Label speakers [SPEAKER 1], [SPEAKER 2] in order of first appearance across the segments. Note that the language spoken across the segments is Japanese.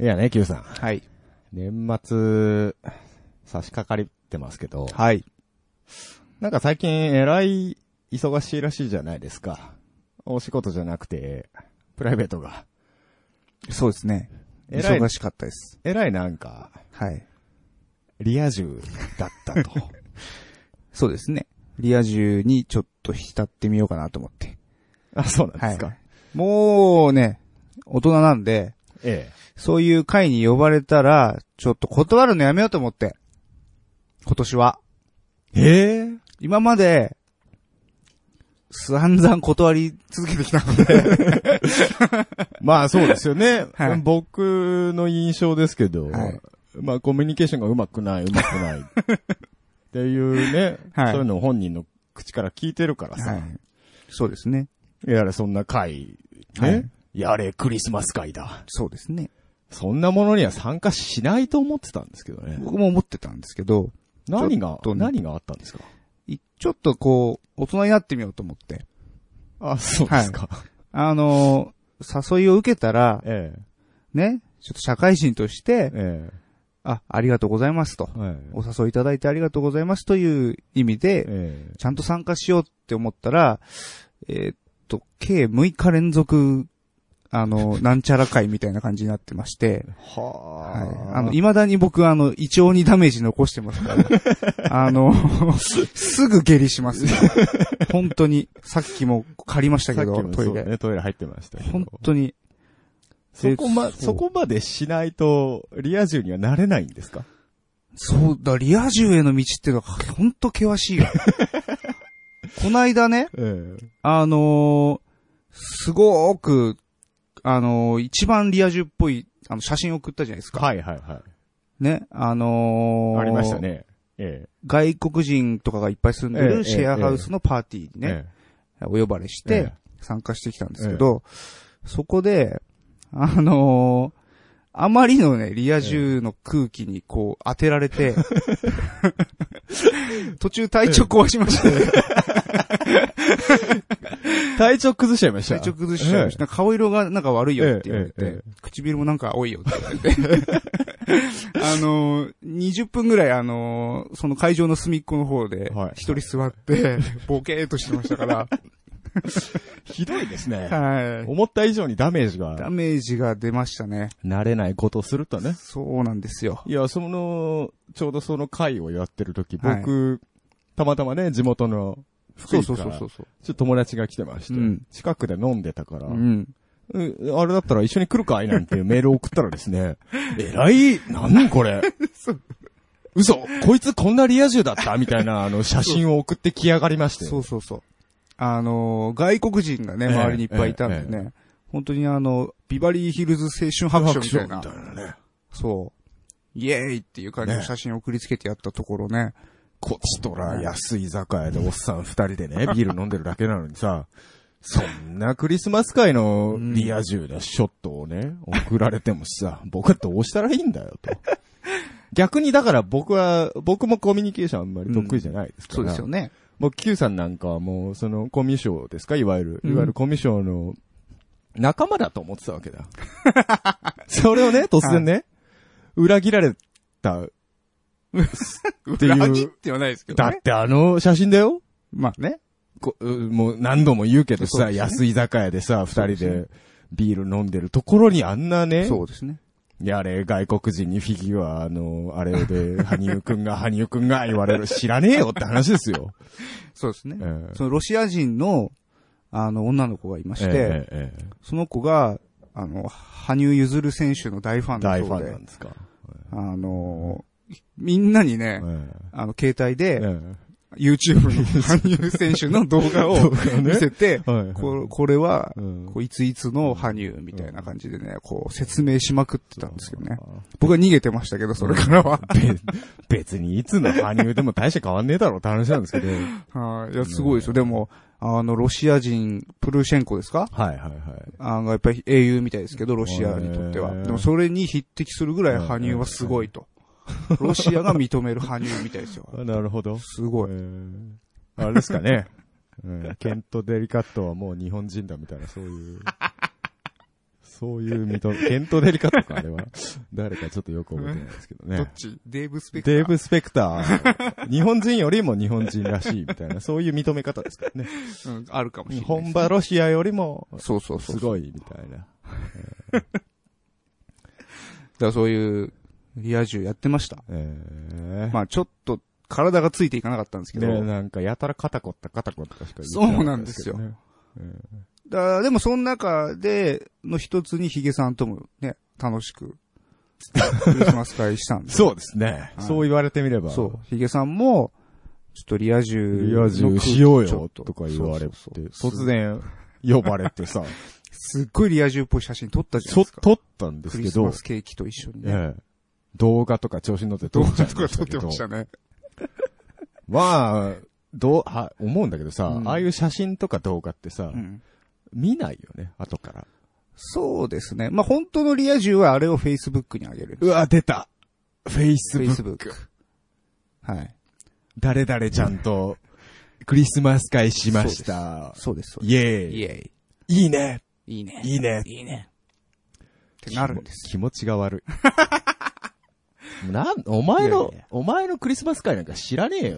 [SPEAKER 1] いやね、Q さん。
[SPEAKER 2] はい。
[SPEAKER 1] 年末、差し掛かりってますけど、
[SPEAKER 2] はい。
[SPEAKER 1] なんか最近えらい忙しいらしいじゃないですか。お仕事じゃなくて、プライベートが。
[SPEAKER 2] そうですね。
[SPEAKER 1] 偉い
[SPEAKER 2] 忙しかったです。
[SPEAKER 1] えらいなんか、
[SPEAKER 2] はい。
[SPEAKER 1] リア充だったと。
[SPEAKER 2] そうですね。リア充にちょっと浸ってみようかなと思って。
[SPEAKER 1] あ、そうなんですか。
[SPEAKER 2] はいもうね、大人なんで、
[SPEAKER 1] ええ。
[SPEAKER 2] そういう会に呼ばれたら、ちょっと断るのやめようと思って。今年は。
[SPEAKER 1] ええ
[SPEAKER 2] 今まで、散々断り続けてきたので。
[SPEAKER 1] まあそうですよね。
[SPEAKER 2] はい
[SPEAKER 1] 僕の印象ですけど、
[SPEAKER 2] はい
[SPEAKER 1] まあコミュニケーションがうまくない、うまくない。っていうね、
[SPEAKER 2] はい
[SPEAKER 1] そういうのを本人の口から聞いてるからさ、
[SPEAKER 2] はい。そうですね。
[SPEAKER 1] やれそんな会、ね、
[SPEAKER 2] はい
[SPEAKER 1] やれクリスマス会だ。
[SPEAKER 2] そうですね。
[SPEAKER 1] そんなものには参加しないと思ってたんですけどね。
[SPEAKER 2] 僕も思ってたんですけど、
[SPEAKER 1] 何が、
[SPEAKER 2] ちょっとね
[SPEAKER 1] 何があったんですか
[SPEAKER 2] いちょっとこう、大人になってみようと思って。
[SPEAKER 1] あ、そうですか。
[SPEAKER 2] あのー誘いを受けたら、
[SPEAKER 1] え
[SPEAKER 2] ね、ちょっと社会人とし
[SPEAKER 1] え、
[SPEAKER 2] て、
[SPEAKER 1] え
[SPEAKER 2] あ、ありがとうございますと。
[SPEAKER 1] え、はい
[SPEAKER 2] お誘いいただいてありがとうございますという意味で、
[SPEAKER 1] ええ。
[SPEAKER 2] ちゃんと参加しようって思ったら、えーっと、計6日連続、あの、なんちゃら会みたいな感じになってまして、
[SPEAKER 1] は
[SPEAKER 2] はい。
[SPEAKER 1] あ、
[SPEAKER 2] あの、未だに僕、あの、胃腸にダメージ残してま すから、あの、すぐ下痢します、ね。本当に、さっきも借りました
[SPEAKER 1] さっ
[SPEAKER 2] け
[SPEAKER 1] き
[SPEAKER 2] ど、
[SPEAKER 1] も
[SPEAKER 2] ト
[SPEAKER 1] そう
[SPEAKER 2] イレ。
[SPEAKER 1] ね、トイレ入ってましたけど。
[SPEAKER 2] 本当に、
[SPEAKER 1] そこま、
[SPEAKER 2] で
[SPEAKER 1] そこまでしないと、リア充にはなれないんですか
[SPEAKER 2] そうだ、リア充への道っていうのは、ほんと険しい よ。こないだね、
[SPEAKER 1] え
[SPEAKER 2] あのーすごーく、あのー一番リア充っぽい、あの、写真送ったじゃないですか。
[SPEAKER 1] はいはいは
[SPEAKER 2] ね、あの
[SPEAKER 1] い。
[SPEAKER 2] ー
[SPEAKER 1] ありました。ね。え
[SPEAKER 2] 外国人とかがいっぱい住んで
[SPEAKER 1] ええ
[SPEAKER 2] るシェアハウスのパーティー
[SPEAKER 1] え。
[SPEAKER 2] にね、お呼ばれし
[SPEAKER 1] え
[SPEAKER 2] て
[SPEAKER 1] え、
[SPEAKER 2] 参加してきたんですけど、そこで、あのーあまりのね、リア充の空気にこう当てられて、 途中体調壊しましたね。
[SPEAKER 1] ええ。体調崩しちゃいました。
[SPEAKER 2] 体調崩しちゃいました。なんか顔色がなんか悪いよって言われて、
[SPEAKER 1] ええええ
[SPEAKER 2] 唇もなんか青いよって言われて。 あのー、20分ぐらいあのーその会場の隅っこの方で
[SPEAKER 1] はい、
[SPEAKER 2] 一人座って、ボケーっとしてまし たから、
[SPEAKER 1] ひどいですね。
[SPEAKER 2] はい。
[SPEAKER 1] 思った以上にダメージ
[SPEAKER 2] ダ
[SPEAKER 1] が、
[SPEAKER 2] メージが出ましたね。
[SPEAKER 1] 慣れないことをするとね。
[SPEAKER 2] そうなんですよ。
[SPEAKER 1] いや、その、ちょうどその会をやってる時、
[SPEAKER 2] はい
[SPEAKER 1] 僕、たまたまね、地元の福
[SPEAKER 2] そ
[SPEAKER 1] 井
[SPEAKER 2] う
[SPEAKER 1] か
[SPEAKER 2] そ
[SPEAKER 1] ら、
[SPEAKER 2] うそうそうそう。
[SPEAKER 1] ちょっと友達が来てまして、
[SPEAKER 2] うん
[SPEAKER 1] 近くで飲んでたから、
[SPEAKER 2] うん。
[SPEAKER 1] うんあれだったら一緒に来るかいなんていうメールを送ったらです ね、えらい、なんこれ。嘘こいつこんなリア充だったみたいな、あの、写真を送ってきやがりまして。
[SPEAKER 2] そうそうそう。あのー外国人がね、
[SPEAKER 1] ええ
[SPEAKER 2] 周りにいっぱいいたんでね、本当にあの、ビバリーヒルズ青春白書みたいな、
[SPEAKER 1] 拍手みたいなね。
[SPEAKER 2] そう。イエーイっていう感じの
[SPEAKER 1] ね
[SPEAKER 2] 写真を送りつけてやったところね、
[SPEAKER 1] こっちとら安い居酒屋でおっさん二人で ね、ビール飲んでるだけなのにさ、そんなクリスマス会のリア充なショットをね、送られてもさ、僕はどうしたらいいんだよと。逆にだから僕は、僕もコミュニケーションあんまり得意じゃないですから。
[SPEAKER 2] そうですよね。
[SPEAKER 1] もう Q さんなんかはもう、その、コミュ障ですかいわゆる。
[SPEAKER 2] うん
[SPEAKER 1] いわゆるコミュ障の仲間だと思ってたわけだ。それをね、突然ね、裏切られ た。っていう
[SPEAKER 2] 裏切ってはないですけど
[SPEAKER 1] だ
[SPEAKER 2] ね
[SPEAKER 1] っ。てあの写真だよ
[SPEAKER 2] まあね。
[SPEAKER 1] こうもう何度も言うけど
[SPEAKER 2] そう
[SPEAKER 1] さ、
[SPEAKER 2] ですね
[SPEAKER 1] 安い居酒屋でさ、
[SPEAKER 2] そう
[SPEAKER 1] 二
[SPEAKER 2] です
[SPEAKER 1] 人
[SPEAKER 2] ね
[SPEAKER 1] でビール飲んでるところにあんなね、
[SPEAKER 2] そうですね。
[SPEAKER 1] やれ、外国人にフィギュア、あの、あれで、 羽生くんが、羽生くんが言われる、知らねえよって話ですよ。
[SPEAKER 2] そうですね。
[SPEAKER 1] ええ
[SPEAKER 2] そのロシア人の、あの、女の子がいまして、
[SPEAKER 1] ええええ
[SPEAKER 2] その子が、あの、羽生結弦選手の大ファンだ
[SPEAKER 1] 大
[SPEAKER 2] そう
[SPEAKER 1] フ
[SPEAKER 2] で、
[SPEAKER 1] ァンなんですか。
[SPEAKER 2] あのーみんなにね、あの、携帯で、YouTube の 羽生選手の動画を見せて、ここれは、こういついつの羽生みたいな感じでね、こう説明しまくってたんですけどね。僕は逃げてましたけど、それからは。
[SPEAKER 1] べ別にいつの羽生でも大して変わんねえだろうって話なんですけ ど。はい
[SPEAKER 2] はい。いや、すごいですよ。でも、あの、ロシア人、プルシェンコですか
[SPEAKER 1] はいはい。
[SPEAKER 2] あの、やっぱり英雄みたいですけど、ロシアにとっては。
[SPEAKER 1] へー
[SPEAKER 2] でも、それに匹敵するぐらい羽生はすごいと。ロシアが認める羽生みたいですよ。
[SPEAKER 1] あなるほど。
[SPEAKER 2] すごい。
[SPEAKER 1] えーあれですかね。 うんケント・デリカットはもう日本人だみたいな、そういう。そういうミト、 ケントデリカとかあれは、誰かちょっとよく覚えてないですけどね。
[SPEAKER 2] どっちデーブ・スペクター。
[SPEAKER 1] デーブ・スペクター。日本人よりも日本人らしいみたいな、そういう認め方ですからね。
[SPEAKER 2] うん、あるかもしれない、
[SPEAKER 1] ね、本場ロシアよりも、
[SPEAKER 2] そうそうそう。
[SPEAKER 1] すごいみたいな。
[SPEAKER 2] だからそういう、リア充やってました。
[SPEAKER 1] ええー、
[SPEAKER 2] まあちょっと、体がついていかなかったんですけど。ね、
[SPEAKER 1] なんかやたら肩こった肩こったしか言って
[SPEAKER 2] ない、ね、そうなんですよ。えーだでもその中で、の一つにヒゲさんともね、楽しく、クリスマス会したん で。
[SPEAKER 1] そうですね、はい、そう言われてみれば。
[SPEAKER 2] そう。ヒゲさんも、ちょっとリア充。
[SPEAKER 1] リア充しようよとか言われて、突然呼ばれて さ。
[SPEAKER 2] すっごいリア充っぽい写真撮ったじゃないですか。
[SPEAKER 1] 撮ったんですけど。クリス
[SPEAKER 2] マスケーキと一緒にね。ええ、
[SPEAKER 1] 動画とか調子に乗って
[SPEAKER 2] 撮っちゃ動画とか撮ってましたね。
[SPEAKER 1] まあ、どう、は、思うんだけどさ、うん、ああいう写真とか動画ってさ、うん見ないよね、後から。
[SPEAKER 2] そうですね。まあ、本当のリア充はあれを Facebook にあげる。
[SPEAKER 1] うわ、出た !Facebook。
[SPEAKER 2] Facebook はい。
[SPEAKER 1] 誰々ちゃんと、クリスマス会しました。
[SPEAKER 2] そうです、そう
[SPEAKER 1] です。イェ
[SPEAKER 2] イ。イェイ。
[SPEAKER 1] いいね。
[SPEAKER 2] いいね。
[SPEAKER 1] いいね。
[SPEAKER 2] いいね。ってなるんです。
[SPEAKER 1] 気持ちが悪い。 なん、お前のお前のクリスマス会なんか知らねえよ。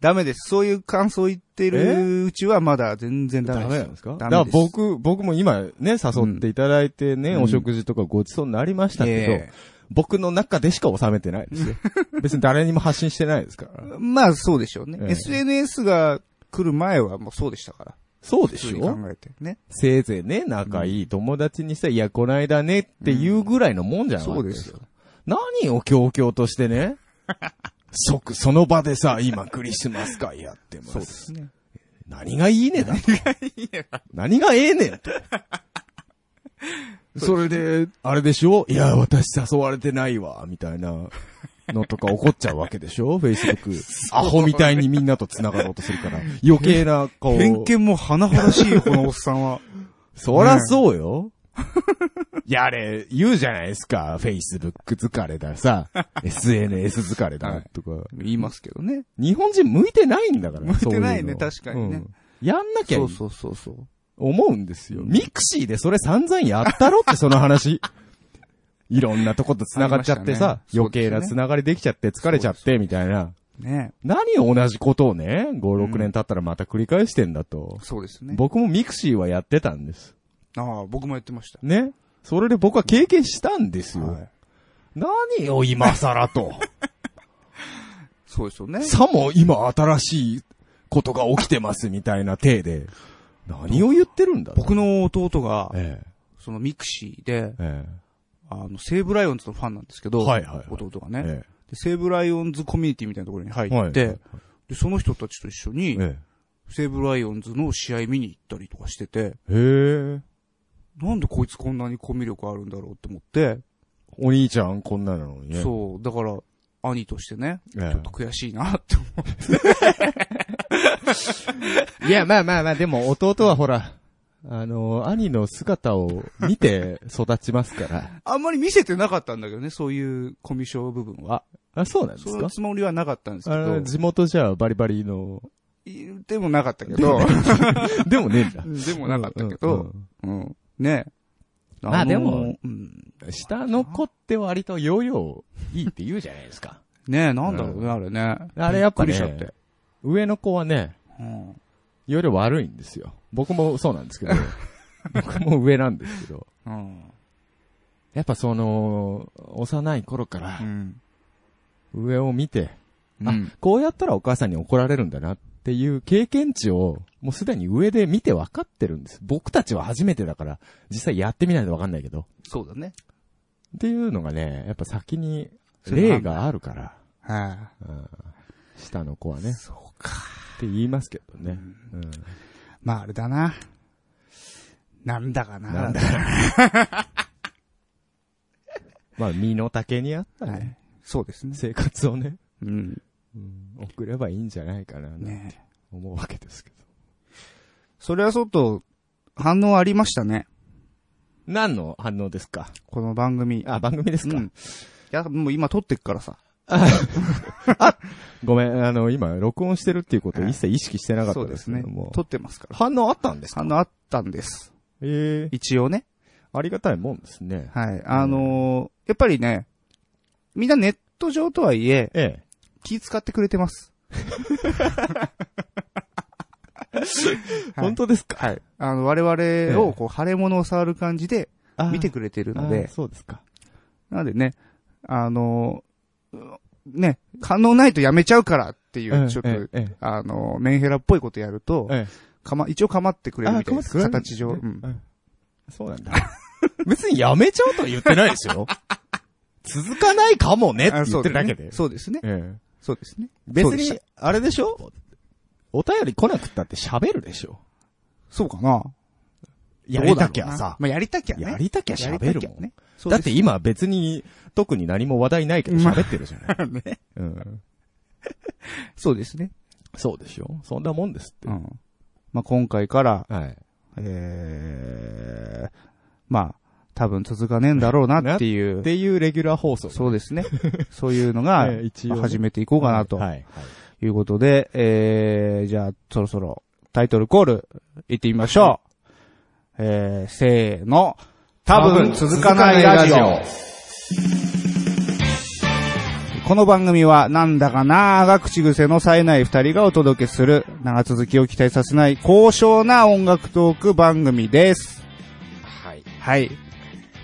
[SPEAKER 2] ダメです。そういう感想言ってるうちはまだ全然ダメです。ダメなん
[SPEAKER 1] ですかだから僕、僕も今ね、誘っていただいてね、うん、お食事とかごちそうになりましたけど、うん、僕の中でしか収めてない ですよ。別に誰にも発信してないですから。
[SPEAKER 2] まあそうでしょうね。えー、SNS が来る前はもうそうでしたから。
[SPEAKER 1] そうでしょ
[SPEAKER 2] 考えてね。
[SPEAKER 1] せいぜいね、仲いい友達にさ、いや、こないだねっていうぐらいのもんじゃないですか、うん。そうですよ。何を強々として ね。即、その場でさ、今クリスマス会やってます。そう
[SPEAKER 2] ですね。
[SPEAKER 1] 何がいいねだ
[SPEAKER 2] 何がいいねだ
[SPEAKER 1] 何がええねん と。それで、あれでしょいや、私誘われてないわ、みたいなのとか怒っちゃうわけでし ょ ?Facebook。アホみたいにみんなと繋がろうとするから。余計な顔。
[SPEAKER 2] 偏見も甚だしいよ、このおっさんは。、
[SPEAKER 1] そらそうよ。 いや、あれ、言うじゃないですか。Facebook 疲れださ、SNS 疲れだとか、はい
[SPEAKER 2] 言いますけどね。
[SPEAKER 1] 日本人向いてないんだから、
[SPEAKER 2] 向いてないね、うう確かにね、うん、
[SPEAKER 1] やんなきゃいい。
[SPEAKER 2] そうそうそうそう。
[SPEAKER 1] 思うんですよ。ミクシーでそれ散々やったろって、その話。 いろんなとこと繋がっちゃってさ、ね、余計な繋がりできちゃって疲れちゃって、みたいな。
[SPEAKER 2] ね
[SPEAKER 1] 何を同じことをね、5、6年経ったらまた繰り返してんだと。
[SPEAKER 2] うん、そうですね。
[SPEAKER 1] 僕もミクシーはやってたんです。
[SPEAKER 2] ああ、僕もやってました。
[SPEAKER 1] ね。それで僕は経験したんですよ。はい、何を今更と。
[SPEAKER 2] そうですよね。
[SPEAKER 1] さも今新しいことが起きてますみたいな体で、何を言ってるんだ
[SPEAKER 2] 僕の弟が、ええ、そのミクシーで、ええ、あの、西武ライオンズのファンなんですけど、
[SPEAKER 1] はいはいはい、
[SPEAKER 2] 弟がね、ええで、西武ライオンズコミュニティみたいなところに入って、でその人たちと一緒に、ええ西武ライオンズの試合見に行ったりとかしてて。
[SPEAKER 1] へえ。
[SPEAKER 2] なんでこいつこんなにコミュ力あるんだろうって思って。
[SPEAKER 1] お兄ちゃんこんなのにね。
[SPEAKER 2] そう。だから、兄としてね、ええ、ちょっと悔しいなって思
[SPEAKER 1] って。いや、まあまあまあ、でも弟はほら、あの、兄の姿を見て育ちますから。
[SPEAKER 2] あんまり見せてなかったんだけどね、そういうコミュ障部分は。
[SPEAKER 1] あ、そうなんですか
[SPEAKER 2] そのつもりはなかったんですけど。
[SPEAKER 1] 地元じゃバリバリの
[SPEAKER 2] でもなかったけ ど。
[SPEAKER 1] でもねえんだ。
[SPEAKER 2] でもなかったけど、うん。うん、ね
[SPEAKER 1] あまあでも、うん、下の子って割とヨーヨーいいって言うじゃないです か。
[SPEAKER 2] ねえ、なんだろうね、あれね。
[SPEAKER 1] あれやっぱり、ね、上の子はね、うん、ヨーヨー悪いんですよ。僕もそうなんです けど、僕も上なんですけど、
[SPEAKER 2] うん、
[SPEAKER 1] やっぱその、幼い頃から、うん、上を見て、うん、あ、こうやったらお母さんに怒られるんだなっていう経験値を、もうすでに上で見て分かってるんです。僕たちは初めてだから、実際やってみないと分かんないけど。
[SPEAKER 2] そうだね。
[SPEAKER 1] っていうのがね、やっぱ先に、例があるから。
[SPEAKER 2] はあ、うん、
[SPEAKER 1] 下の子はね。
[SPEAKER 2] そうか。
[SPEAKER 1] って言いますけどね。うん、うん、
[SPEAKER 2] まああれだな。なんだかな。
[SPEAKER 1] なんだかな。まあ身の丈にあったね、はい。
[SPEAKER 2] そうですね。
[SPEAKER 1] 生活をね。
[SPEAKER 2] うん。
[SPEAKER 1] うん、送ればいいんじゃないかな、なんて思うわけですけど。
[SPEAKER 2] それはそうと、反応ありましたね。
[SPEAKER 1] 何の反応ですか
[SPEAKER 2] この番組。
[SPEAKER 1] あ、番組ですか、うん、い
[SPEAKER 2] や、もう今撮ってっからさ。
[SPEAKER 1] あ、ごめん、あの、今、録音してるっていうことを一切意識してなかったですけども。
[SPEAKER 2] ね、撮ってますから。
[SPEAKER 1] 反応あったんですか
[SPEAKER 2] 反応あったんです。
[SPEAKER 1] ええ
[SPEAKER 2] 一応ね。
[SPEAKER 1] ありがたいもんですね。
[SPEAKER 2] はい。あのーやっぱりね、みんなネット上とはいえ、
[SPEAKER 1] え
[SPEAKER 2] 気使ってくれてます。
[SPEAKER 1] え。本当ですか
[SPEAKER 2] はい。あの、我々を、こう、腫れ物を触る感じで
[SPEAKER 1] あー
[SPEAKER 2] 見てくれてるの
[SPEAKER 1] あー
[SPEAKER 2] で、
[SPEAKER 1] そうですか。
[SPEAKER 2] なのでね、あのーね、反応ないとやめちゃうからっていう、ちょっと、
[SPEAKER 1] ええええ
[SPEAKER 2] あのーメンヘラっぽいことやると、
[SPEAKER 1] ええ
[SPEAKER 2] かま、一応構ってくれるみたい
[SPEAKER 1] あ
[SPEAKER 2] な
[SPEAKER 1] ー構ってくれる
[SPEAKER 2] 形上、うん
[SPEAKER 1] うんそうなんだ。 別にやめちゃうとは言ってないですよ。 続かないかもねって
[SPEAKER 2] あ
[SPEAKER 1] 言
[SPEAKER 2] そう
[SPEAKER 1] ってるだ
[SPEAKER 2] ね
[SPEAKER 1] けで。
[SPEAKER 2] そうですね。
[SPEAKER 1] ええ
[SPEAKER 2] そうですね。
[SPEAKER 1] 別
[SPEAKER 2] そうでし
[SPEAKER 1] に、あれでしょお便り来なくったって喋るでしょ
[SPEAKER 2] そうかな
[SPEAKER 1] やりたきゃさ。
[SPEAKER 2] まあ、やりたきゃね。
[SPEAKER 1] やりたきゃ喋るもん。
[SPEAKER 2] ね。
[SPEAKER 1] だって今別に特に何も話題ないけど喋ってるじゃない。
[SPEAKER 2] 今 ね。
[SPEAKER 1] うん。
[SPEAKER 2] そうですね。
[SPEAKER 1] そうでしょそんなもんですって
[SPEAKER 2] う。ん。まあ、今回から、
[SPEAKER 1] はい。
[SPEAKER 2] えー、まあ、多分続かねえんだろうなっていう
[SPEAKER 1] っ、ていうレギュラー放送。
[SPEAKER 2] そうですね。そういうのが、
[SPEAKER 1] えー一応ね
[SPEAKER 2] 始めていこうかなと
[SPEAKER 1] はい。はい。
[SPEAKER 2] いうことで、えー、じゃあ、そろそろタイトルコール、行ってみましょう。えー、せーの。多分続かないラジオ。この番組はなんだかなあが口癖の冴えない二人がお届けする長続きを期待させない高尚な音楽トーク番組です。
[SPEAKER 1] はい。
[SPEAKER 2] はい。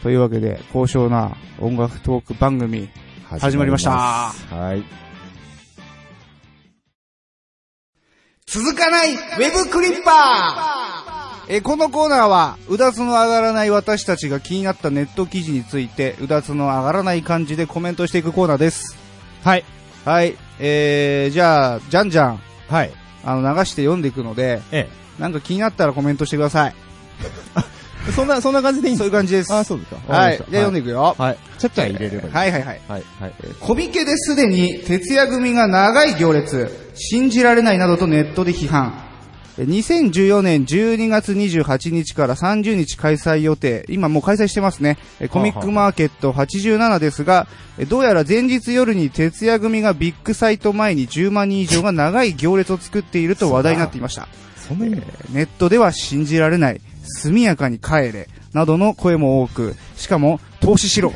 [SPEAKER 2] というわけで、高尚な音楽トーク番組。始まりました
[SPEAKER 1] はい。
[SPEAKER 2] 続かないウェブクリッパーえーこのコーナーは、うだつの上がらない私たちが気になったネット記事について、うだつの上がらない感じでコメントしていくコーナーです。
[SPEAKER 1] はい。
[SPEAKER 2] はい。えー、じゃあ、じゃんじゃん、
[SPEAKER 1] はい。
[SPEAKER 2] あの、流して読んでいくので、
[SPEAKER 1] え
[SPEAKER 2] なんか気になったらコメントしてください。
[SPEAKER 1] え。そんな、そんな感じでいいん
[SPEAKER 2] そ
[SPEAKER 1] で
[SPEAKER 2] ういう感じですす。
[SPEAKER 1] かあ、
[SPEAKER 2] は
[SPEAKER 1] そうですか。
[SPEAKER 2] い。じゃあ読んで
[SPEAKER 1] い
[SPEAKER 2] いくよ。
[SPEAKER 1] はい。ちゃっちゃ入れればいい。
[SPEAKER 2] はいはいはい。
[SPEAKER 1] はい。はい。
[SPEAKER 2] コミケですでに徹夜組が長い行列、信じられないなどとネットで批判。え2014年12月28日から30日開催予定。今もう開催してますね。えコミックマーケット87ですが、えどうやら前日夜に徹夜組がビッグサイト前に10万人以上が長い行列を作っていると話題になっていました。
[SPEAKER 1] そんな意味
[SPEAKER 2] ネットでは信じられない、速やかに帰れ、などの声も多く、しかも、投資しろ、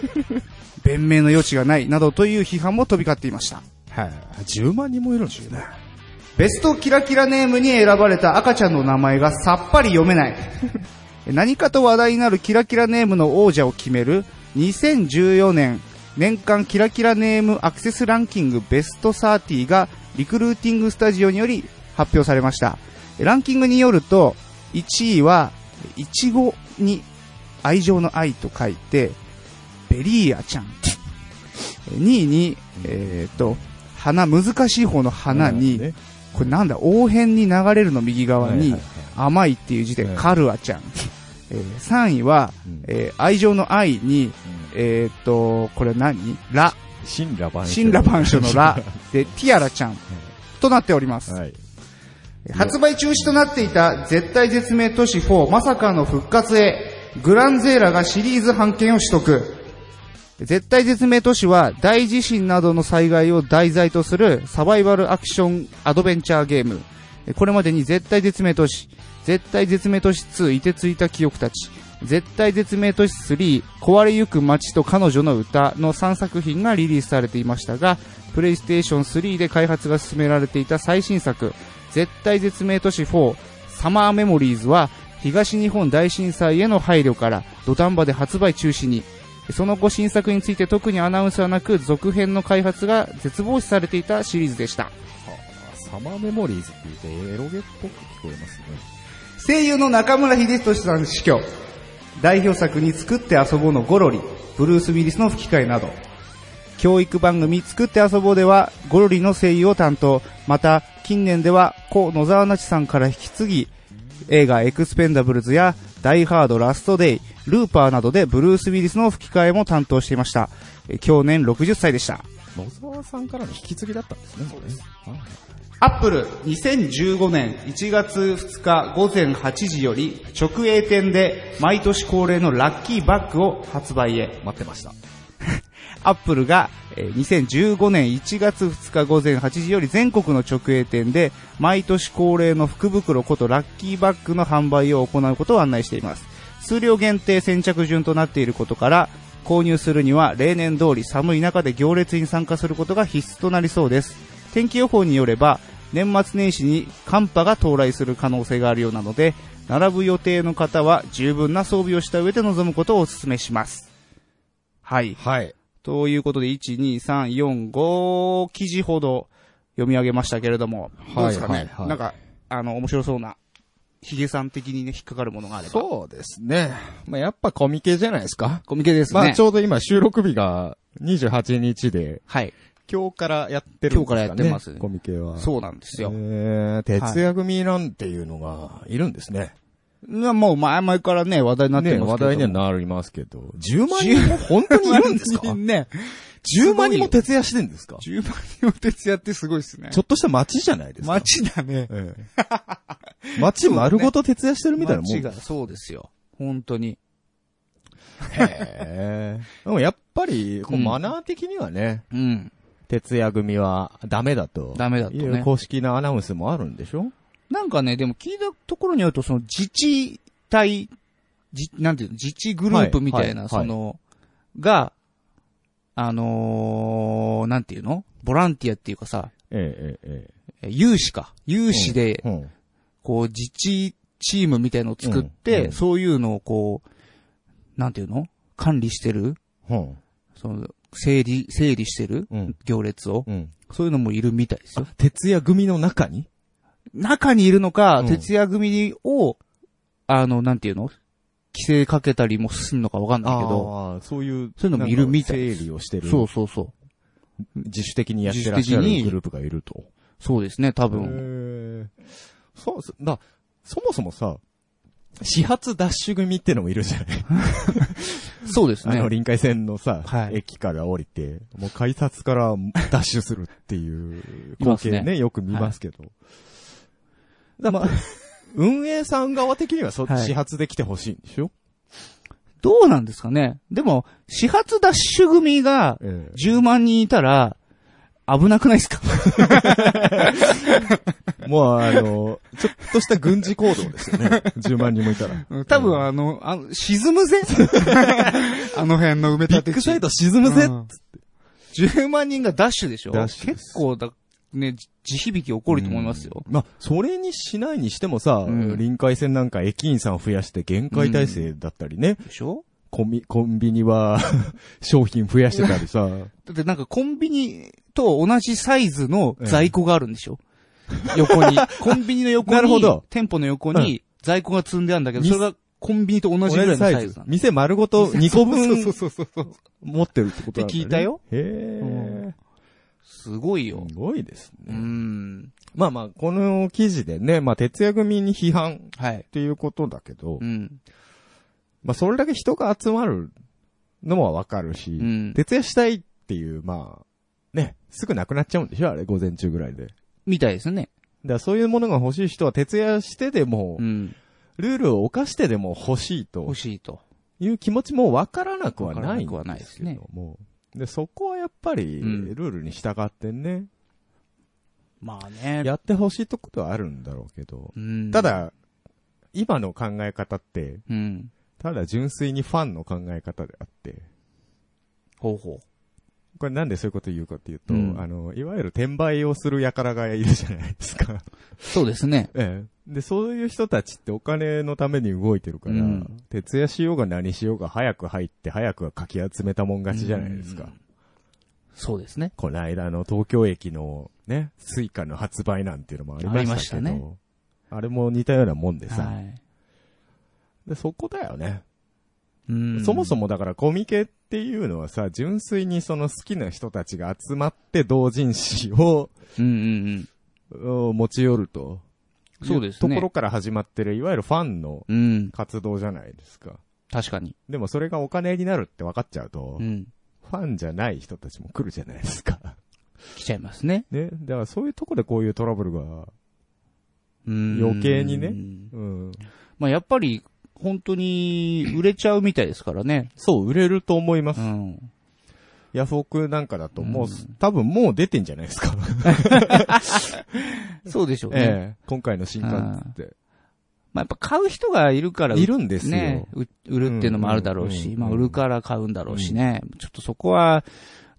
[SPEAKER 2] 弁明の余地がない、などという批判も飛び交っていました。
[SPEAKER 1] はい。10万人もいるんですよね。
[SPEAKER 2] ベストキラキラネームに選ばれた赤ちゃんの名前がさっぱり読めない。何かと話題になるキラキラネームの王者を決める2014年年間キラキラネームアクセスランキングベスト30がリクルーティングスタジオにより発表されました。ランキングによると1位はイチゴに愛情の愛と書いてベリーアちゃん。2位に、えっ、と、花、難しい方の花に、
[SPEAKER 1] ね
[SPEAKER 2] これなんだ、応変に流れるの右側
[SPEAKER 1] はい
[SPEAKER 2] に
[SPEAKER 1] はい、
[SPEAKER 2] 甘いっていう字で
[SPEAKER 1] はい
[SPEAKER 2] カルア ちゃん。えー3位は
[SPEAKER 1] うん、
[SPEAKER 2] えー愛情の愛に、
[SPEAKER 1] うん
[SPEAKER 2] えーっと、これ何ラ。
[SPEAKER 1] 神羅万象。
[SPEAKER 2] 神羅万象 のラ。で、ティアラちゃん。となっております。
[SPEAKER 1] はい。
[SPEAKER 2] 発売中止となっていた絶対絶命都市4まさかの復活へ、グランゼーラがシリーズ版権を取得。絶対絶命都市は大地震などの災害を題材とするサバイバルアクションアドベンチャーゲーム。これまでに絶対絶命都市、絶対絶命都市2凍てついた記憶たち、絶対絶命都市3壊れゆく街と彼女の歌の3作品がリリースされていましたが、プレイステーション3で開発が進められていた最新作、絶対絶命都市4サマーメモリーズは東日本大震災への配慮から土壇場で発売中止にその後新作について特にアナウンスはなく続編の開発が絶望視されていたシリーズでした
[SPEAKER 1] サマーメモリーズって言うとエロゲっぽく聞こえますね。
[SPEAKER 2] 声優の中村秀俊さん死去代表作に作って遊ぼうのゴロリブルース・ウィリスの吹き替えなど教育番組作って遊ぼうではゴロリの声優を担当また近年では故野沢那智さんから引き継ぎ映画エクスペンダブルズやダイハードラストデイルーパーなどでブルース・ウィリスの吹き替えも担当していましたえ去年60歳でした
[SPEAKER 1] 野沢さんからの引き継ぎだったんですね。そうです。
[SPEAKER 2] アップル2015年1月2日午前8時より直営店で毎年恒例のラッキーバッグを発売へ。
[SPEAKER 1] 待ってました。
[SPEAKER 2] アップルがえー2015年1月2日午前8時より全国の直営店で毎年恒例の福袋ことラッキーバッグの販売を行うことを案内しています。数量限定先着順となっていることから、購入するには例年通り寒い中で行列に参加することが必須となりそうです。天気予報によれば、年末年始に寒波が到来する可能性があるようなので、並ぶ予定の方は十分な装備をした上で臨むことをお勧めします。はい。
[SPEAKER 1] はい。
[SPEAKER 2] ということで、1、2、3、4、5記事ほど読み上げましたけれども、どうですかね、はいはいはい、なんか、あの、面白そうな、ヒゲさん的にね、引っかかるものがあれば。
[SPEAKER 1] そうですね。まあ、やっぱコミケじゃないですか。
[SPEAKER 2] コミケですね。
[SPEAKER 1] まあ、ちょうど今収録日が28日で、
[SPEAKER 2] はい。
[SPEAKER 1] 今日からやってるんですかね。今日からやってます、ね、コミケは。
[SPEAKER 2] そうなんですよ。え
[SPEAKER 1] ー、徹夜組なんていうのがいるんですね。はい
[SPEAKER 2] もう前々からね、話題になってますけど。ね、
[SPEAKER 1] 話題にはなりますけど。10万人も本当にいるんですか
[SPEAKER 2] 人ね。
[SPEAKER 1] 10万人も徹夜してんですか
[SPEAKER 2] ?10 万人も徹夜ってすごいですね。
[SPEAKER 1] ちょっとした街じゃないですか。
[SPEAKER 2] 街だね。え
[SPEAKER 1] え、街丸ごと徹夜してるみたいなもん。
[SPEAKER 2] 街がそうですよ。本当に。
[SPEAKER 1] へえ。でもやっぱり、こうマナー的にはね。
[SPEAKER 2] うん。うん、
[SPEAKER 1] 徹夜組はダメだと。
[SPEAKER 2] ダメだと、ね。
[SPEAKER 1] 公式なアナウンスもあるんでしょ
[SPEAKER 2] なんかね、でも聞いたところによると、その自治体、じ、なんていうの、自治グループみたいな、はいはい、その、が、あのー、なんていうのボランティアっていうかさ、
[SPEAKER 1] ええええ、
[SPEAKER 2] 有志か。有志で、うんうん、こう、自治チームみたいのを作って、うん、そういうのをこう、なんていうの管理してる、その、整理、整理してる、行列を、そういうのもいるみたいですよ。
[SPEAKER 1] 徹夜組の中に
[SPEAKER 2] 中にいるのか、うん、徹夜組を、あの、なんていうの規制かけたりもすんのかわかんないけど。
[SPEAKER 1] そういう。
[SPEAKER 2] そういうのもいるみたい
[SPEAKER 1] です。整理をしてる。。
[SPEAKER 2] そうそうそう
[SPEAKER 1] 自主的にやってらっしゃるグループがいると。
[SPEAKER 2] そうですね、多分。
[SPEAKER 1] そうす、だ、そもそもさ、始発ダッシュ組ってのもいるじゃない
[SPEAKER 2] そうですね。
[SPEAKER 1] あの、臨海線のさ、はい、駅から降りて、もう改札からダッシュするって いう光景ね、ねよく見ますけど。はいだまあ、運営さん側的にはそ、はい、始発で来てほしいんでしょ
[SPEAKER 2] どうなんですかねでも、始発ダッシュ組が10万人いたら、危なくないですか
[SPEAKER 1] もうあの、ちょっとした軍事行動ですよね。10万 人もいたら。
[SPEAKER 2] 多分あの、あの沈む ぜあの辺の埋め立て
[SPEAKER 1] ビ
[SPEAKER 2] 地。
[SPEAKER 1] ッグサイト沈むぜ、うん、
[SPEAKER 2] !10 万人がダッシュでしょダッシュ結構だ、ね、地響き起こると思いますよ。
[SPEAKER 1] うん、まあ、それにしないにしてもさ、うん、臨海線なんか駅員さん増やして限界体制だったりね。
[SPEAKER 2] うん、でしょ
[SPEAKER 1] コンビ、コンビニは 商品増やしてたりさ。だ
[SPEAKER 2] ってなんかコンビニと同じサイズの在庫があるんでし ょ、うん、横に。コンビニの横に。
[SPEAKER 1] なるほど。
[SPEAKER 2] 店舗の横に在庫が積んであるんだけど、それがコンビニと 同じぐらいのサイズ
[SPEAKER 1] 店丸ご と2個 分持ってるってことだ、
[SPEAKER 2] ね、って聞いたよ。
[SPEAKER 1] へえ。
[SPEAKER 2] すごいよ。。
[SPEAKER 1] すごいですね。うんまあまあ、この記事でね、まあ、徹夜組に批判っていうことだけど、はい
[SPEAKER 2] うん、
[SPEAKER 1] まあ、それだけ人が集まるのもわかるし、うん、徹夜したいっていう、まあ、ね、すぐなくなっちゃうんでしょあれ、午前中ぐらいで。
[SPEAKER 2] みたいですね。
[SPEAKER 1] だからそういうものが欲しい人は徹夜してでも、うん、ルールを犯してでも欲しいと。
[SPEAKER 2] 欲しいと。
[SPEAKER 1] いう気持ちもわからなくはないんですけ
[SPEAKER 2] ど
[SPEAKER 1] も。で、そこはやっぱり、ルールに従ってね、
[SPEAKER 2] うん。まあね。
[SPEAKER 1] やってほしいとことはあるんだろうけど。
[SPEAKER 2] うん、
[SPEAKER 1] ただ、今の考え方って、
[SPEAKER 2] うん、
[SPEAKER 1] ただ純粋にファンの考え方であって。
[SPEAKER 2] ほうほう。
[SPEAKER 1] これなんでそういうこと言うかっていうと、あの、いわゆる転売をする輩がいるじゃないです か
[SPEAKER 2] そうですね。
[SPEAKER 1] ええ。で、そういう人たちってお金のために動いてるから、徹夜しようが何しようが早く入って早くかき集めたもん勝ちじゃないですか。うん、
[SPEAKER 2] そうですね。
[SPEAKER 1] この間の東京駅のね、スイカの発売なんていうのもありましたけど、あ、ね、あれも似たようなもんでさ、はい、でそこだよね。
[SPEAKER 2] うん、
[SPEAKER 1] そもそもだからコミケっていうのはさ、純粋にその好きな人たちが集まって同人誌を、
[SPEAKER 2] うん
[SPEAKER 1] うんうん、持ち寄ると。
[SPEAKER 2] そうですね。
[SPEAKER 1] ところから始まってる、いわゆるファンの活動じゃないですか。うん、
[SPEAKER 2] 確かに。
[SPEAKER 1] でもそれがお金になるって分かっちゃうと、
[SPEAKER 2] うん、
[SPEAKER 1] ファンじゃない人たちも来るじゃないですか。
[SPEAKER 2] 来ちゃいますね。
[SPEAKER 1] ね。だからそういうとこでこういうトラブルが、余計にね。うん。
[SPEAKER 2] まあやっぱり、本当に売れちゃうみたいですからね。、
[SPEAKER 1] そう、売れると思います。うんヤフオクなんかだともう、うん、多分もう出てんじゃないですか。
[SPEAKER 2] そうでしょうね。
[SPEAKER 1] ええ、今回の新刊って。
[SPEAKER 2] まあ、やっぱ買う人がいるから、
[SPEAKER 1] いるんですよ。
[SPEAKER 2] ね、売るっていうのもあるだろうし、まあ、売るから買うんだろうしね。ちょっとそこは、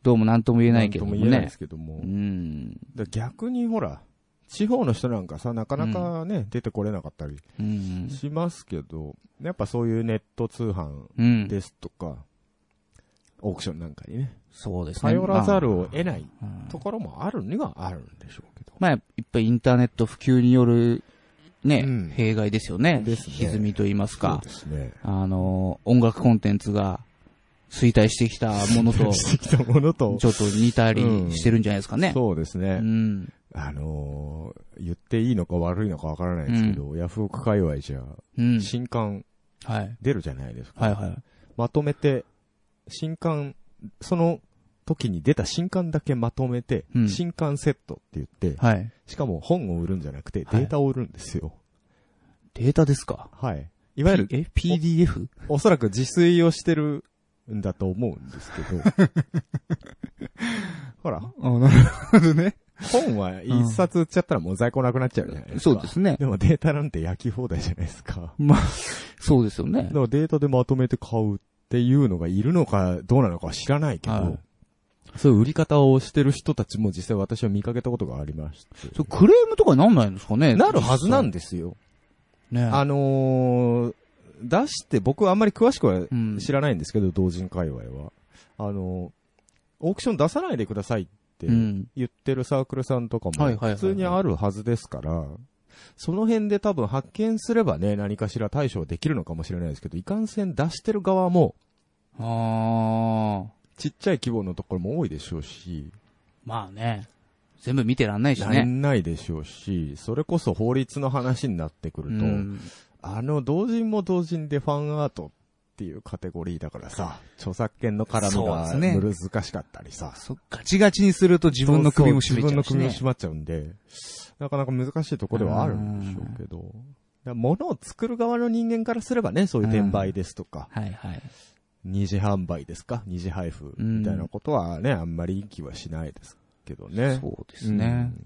[SPEAKER 2] どうもなんとも言えないけどもね。
[SPEAKER 1] なんとも言えないですけども。
[SPEAKER 2] うん。
[SPEAKER 1] 逆にほら、地方の人なんかさ、なかなかね、うん、出てこれなかったりしますけど、やっぱそういうネット通販ですとか、うん、オークションなんかにね。
[SPEAKER 2] そうです
[SPEAKER 1] ね。頼らざるを得ないところもあるにはあるんでしょうけど。
[SPEAKER 2] まあ、やっぱりインターネット普及によるね、うん、弊害ですよね。ですね歪みと言いますか。
[SPEAKER 1] そうですね。
[SPEAKER 2] あの、音楽コンテンツが衰退してきたもの と、
[SPEAKER 1] してきたものと、
[SPEAKER 2] ちょっと似たりしてるんじゃないですかね。
[SPEAKER 1] うん、そうですね。
[SPEAKER 2] うん、
[SPEAKER 1] あのー、言っていいのか悪いのかわからないですけど、うん、ヤフオク界隈じゃ、新刊、出るじゃないですか。
[SPEAKER 2] はい、はいはい
[SPEAKER 1] まとめて、新刊、その時に出た新刊だけまとめて、うん、新刊セットって言って、
[SPEAKER 2] はい、
[SPEAKER 1] しかも本を売るんじゃなくて、データを売るんですよ。
[SPEAKER 2] データですか
[SPEAKER 1] はい。いわゆる、
[SPEAKER 2] え、PDF?
[SPEAKER 1] おそらく自炊をしてるんだと思うんですけ ど。ほら。
[SPEAKER 2] あ、なるほどね。
[SPEAKER 1] 本は一冊売っちゃったらもう在庫なくなっちゃうじゃないですか。
[SPEAKER 2] そうですね。
[SPEAKER 1] でもデータなんて焼き放題じゃないですか。
[SPEAKER 2] まあ、そうですよね。
[SPEAKER 1] だからデータでまとめて買うっていうのがいるのかどうなのか知らないけど、はいそういう売り方をしてる人たちも実際私は見かけたことがありまして。
[SPEAKER 2] そう、クレームとかになんないんですかね
[SPEAKER 1] なるはずなんですよ。
[SPEAKER 2] ね
[SPEAKER 1] あのー、出して僕あんまり詳しくは知らないんですけど、うん、同人界隈は。あのー、オークション出さないでくださいって言ってるサークルさんとかも、普通にあるはずですから、その辺で多分発見すればね、何かしら対処できるのかもしれないですけど、いかんせん出してる側も、
[SPEAKER 2] ああ。
[SPEAKER 1] ちっちゃい規模のところも多いでしょうし。
[SPEAKER 2] まあね。全部見てらんないしね。
[SPEAKER 1] らんないでしょうし、それこそ法律の話になってくると、うん、あの、同人も同人でファンアートっていうカテゴリーだからさ、著作権の絡みが難しかったりさ。
[SPEAKER 2] そ、ね、ガチガチにすると自分の首も
[SPEAKER 1] 絞
[SPEAKER 2] めちゃう、ね、
[SPEAKER 1] 自分の首も絞まっちゃうんで、なかなか難しいところではあるんでしょうけど。物を作る側の人間からすればね、そういう転売ですとか。
[SPEAKER 2] はいはい。
[SPEAKER 1] 二次販売ですか二次配布みたいなことはね、うん、あんまり気はしないですけどね。
[SPEAKER 2] そうですね。うん、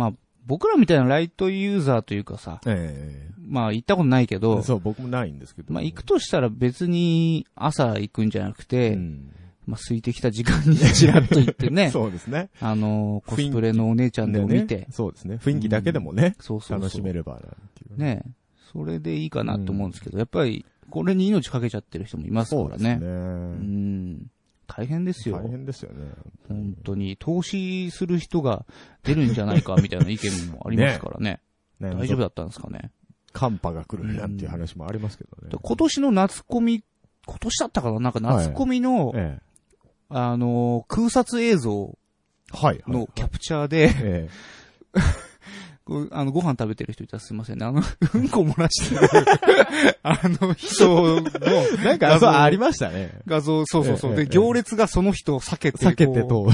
[SPEAKER 2] まあ、僕らみたいなライトユーザーというかさ、
[SPEAKER 1] ええ
[SPEAKER 2] まあ行ったことないけど、
[SPEAKER 1] そう、僕もないんですけど、
[SPEAKER 2] まあ行くとしたら別に朝行くんじゃなくて、うん、まあ空いてきた時間にちらっと行って ね、
[SPEAKER 1] そうですね。
[SPEAKER 2] あの、コスプレのお姉ちゃんでも見て、ね、
[SPEAKER 1] そうですね。雰囲気だけでもね、
[SPEAKER 2] そうそう
[SPEAKER 1] 楽しめればなんていう。
[SPEAKER 2] ねそれでいいかなと思うんですけど、やっぱり、これに命かけちゃってる人もいますからね。そうですね。うん。大変ですよ。
[SPEAKER 1] 大変ですよね。
[SPEAKER 2] 本当に、投資する人が出るんじゃないかみたいな意見もありますからね。 ね大丈夫だったんですかね。
[SPEAKER 1] 寒波が来るなんていう話もありますけどね。
[SPEAKER 2] うん、今年の夏コミ、今年だったかななんか夏コミの、はいええ、あの、空撮映像のキャプチャーで、 ええあの、ご飯食べてる人いたらすいませんね。あの、うんこ漏らしてるあの人の、
[SPEAKER 1] なんか、そう、ありましたね。
[SPEAKER 2] 画像、そうそうそう。ええ、で、行列がその人を避けて、
[SPEAKER 1] 避けてと、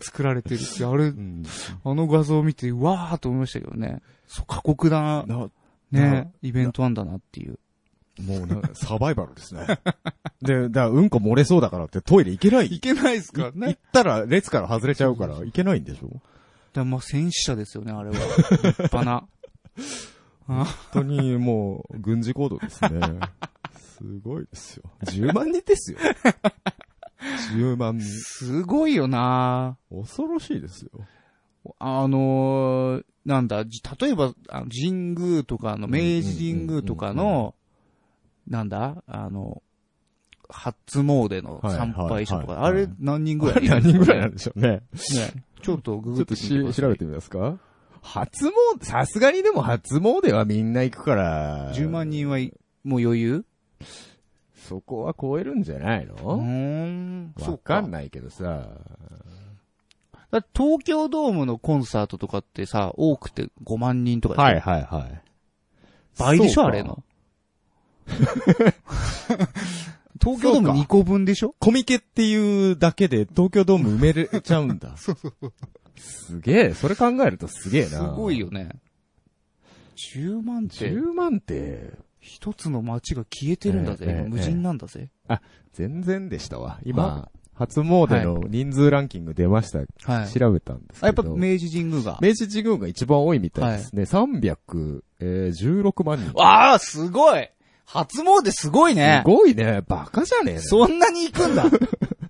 [SPEAKER 2] 作られてるって、あれ、うん、あの画像を見て、うわーと思いましたけどね。そう、過酷だな、ね、イベントなんだなっていう。
[SPEAKER 1] もうな、サバイバルですね。で、だうんこ漏れそうだからってトイレ行けない
[SPEAKER 2] 行けないですかね。
[SPEAKER 1] 行ったら列から外れちゃうから行けないんでしょ
[SPEAKER 2] だまあ戦死者ですよね、あれは。立派な。
[SPEAKER 1] 本当にもう、軍事行動ですね。 すごいですよ。10万人ですよ。10万人。
[SPEAKER 2] すごいよな
[SPEAKER 1] 恐ろしいですよ。
[SPEAKER 2] あのー、なんだ、例えば、あの神宮とかの、明治神宮とかの、なんだ、あの、初詣の参拝者とか、あれ何人ぐらい
[SPEAKER 1] 何人ぐらいなんでしょうね。ね
[SPEAKER 2] ちょっとググって
[SPEAKER 1] ちょっと調べてみますか初詣、さすがにでも初詣はみんな行くから。
[SPEAKER 2] 10万人はもう余裕。
[SPEAKER 1] そこは超えるんじゃないのうんわかんないけどさ。
[SPEAKER 2] だ東京ドームのコンサートとかってさ、多くて5万人とか。
[SPEAKER 1] はいはいはい。
[SPEAKER 2] 倍でしょあれの。 東京ドーム2個分でしょ
[SPEAKER 1] コミケっていうだけで東京ドーム埋めれちゃうんだ。
[SPEAKER 2] そうそうそう。
[SPEAKER 1] すげえ、それ考えるとすげえな。す
[SPEAKER 2] ごいよね。10万って。
[SPEAKER 1] 10万って。
[SPEAKER 2] 一つの街が消えてるんだぜ。えーえー、無人なんだぜ、
[SPEAKER 1] えー、あ、全然でしたわ。今、初詣の人数ランキング出ました。はい、調べたんですけど。
[SPEAKER 2] やっぱ明治神宮が。
[SPEAKER 1] 明治神宮が一番多いみたいですね。はい、316万人。
[SPEAKER 2] わあ、すごい初詣すごいね。
[SPEAKER 1] すごいね。バカじゃねえ
[SPEAKER 2] そんなに行く んだ。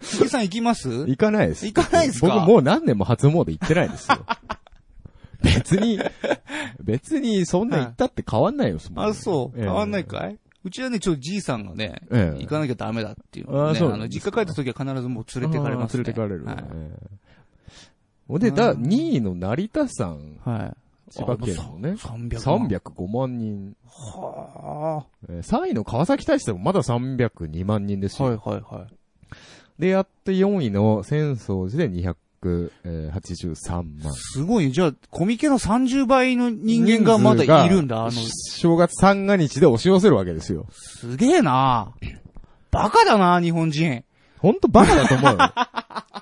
[SPEAKER 2] 鈴木さん行きます
[SPEAKER 1] 行かないです。
[SPEAKER 2] 行かないですか
[SPEAKER 1] 僕もう何年も初詣行ってないですよ。 別に、別にそんな行ったって変わんないよ、
[SPEAKER 2] はい、あ、そう。変わんないかい、えーうちはね、ちょ、じいさんがね、ええ、行かなきゃダメだっていう、ね、あそうあの、実家帰った時は必ずもう連れてかれます、
[SPEAKER 1] ね、連れてかれる、ね。はい、ほんで、だ、2位の成田山。はい。千葉県のね。305万人。はあ。3位の川崎大使でもまだ302万人ですよ。
[SPEAKER 2] はいはいはい。
[SPEAKER 1] で、やって4位の浅草寺で200。183万。
[SPEAKER 2] すごい。じゃあ、コミケの30倍の人間がまだいるんだ、あの。
[SPEAKER 1] 正月三が日で押し寄せるわけですよ。
[SPEAKER 2] すげえなバカだな日本人。
[SPEAKER 1] ほんとバカだと 思う。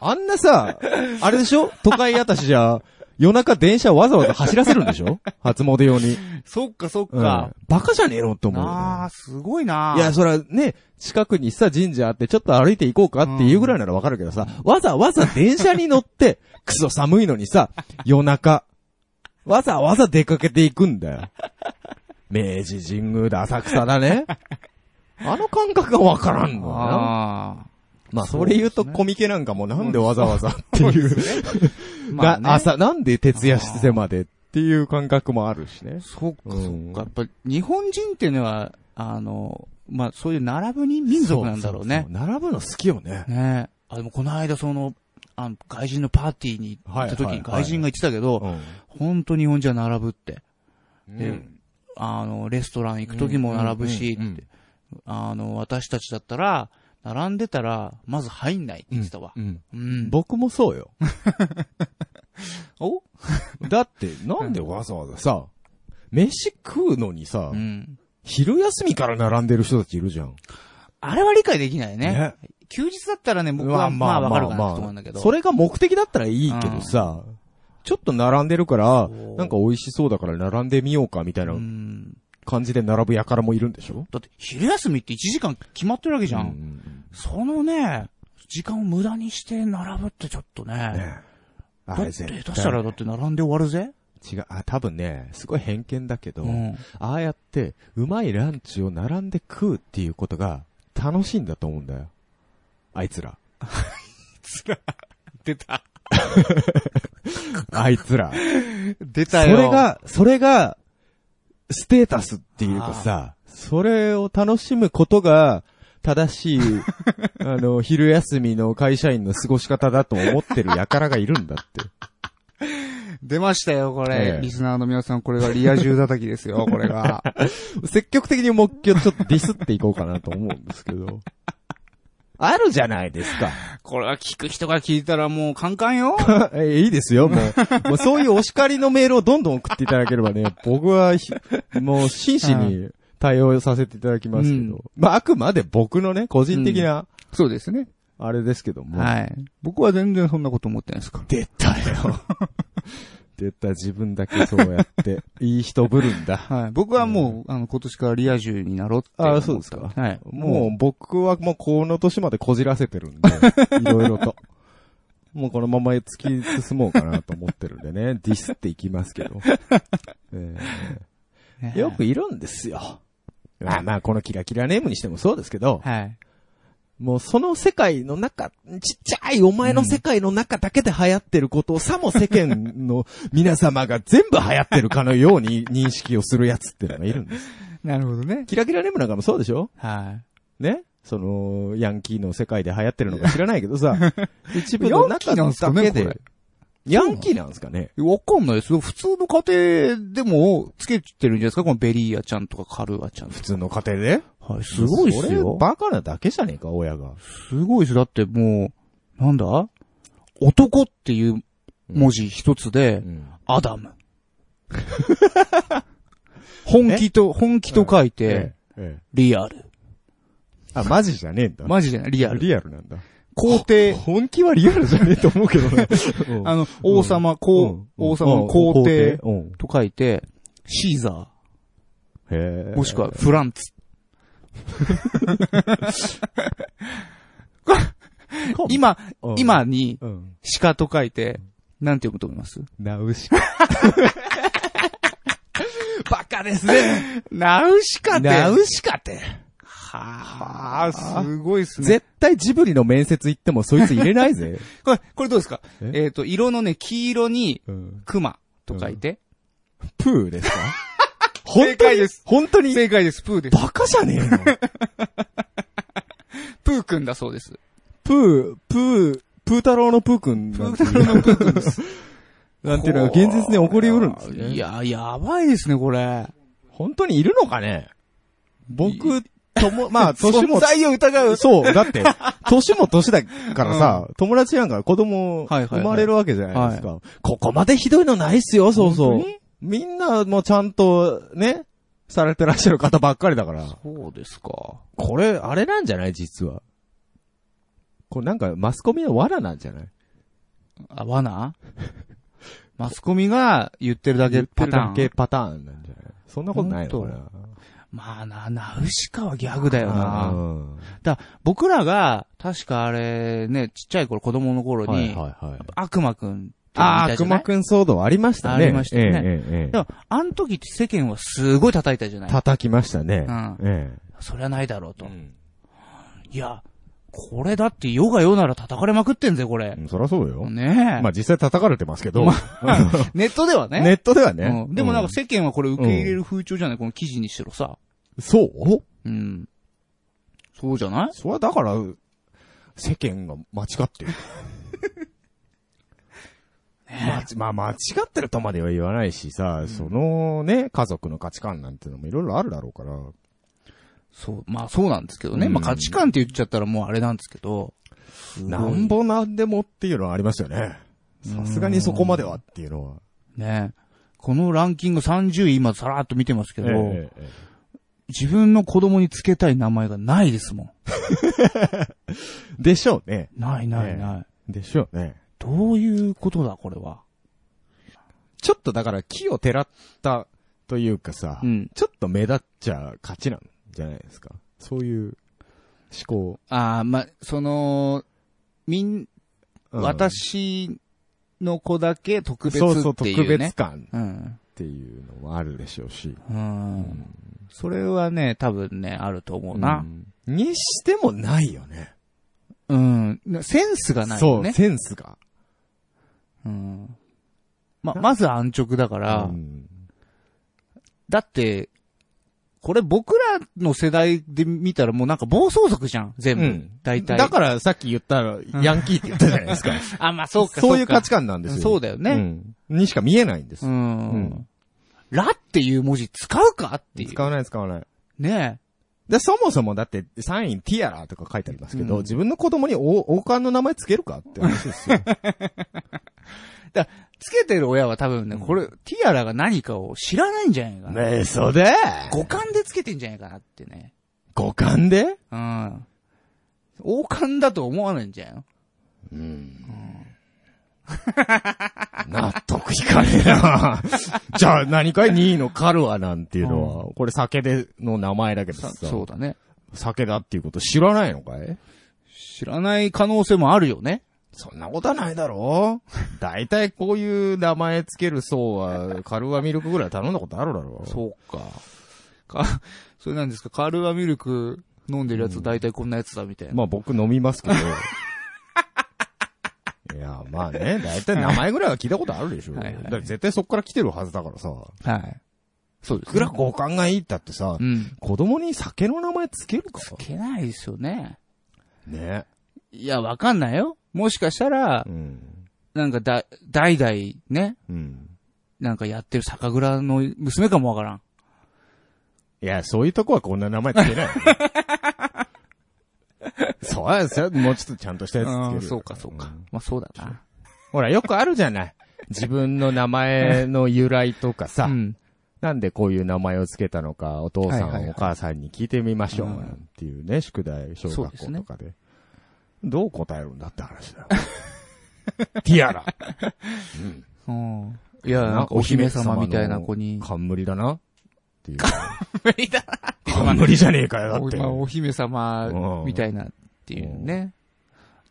[SPEAKER 1] あんなさ、あれでしょ都会あたしじゃ、夜中電車わざわざ走らせるんでしょ初詣用に。
[SPEAKER 2] そっかそっか。
[SPEAKER 1] うん、バカじゃねえのって思う、ね。
[SPEAKER 2] ああ、すごいない
[SPEAKER 1] や、そらね、近くにさ、神社あってちょっと歩いて行こうかっていうぐらいならわかるけどさ、うん、わざわざ電車に乗って、 くそ寒いのにさ、夜中、わざわざ出かけていくんだよ。明治神宮だ、浅草だね。あの感覚がわからんのよな。まあ、それ言うとコミケなんかもなんでわざわざっていう。まあ、ね、朝、なんで徹夜してまでっていう感覚もあるしね。
[SPEAKER 2] そっか、そっか。うん、やっぱ日本人っていうのは、あの、まあ、そういう並ぶに民族なんだろうね。
[SPEAKER 1] そうそうそう並ぶの好きよね。
[SPEAKER 2] ねあ、でもこの間その、あの、外人のパーティーに行った時に外人が言ってたけど、本当、はい、日本人は並ぶって。うん、で、あの、レストラン行く時も並ぶし、あの、私たちだったら、並んでたら、まず入んないって言ってたわ。うん。
[SPEAKER 1] うん、僕もそう よ。
[SPEAKER 2] お
[SPEAKER 1] だって、なんでわざわざさ、飯食うのにさ、うん、昼休みから並んでる人たちいるじゃん。
[SPEAKER 2] あれは理解できないね。ね休日だったらね、僕はまあわかるかなと思うんだけど、
[SPEAKER 1] それが目的だったらいいけどさ、うん、ちょっと並んでるから、なんか美味しそうだから並んでみようかみたいな。うん感じで並ぶ輩もいるんでしょ
[SPEAKER 2] だって昼休みって1時間決まってるわけじゃん。そのね、時間を無駄にして並ぶってちょっとね。ねあれ下手したらだって並んで終わるぜ
[SPEAKER 1] 違う、あ、多分ね、すごい偏見だけど、うん、ああやって、うまいランチを並んで食うっていうことが楽しいんだと思うんだよ。あいつら。
[SPEAKER 2] あいつら、出た。
[SPEAKER 1] あいつら。
[SPEAKER 2] 出たよ。
[SPEAKER 1] それが、それが、ステータスっていうかさ、それを楽しむことが、正し い、あの、昼休みの会社員の過ごし方だと思ってる輩がいるんだって。
[SPEAKER 2] 出ましたよ、これ。ええ、リスナーの皆さん、これがリア充叩きですよ、これ が。
[SPEAKER 1] 積極的に目標ちょっとディスっていこうかなと思うんですけ ど。あるじゃないですか。
[SPEAKER 2] これは聞く人が聞いたらもうカンカンよ。
[SPEAKER 1] えいいですよ、も う。もうそういうお叱りのメールをどんどん送っていただければ ね、僕は、もう真摯に対応させていただきますけど。うん、まあ、あくまで僕のね、個人的な、うん、
[SPEAKER 2] そうですね。
[SPEAKER 1] あれですけども。
[SPEAKER 2] はい。僕は全然そんなこと思ってないですから。
[SPEAKER 1] 出た よ。出た自分だけそうやって、いい人ぶるんだ。
[SPEAKER 2] はい。僕はもう、あの、今年からリア充になろうって。
[SPEAKER 1] ああ、そうですか。はい。もう僕はもうこの年までこじらせてる んで、いろいろと。もうこのまま突き進もうかなと思ってるんでね、ディスっていきますけ ど。えー、 よくいるんですよ。まあまあ、このキラキラネームにしてもそうですけど、はい。もうその世界の中、ちっちゃいお前の世界の中だけで流行ってることをさも世間 の皆様が全部流行ってるかのように認識をする奴ってのがいるんです。
[SPEAKER 2] なるほどね。
[SPEAKER 1] キラキラネームなんかもそうでしょ。
[SPEAKER 2] はい
[SPEAKER 1] ねその、ヤンキーの世界で流行ってるのか知らないけどさ、 一部の中だけで。ヤンキーなんですかね
[SPEAKER 2] わかんないですよ。普通の家庭でもつけてるんじゃないですかこのベリーアちゃんとかカルアちゃん
[SPEAKER 1] 普通の家庭で
[SPEAKER 2] はい、すごいっすよ。
[SPEAKER 1] バカなだけじゃねえか、親が。
[SPEAKER 2] すごいっす。だってもう、なんだ男っていう文字一つで、うん、アダム。本気と、本気と書いて、リアル。
[SPEAKER 1] あ、マジじゃねえんだ。
[SPEAKER 2] マジじゃない、リアル。
[SPEAKER 1] リアルなんだ。
[SPEAKER 2] 皇帝。
[SPEAKER 1] 本気はリアルじゃねえと思うけどね。
[SPEAKER 2] あの、王様、皇、王様の皇帝と書いて、シーザー。もしくはフ ランツ。今、今に、鹿と書いて、なんて読むと思います
[SPEAKER 1] ナウシカ。
[SPEAKER 2] バカですね。ナウシカって。
[SPEAKER 1] ナウシカって。
[SPEAKER 2] はあ、すごいっすね。
[SPEAKER 1] 絶対ジブリの面接行ってもそいつ入れないぜ。
[SPEAKER 2] これ、これどうですかえっ、ー、と、色のね、黄色に、クマと書いて。
[SPEAKER 1] うん、プー ですか
[SPEAKER 2] 正解です。
[SPEAKER 1] 本当に
[SPEAKER 2] 正解です。プーです。
[SPEAKER 1] バカじゃねえよ。
[SPEAKER 2] プーくんだそうです。
[SPEAKER 1] プー、 プー、プー太郎のプーくん。
[SPEAKER 2] プー太郎のプーくんです。
[SPEAKER 1] なんていうのが現実に起こりうるんですね。
[SPEAKER 2] いや、やばいですね、これ。
[SPEAKER 1] 本当にいるのかね僕、とも、 まあ、年も。
[SPEAKER 2] 存在を疑 う。
[SPEAKER 1] そう、だって、年も年だからさ、うん、友達なんか子供、生まれるわけじゃないですか、はいはいはいはい。ここまでひどいのないっすよ、そうそう。みんなもちゃんと、ね、されてらっしゃる方ばっかりだから。
[SPEAKER 2] そうですか。
[SPEAKER 1] これ、あれなんじゃない実は。これなんか、マスコミの罠なんじゃない
[SPEAKER 2] あ、罠 マスコミが言ってるだけパターン。
[SPEAKER 1] 言ってるだけパターンなんじゃないそんなことないのかな
[SPEAKER 2] まあな、ナウシカはギャグだよな。うん、だ僕らが、確かあれ、ね、ちっちゃい頃、子供の頃に、はいはいはい、悪魔くん
[SPEAKER 1] ああ、悪魔くん騒動ありましたね。
[SPEAKER 2] ありましたね。ええええ、でも、あの時って世間はすごい叩いたじゃない
[SPEAKER 1] 叩きましたね。
[SPEAKER 2] うん。ええ、そりゃないだろうと、うん。いや、これだって世が世なら叩かれまくってんぜ、これ。
[SPEAKER 1] うん、そりゃそうよ。
[SPEAKER 2] ね
[SPEAKER 1] え。まあ実際叩かれてますけど。ま
[SPEAKER 2] あ、ネットではね。
[SPEAKER 1] ネットではね、
[SPEAKER 2] うん、でもなんか世間はこれ受け入れる風潮じゃない、この記事にしろさ。
[SPEAKER 1] そう
[SPEAKER 2] うん。そうじゃない
[SPEAKER 1] それはだから、世間が間違って る。まあ、まあ、間違ってるとまでは言わないしさ、うん、そのね、家族の価値観なんてのもいろいろあるだろうから。
[SPEAKER 2] そう、まあそうなんですけどね。うん、まあ価値観って言っちゃったらもうあれなんですけど。
[SPEAKER 1] なんぼなんでもっていうのはありますよね。さすがにそこまではっていうのは。
[SPEAKER 2] ねこのランキング30位今さらっと見てますけど、えええ、自分の子供につけたい名前がないですもん。
[SPEAKER 1] でしょうね。。
[SPEAKER 2] ないないない
[SPEAKER 1] でしょうね。
[SPEAKER 2] どういうことだ、これは。
[SPEAKER 1] ちょっとだから木をてらったというかさ、うん、ちょっと目立っちゃ勝ちなんじゃないですか。そういう思考。
[SPEAKER 2] ああ、ま、その、みん、うん、私の子だけ特別っていう、ね、そうそう、、
[SPEAKER 1] 特別感っていうのもあるでしょうし。うん、うん
[SPEAKER 2] それはね、多分ね、あると思うな。
[SPEAKER 1] にしてもないよね。
[SPEAKER 2] うん。センスがないよ
[SPEAKER 1] そう、
[SPEAKER 2] ね。
[SPEAKER 1] センスが。
[SPEAKER 2] うん。ま、まず安直だから、うん、だって、これ僕らの世代で見たらもうなんか暴走族じゃん、全部。うん、大体。
[SPEAKER 1] だからさっき言ったら、ヤンキーって言ったじゃないですか。
[SPEAKER 2] あ、まあ そうか
[SPEAKER 1] そういう価値観なんですよ。
[SPEAKER 2] そうだよね、
[SPEAKER 1] うん、にしか見えないんです。うん。
[SPEAKER 2] うん、らっていう文字使うかっていう。
[SPEAKER 1] 使わない使わない。
[SPEAKER 2] ねえ。
[SPEAKER 1] で、そもそもだって、サイン、ティアラとか書いてありますけど、うん、自分の子供に王冠の名前つけるかって話です よ。
[SPEAKER 2] だつけてる親は多分ね、これ、うん、ティアラが何かを知らないんじゃないかな。
[SPEAKER 1] ねえ、それ
[SPEAKER 2] 五感でつけてんじゃないかなってね。
[SPEAKER 1] 五感で
[SPEAKER 2] うん。王冠だと思わないんじゃないのうん。うん
[SPEAKER 1] 納得いかねえなじゃあ何かい2位のカルアなんていうのは、うん、これ酒での名前だけどさ。
[SPEAKER 2] そうだね。
[SPEAKER 1] 酒だっていうこと知らないのかい
[SPEAKER 2] 知らない可能性もあるよね。
[SPEAKER 1] そんなことはないだろう大体こういう名前つける層は、カルアミルクぐらい頼んだことあるだろ
[SPEAKER 2] う。そうか。か、それなんですかカルアミルク飲んでるやつ大体こんなやつだみたいな。
[SPEAKER 1] まあ僕飲みますけど。いや、まあね、だいたい名前ぐらいは聞いたことあるでしょ。はいはい、だ絶対そこから来てるはずだからさ。
[SPEAKER 2] はい。
[SPEAKER 1] そうです、ね。いくら五感がいいったってさ、うん、子供に酒の名前つけるか
[SPEAKER 2] つけないですよね。
[SPEAKER 1] ね。
[SPEAKER 2] いや、わかんないよ。もしかしたら、うん、なんかだ、代々ね、うん、なんかやってる酒蔵の娘かもわからん。
[SPEAKER 1] いや、そういうとこはこんな名前つ けない、ね。そうや、そもうちょっとちゃんとしたやつつける。
[SPEAKER 2] そうか、そうか、うん。まあそうだな。
[SPEAKER 1] ほら、よくあるじゃない。自分の名前の由来とかさうん、なんでこういう名前をつけたのか、お父さん、はいはいはい、お母さんに聞いてみましょう、なんていうね、宿題、小学校とかで。でね、どう答えるんだって話 だよ。ティアラ。
[SPEAKER 2] うん。いや、なんかお姫様みたいな子に。
[SPEAKER 1] 冠だな。っていう。
[SPEAKER 2] 冠だな。
[SPEAKER 1] 冠じゃねえかよ、だって。
[SPEAKER 2] お姫様みたいなっていうね。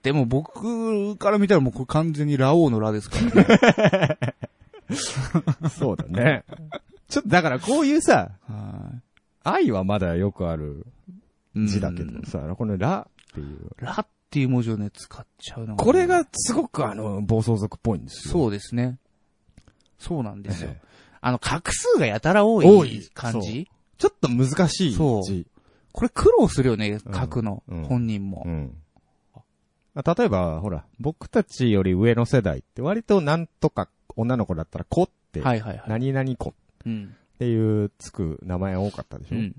[SPEAKER 2] でも僕から見たらもうこれ完全にラオウのラです からね。
[SPEAKER 1] そうだね。ちょっとだからこういうさ、愛はまだよくある字だけどさ、このラっていう。
[SPEAKER 2] ラっていう文字をね、使っちゃうの、ね、
[SPEAKER 1] これがすごくあの、暴走族っぽいんですよ。
[SPEAKER 2] そうですね。そうなんですよ。ええ、あの、画数がやたら多い感じ
[SPEAKER 1] ちょっと難しい字。そう。
[SPEAKER 2] これ苦労するよね、書くの。うん、本人も。うん
[SPEAKER 1] 例えば、ほら、僕たちより上の世代って割となんとか女の子だったら子って、はいはいはい、何々子っていうつく名前多かったでしょ、うん、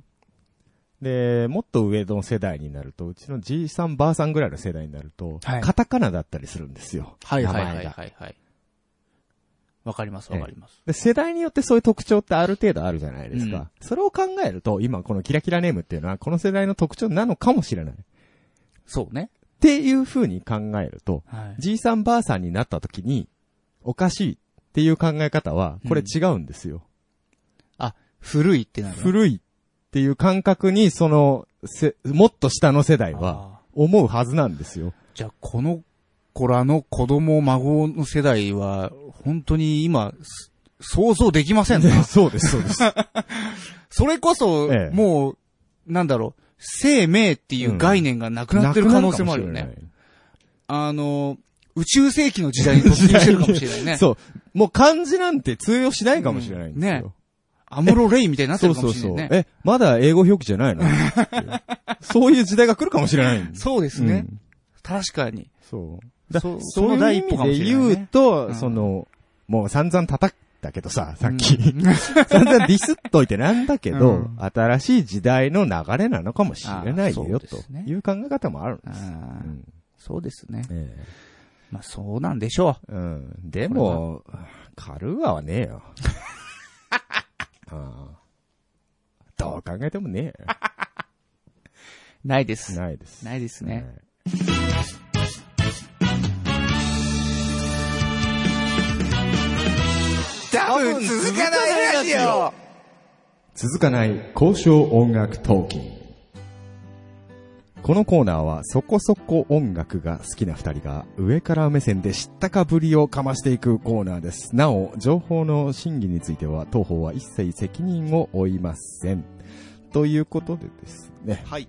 [SPEAKER 1] で、もっと上の世代になると、うちのじいさんばあさんぐらいの世代になると、はい、カタカナだったりするんですよ。
[SPEAKER 2] はいはいはいはいはい。わかりますわかります、
[SPEAKER 1] で。世代によってそういう特徴ってある程度あるじゃないですか。うん、それを考えると、今このキラキラネームっていうのはこの世代の特徴なのかもしれない。
[SPEAKER 2] そうね。
[SPEAKER 1] っていう風に考えると、じ、はいさんばあさんになった時に、おかしいっていう考え方は、これ違うんですよ。
[SPEAKER 2] うん、あ、古いってなる
[SPEAKER 1] 古いっていう感覚に、その、せ、もっと下の世代は、思うはずなんですよ。
[SPEAKER 2] じゃあ、この子らの子供、孫の世代は、本当に今、想像できませんね。
[SPEAKER 1] そうです、そうです。
[SPEAKER 2] それこそ、ええ、もう、なんだろう。生命っていう概念がなくなってる可能性もあるよね。うん、あの、宇宙世紀の時代に突入してるかもしれない ね。
[SPEAKER 1] そう。もう漢字なんて通用しないかもしれないんですよ。うん、ね。
[SPEAKER 2] アムロレイみたいになってるかもしれないね。
[SPEAKER 1] そうそうそうえ、まだ英語表記じゃない のそういう時代が来るかもしれない。
[SPEAKER 2] そうですね。うん、確かに。、
[SPEAKER 1] そう。だそその第一歩かもしれない、ね、で言うと、その、もう散々叩くだけどさ、さっき。 うん、散々ディスっといてなんだけど、うん、新しい時代の流れなのかもしれないよ、ね、という考え方もあるんです。うん
[SPEAKER 2] そうですね。ええ、まあそうなんでしょ
[SPEAKER 1] う。うん、でも、カルーアはねえ よああ。どう考えてもねえよ。
[SPEAKER 2] ないです。
[SPEAKER 1] ないです。
[SPEAKER 2] ないですね。
[SPEAKER 1] 多分続かないラジオ続かない交渉音楽トーキンこのコーナーはそこそこ音楽が好きな二人が上から目線で知ったかぶりをかましていくコーナーです。なお、情報の審議については当方は一切責任を負いません。ということでですね。
[SPEAKER 2] はい。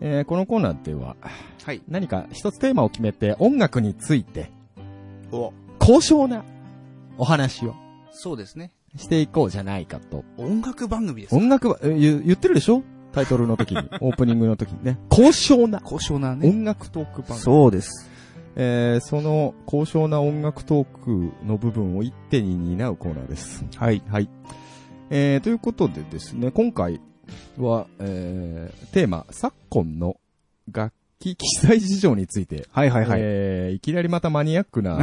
[SPEAKER 1] えー、このコーナーでは、はい、何か一つテーマを決めて音楽について、高尚なお話を。
[SPEAKER 2] そうですね。
[SPEAKER 1] していこうじゃないかと。
[SPEAKER 2] 音楽番組です
[SPEAKER 1] 音楽言、言ってるでしょタイトルの 時に、オープニングの時にね。高尚な。
[SPEAKER 2] 高尚なね。
[SPEAKER 1] 音楽トーク番組。
[SPEAKER 2] そうです。
[SPEAKER 1] えー、その高尚な音楽トークの部分を一手に担うコーナーです。
[SPEAKER 2] はい。
[SPEAKER 1] はい。えー、ということでですね、今回は、えー、テーマ、昨今の楽器記載事情について。
[SPEAKER 2] はいはいはい。
[SPEAKER 1] えー、いきなりまたマニアック な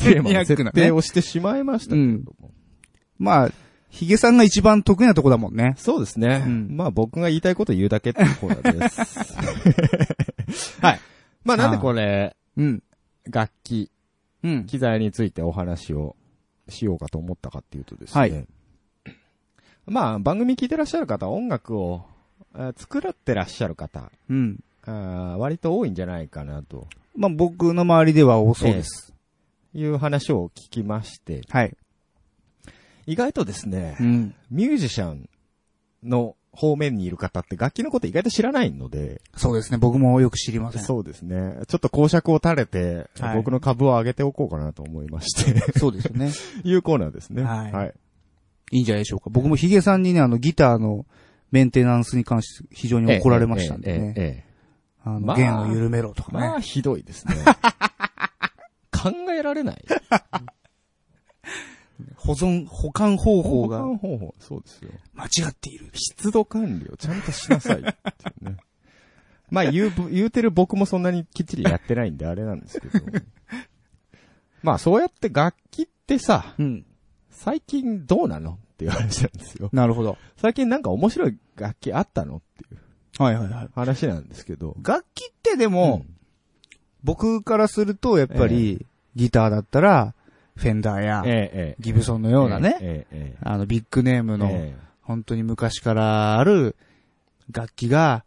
[SPEAKER 1] テーマの設定をしてしまいましたけれども。うん、
[SPEAKER 2] まあ、ヒゲさんが一番得意なとこだもんね。
[SPEAKER 1] そうですね。うん、まあ僕が言いたいこと言うだけってコーナーです。 はい。まあなんでこれ、うん、楽器、うん、機材についてお話をしようかと思ったかっていうとですね。はい。まあ番組聞いてらっしゃる方、音楽を作らってらっしゃる方、うん、あ割と多いんじゃないかなと。
[SPEAKER 2] まあ僕の周りでは多そうで
[SPEAKER 1] え
[SPEAKER 2] す。
[SPEAKER 1] ーいう話を聞きまして。
[SPEAKER 2] はい。
[SPEAKER 1] 意外とですね、うん、ミュージシャンの方面にいる方って楽器のこと意外と知らないので。
[SPEAKER 2] そうですね、僕もよく知りません。
[SPEAKER 1] そうですね。ちょっと公爵を垂れて、はい、僕の株を上げておこうかなと思いまして。
[SPEAKER 2] そうですね。
[SPEAKER 1] いうコーナーですね。
[SPEAKER 2] はい。
[SPEAKER 1] はい。
[SPEAKER 2] いいんじゃないでしょうか。僕もヒゲさんにね、あの、ギターのメンテナンスに関して非常に怒られましたんでね。ええええあの、まあ、弦を緩めろとかね。
[SPEAKER 1] まあ、ひどいです ね。考えられない。
[SPEAKER 2] 保存、保管方法が。
[SPEAKER 1] 保管方法、そうですよ。
[SPEAKER 2] 間違っている。
[SPEAKER 1] 湿度管理をちゃんとしなさい、 ね。まあ言う、言うてる僕もそんなにきっちりやってないんであれなんですけ ど。まあそうやって楽器ってさ、うん、最近どうなのっていう話なんですよ。
[SPEAKER 2] なるほど。
[SPEAKER 1] 最近なんか面白い楽器あったのっていう。
[SPEAKER 2] はいはいはい。
[SPEAKER 1] 話なんですけど。
[SPEAKER 2] 楽器ってでも、うん僕からすると、やっぱり、ギターだったら、フェンダーや、ギブソンのようなね、あの、ビッグネームの、本当に昔からある楽器が、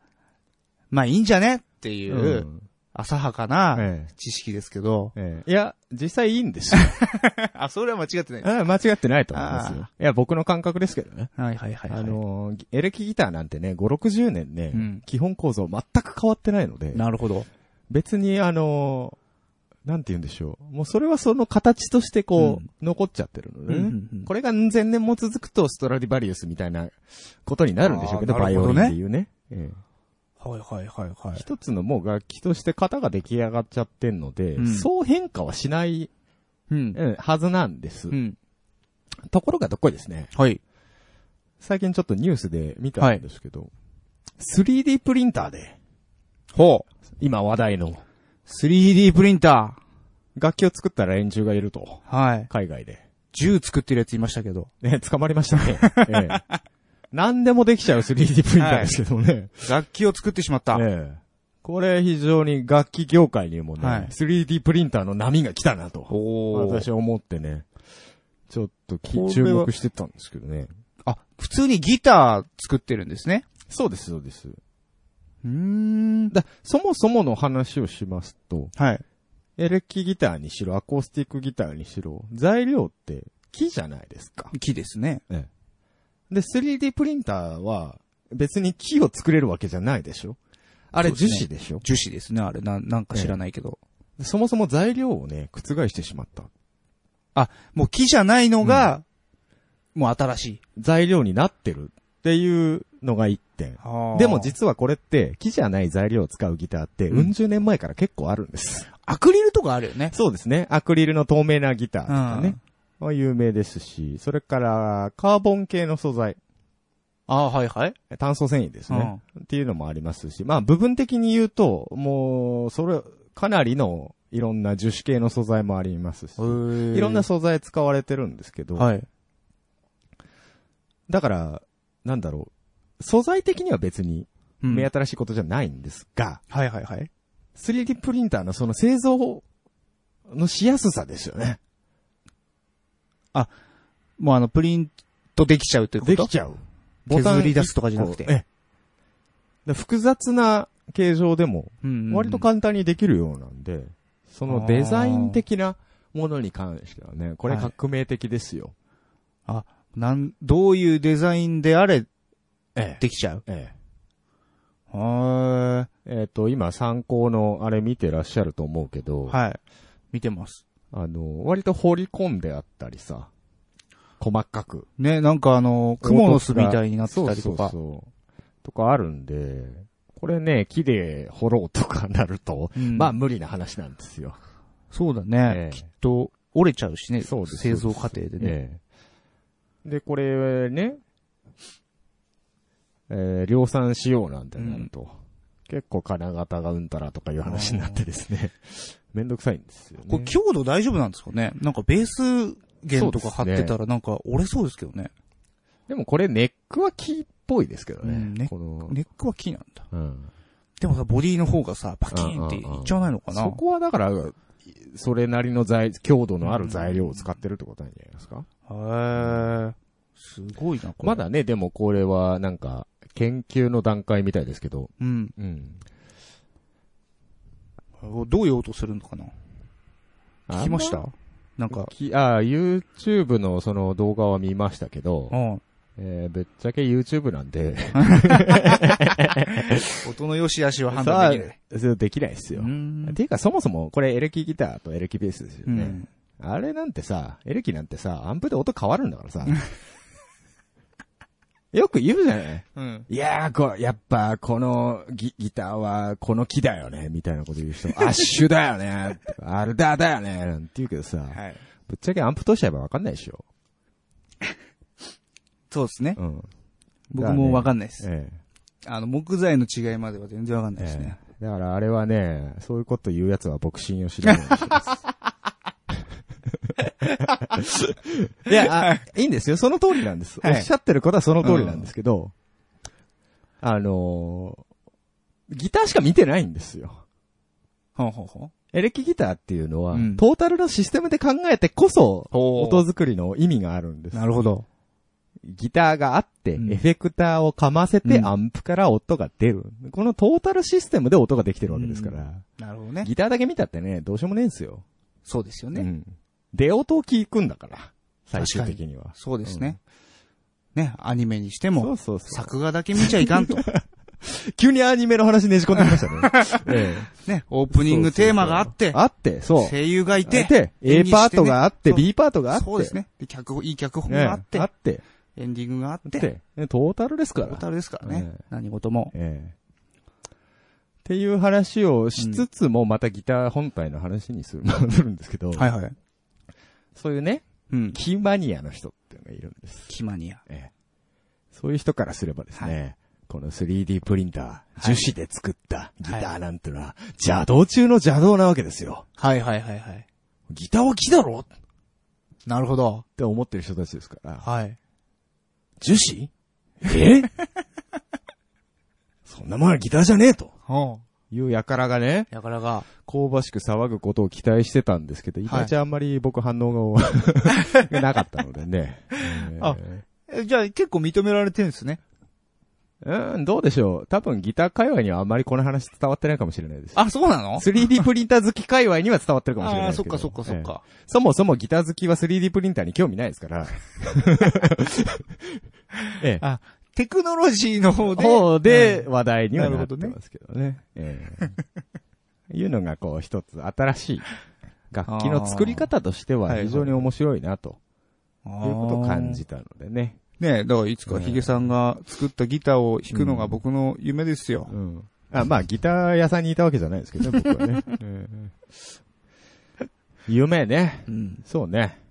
[SPEAKER 2] まあいいんじゃねっていう、浅はかな知識ですけど。
[SPEAKER 1] ええ、いや、実際いいんですよ。
[SPEAKER 2] あ、それは間違ってない。
[SPEAKER 1] あ間違ってないと思いますよ。いや、僕の感覚ですけどね。
[SPEAKER 2] はいはいはい、はい、
[SPEAKER 1] あのー、エレキギターなんてね、5、60年ね、うん、基本構造全く変わってないので。
[SPEAKER 2] なるほど。
[SPEAKER 1] 別にあのー、なんて言うんでしょう。もうそれはその形としてこう、うん、残っちゃってるので、ね、うんうんうん、これが千年も続くとストラディバリウスみたいなことになるんでしょうけど、どね、バイオリンっていうね。ええ
[SPEAKER 2] はいはいはいはい。
[SPEAKER 1] 一つのもう楽器として型が出来上がっちゃってんので、うん、そう変化はしない、うん、はずなんです、うん。ところがどっこいですね。
[SPEAKER 2] はい。
[SPEAKER 1] 最近ちょっとニュースで見たんですけど、はい、3D プリンターで、
[SPEAKER 2] ほう。
[SPEAKER 1] 今話題の。
[SPEAKER 2] 3D プリンタ
[SPEAKER 1] ー。楽器を作った連中がいると。
[SPEAKER 2] はい。
[SPEAKER 1] 海外で。
[SPEAKER 2] 銃作ってるやついましたけど。
[SPEAKER 1] ね、捕まりました ね。ええ何でもできちゃう 3D プリンターですけどね、
[SPEAKER 2] はい。楽器を作ってしまった。
[SPEAKER 1] ええ、これ非常に楽器業界にもね、はい、3D プリンターの波が来たなと、私は思ってね、ちょっと注目してたんですけどね。
[SPEAKER 2] あ、普通にギター作ってるんですね。
[SPEAKER 1] そうです、そうです。
[SPEAKER 2] うん。
[SPEAKER 1] だ、そもそもの話をしますと、
[SPEAKER 2] はい。
[SPEAKER 1] エレキギターにしろ、アコースティックギターにしろ、材料って木じゃないですか。
[SPEAKER 2] 木ですね。
[SPEAKER 1] ええで、3D プリンターは別に木を作れるわけじゃないでしょあれ樹脂でしょ、ね、
[SPEAKER 2] 樹脂ですね、あれ。な、なんか知らないけど、
[SPEAKER 1] ええ、そもそも材料をね、覆してしまった。
[SPEAKER 2] あ、もう木じゃないのが、うん、もう新しい。
[SPEAKER 1] 材料になってるっていうのが一点。でも実はこれって木じゃない材料を使うギターって、うん十年前から結構あるんです。
[SPEAKER 2] アクリルとかあるよね。
[SPEAKER 1] そうですね。アクリルの透明なギターとかね。うんは有名ですし、それから、カーボン系の素材。
[SPEAKER 2] ああ、はいはい。
[SPEAKER 1] 炭素繊維ですね、うん。っていうのもありますし、まあ部分的に言うと、もう、それ、かなりの、いろんな樹脂系の素材もありますし、いろんな素材使われてるんですけど、
[SPEAKER 2] はい。
[SPEAKER 1] だから、なんだろう、素材的には別に、目新しいことじゃないんですが、
[SPEAKER 2] うん、はいはいはい。
[SPEAKER 1] 3D プリンターのその製造のしやすさですよね。
[SPEAKER 2] あ、もうあの、プリントできちゃうということ
[SPEAKER 1] できちゃう。
[SPEAKER 2] ボタン。削り出すとかじゃなくて。
[SPEAKER 1] え複雑な形状でも、割と簡単にできるようなんで、うんうんうん、そのデザイン的なものに関してはね、これ革命的ですよ。
[SPEAKER 2] はい、あ、なん、どういうデザインであれ、ええ、できちゃう。
[SPEAKER 1] ええ。
[SPEAKER 2] は
[SPEAKER 1] えっ、ー、と、今参考のあれ見てらっしゃると思うけど、
[SPEAKER 2] はい。見てます。
[SPEAKER 1] あの、割と掘り込んであったりさ、細かく。
[SPEAKER 2] ね、なんかあの、蜘蛛の巣みたいになってたりとか。そう
[SPEAKER 1] そうとかあるんで、これね、木で掘ろうとかなると、うん、まあ無理な話なんですよ。
[SPEAKER 2] そうだね。えー、きっと、折れちゃうしね。そうです。製造過程でね。
[SPEAKER 1] えー、で、これね、えー、量産しようなんてなると、うん、結構金型がうんたらとかいう話になってですね。めんどくさいんですよ、ね、
[SPEAKER 2] これ強度大丈夫なんですかねなんかベース弦とか貼ってたらなんか折れそうですけどね。で,ね
[SPEAKER 1] でもこれネックは木っぽいですけどね。うん、、
[SPEAKER 2] ネックは木なんだ、うん。でもさ、ボディの方がさ、パキーンっていっちゃわないのかな、うん
[SPEAKER 1] そこはだから、それなりの材、強度のある材料を使ってるってことなんじゃないですか、
[SPEAKER 2] へー。すごいな、
[SPEAKER 1] これ。まだね、でもこれはなんか、研究の段階みたいですけど。
[SPEAKER 2] うん。
[SPEAKER 1] うん。
[SPEAKER 2] どういう音するのかな聞きましたなんか。
[SPEAKER 1] ああ、YouTube のその動画は見ましたけど、
[SPEAKER 2] うん、
[SPEAKER 1] えー、ぶっちゃけ YouTube なんで
[SPEAKER 2] 音の良し悪しは判断 できない。
[SPEAKER 1] それできないですよ。っていうかそもそもこれエレキギターとエレキベースですよね、うん。あれなんてさ、エレキなんてさ、アンプで音変わるんだからさ。 よく言うじゃない、
[SPEAKER 2] うん、
[SPEAKER 1] いやーこ、やっぱ、このギギターは、この木だよね、みたいなこと言う人、アッシュだよね、アルダーだよね、なんて言うけどさ、
[SPEAKER 2] はい、
[SPEAKER 1] ぶっちゃけアンプ通しちゃえばわかんないでしょ。
[SPEAKER 2] そうですね。
[SPEAKER 1] うん、
[SPEAKER 2] 僕もわかんないです、
[SPEAKER 1] ねえ
[SPEAKER 2] え、あの、木材の違いまでは全然わかんないです
[SPEAKER 1] え
[SPEAKER 2] ね、
[SPEAKER 1] え、だからあれはね、そういうこと言う奴は僕信用しないようにします。 いや、はい、いいんですよ。その通りなんです、はい。おっしゃってることはその通りなんですけど、うん、あのー、ギターしか見てないんですよ。
[SPEAKER 2] ほうほうほう
[SPEAKER 1] エレキギターっていうのは、うん、トータルのシステムで考えてこそ、音作りの意味があるんです。
[SPEAKER 2] なるほど。
[SPEAKER 1] ギターがあって、エフェクターをかませて、アンプから音が出る、うん、このトータルシステムで音ができてるわけですから。
[SPEAKER 2] なるほどね。
[SPEAKER 1] ギターだけ見たってね、どうしようもねえんすよ。。
[SPEAKER 2] そうですよね。うん
[SPEAKER 1] 出音を聞くんだから。最終的には。
[SPEAKER 2] そうですね。ね、アニメにしても、そうそうそう作画だけ見ちゃいか んと。
[SPEAKER 1] 急にアニメの話ねじ込んでま したね。
[SPEAKER 2] ええ、ね、オープニングテーマがあって、
[SPEAKER 1] あって、そう。
[SPEAKER 2] 声優がいて、
[SPEAKER 1] て A パートがあって、B パートがあって、
[SPEAKER 2] そうですね。で脚本、いい脚本があって、
[SPEAKER 1] あって、
[SPEAKER 2] エンディングがあって、
[SPEAKER 1] ね、トータルですから。
[SPEAKER 2] トータルですからね。何事も。ええ
[SPEAKER 1] っていう話をしつつも、またギター本体の話にする、 するんですけど。
[SPEAKER 2] はいはい。
[SPEAKER 1] そういうね、うん、キマニアの人っていうのがいるんです。
[SPEAKER 2] キマニア。
[SPEAKER 1] ええ。そういう人からすればですね、この 3D プリンター、樹脂で作ったギターなんてのは、邪道中の邪道なわけですよ。
[SPEAKER 2] はいはいはいはい。
[SPEAKER 1] ギターは木だろ
[SPEAKER 2] なるほど。
[SPEAKER 1] って思ってる人たちですから。
[SPEAKER 2] はい。
[SPEAKER 1] 樹脂え そんなもんはギターじゃねえと。いうやからがね。
[SPEAKER 2] やからが。
[SPEAKER 1] 香ばしく騒ぐことを期待してたんですけど、いまいちあんまり僕反応が、が なかったのでね。
[SPEAKER 2] あ、じゃあ結構認められてるんですね。
[SPEAKER 1] うん、どうでしょう。多分ギター界隈にはあんまりこの話伝わってないかもしれないです。
[SPEAKER 2] あ、そうなの
[SPEAKER 1] ?3D プリンター好き界隈には伝わってるかもしれないです
[SPEAKER 2] けど。あ、そっかそっかそっか、
[SPEAKER 1] ええ、そもそもギター好きは 3D プリンターに興味ないですから。
[SPEAKER 2] ええ、あ、テクノロジーの方で。
[SPEAKER 1] 方で話題にはなってますけどね。どねええ、いうのがこう一つ新しい楽器の作り方としては非常に面白いなと。いうことを感じたのでね。
[SPEAKER 2] ねえ、だからいつかヒゲさんが作ったギターを弾くのが僕の夢ですよ。
[SPEAKER 1] うんうん、あ、まあギター屋さんにいたわけじゃないですけどね、僕は ね。夢ね、うん、そうね。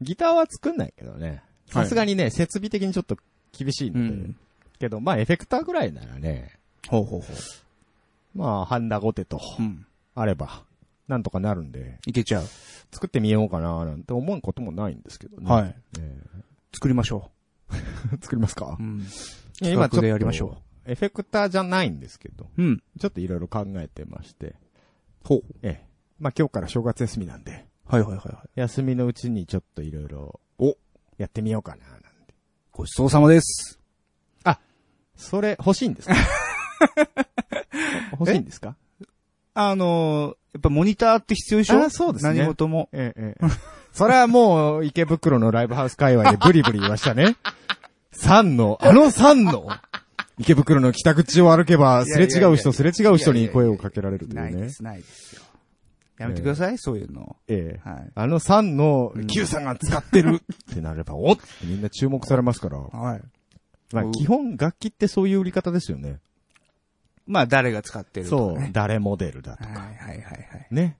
[SPEAKER 1] ギターは作んないけどね。さすがにね、はい、設備的にちょっと厳しいんで。けど、まあエフェクターぐらいならね。
[SPEAKER 2] ほうほうほ
[SPEAKER 1] う。まあ、ハンダゴテと、あれば、なんとかなるんで。
[SPEAKER 2] いけちゃう。
[SPEAKER 1] 作ってみようかな、なんて思うこともないんですけどね。
[SPEAKER 2] はい。えー、作りましょう。。
[SPEAKER 1] 作りますかうん
[SPEAKER 2] 今ちょっと。やりましょ
[SPEAKER 1] う。エフェクターじゃないんですけど。うん。ちょっといろいろ考えてまして。
[SPEAKER 2] ほう。
[SPEAKER 1] ええ。まあ今日から正月休みなんで。
[SPEAKER 2] はいはいはいはい。
[SPEAKER 1] 休みのうちにちょっといろいろ、おやってみようかな、なんて。
[SPEAKER 2] ごちそうさまです。
[SPEAKER 1] あ、それ欲しいんですか 欲しいんですか
[SPEAKER 2] あのー、やっぱモニターって必要でしょ
[SPEAKER 1] あ、そうですね。
[SPEAKER 2] 何事も。
[SPEAKER 1] ええ、ええ。それはもう池袋のライブハウス界隈でブリブリ言いました ね。三の、あの三の、池袋の北口を歩けば、すれ違う人、すれ違う人に声をかけられるというね。
[SPEAKER 2] ないです、ないですよ。やめてください、そういうの。
[SPEAKER 1] ええ。はい、あの三の、Q さんが使って るってなれば、おっみんな注目されますから。はい。まあ、基本楽器ってそういう売り方ですよね。
[SPEAKER 2] まあ、誰が使ってる
[SPEAKER 1] とか、そう、誰モデルだとか。はい
[SPEAKER 2] はいはいはい。
[SPEAKER 1] ね。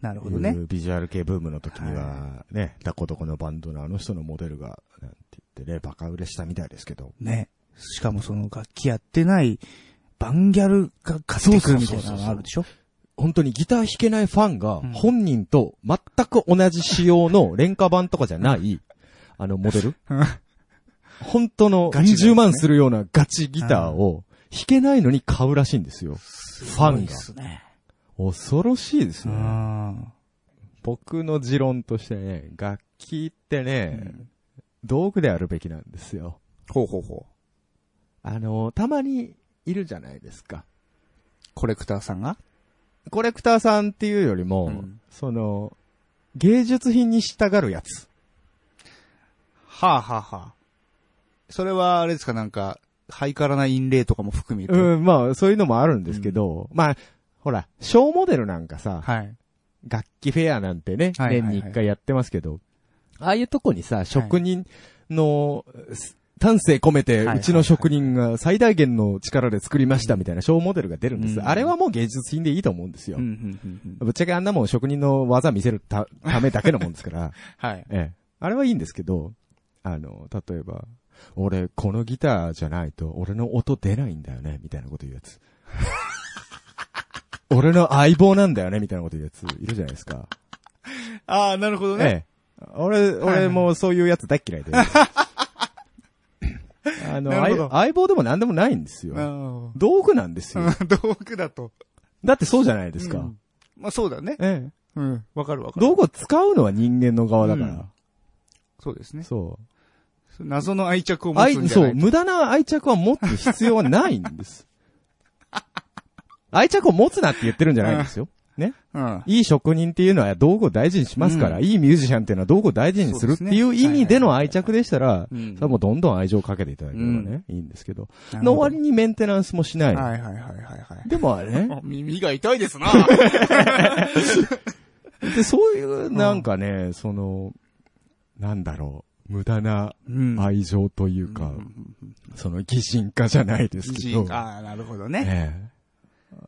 [SPEAKER 2] なるほどね。
[SPEAKER 1] ビジュアル系ブームの時には、ね、ダコどこのバンドのあの人のモデルが、なんて言ってね、バカ売れしたみたいですけど。
[SPEAKER 2] ね。しかもその楽器やってない、バンギャルが買ってくるみたいなのがあるでしょ
[SPEAKER 1] 本当にギター弾けないファンが、本人と全く同じ仕様の廉価版とかじゃない、あのモデル本当の20万するようなガチギターを弾けないのに買うらしいんですよ。すファンが。
[SPEAKER 2] ですね。
[SPEAKER 1] 恐ろしいですね。僕の持論としてね、楽器ってね、うん、道具であるべきなんですよ。
[SPEAKER 2] ほうほうほう。
[SPEAKER 1] あの、たまにいるじゃないですか。
[SPEAKER 2] コレクターさんが
[SPEAKER 1] コレクターさんっていうよりも、うん、その、芸術品に従るやつ。
[SPEAKER 2] はあ、はあはあ、それはあれですかなんか、ハイカラな陰霊とかも含み。
[SPEAKER 1] うん、まあ、そういうのもあるんですけど、うん、まあ、ほら、小モデルなんかさ、はい、楽器フェアなんてね、年に一回やってますけど、ああいうとこにさ、職人の、丹精込めて、うちの職人が最大限の力で作りましたみたいな小モデルが出るんです。うん、あれはもう芸術品でいいと思うんですよ。ぶっちゃけあんなもん職人の技見せるためだけのもんですから。
[SPEAKER 2] はい
[SPEAKER 1] ええ、あれはいいんですけど、あの、例えば、俺、このギターじゃないと俺の音出ないんだよね、みたいなこと言うや つ。俺の相棒なんだよね、みたいなこと言うやついるじゃないですか。
[SPEAKER 2] ああ、なるほどね。
[SPEAKER 1] ええ。俺、俺もそういうやつ大嫌いで。 あの相、相棒でも何でもないんですよ。道具なんですよ。
[SPEAKER 2] 道具だと。
[SPEAKER 1] だってそうじゃないですか。うん、
[SPEAKER 2] まあそうだね。
[SPEAKER 1] ええ。
[SPEAKER 2] うん。わかるわかる。
[SPEAKER 1] 道具を使うのは人間の側だから。うん、
[SPEAKER 2] そうですね。
[SPEAKER 1] そう。
[SPEAKER 2] 謎の愛着を持つんじゃない
[SPEAKER 1] そう、無駄な愛着は持つ必要はないんです。 愛着を持つなって言ってるんじゃないんですよ。ね、うん。いい職人っていうのは道具を大事にしますから、うん、いいミュージシャンっていうのは道具を大事にするっていう意味での愛着でしたら、それ、ねはいはい、もうどんどん愛情をかけていただければね、うん、いいんですけど、の割にメンテナンスもしない。
[SPEAKER 2] はいはいはいはい、はい。
[SPEAKER 1] でもあれ ね。
[SPEAKER 2] 耳が痛いです な
[SPEAKER 1] で、そういうなんかね、その、なんだろう。無駄な愛情というか、その擬人化じゃないですけど。擬人
[SPEAKER 2] 化、なるほどね。ね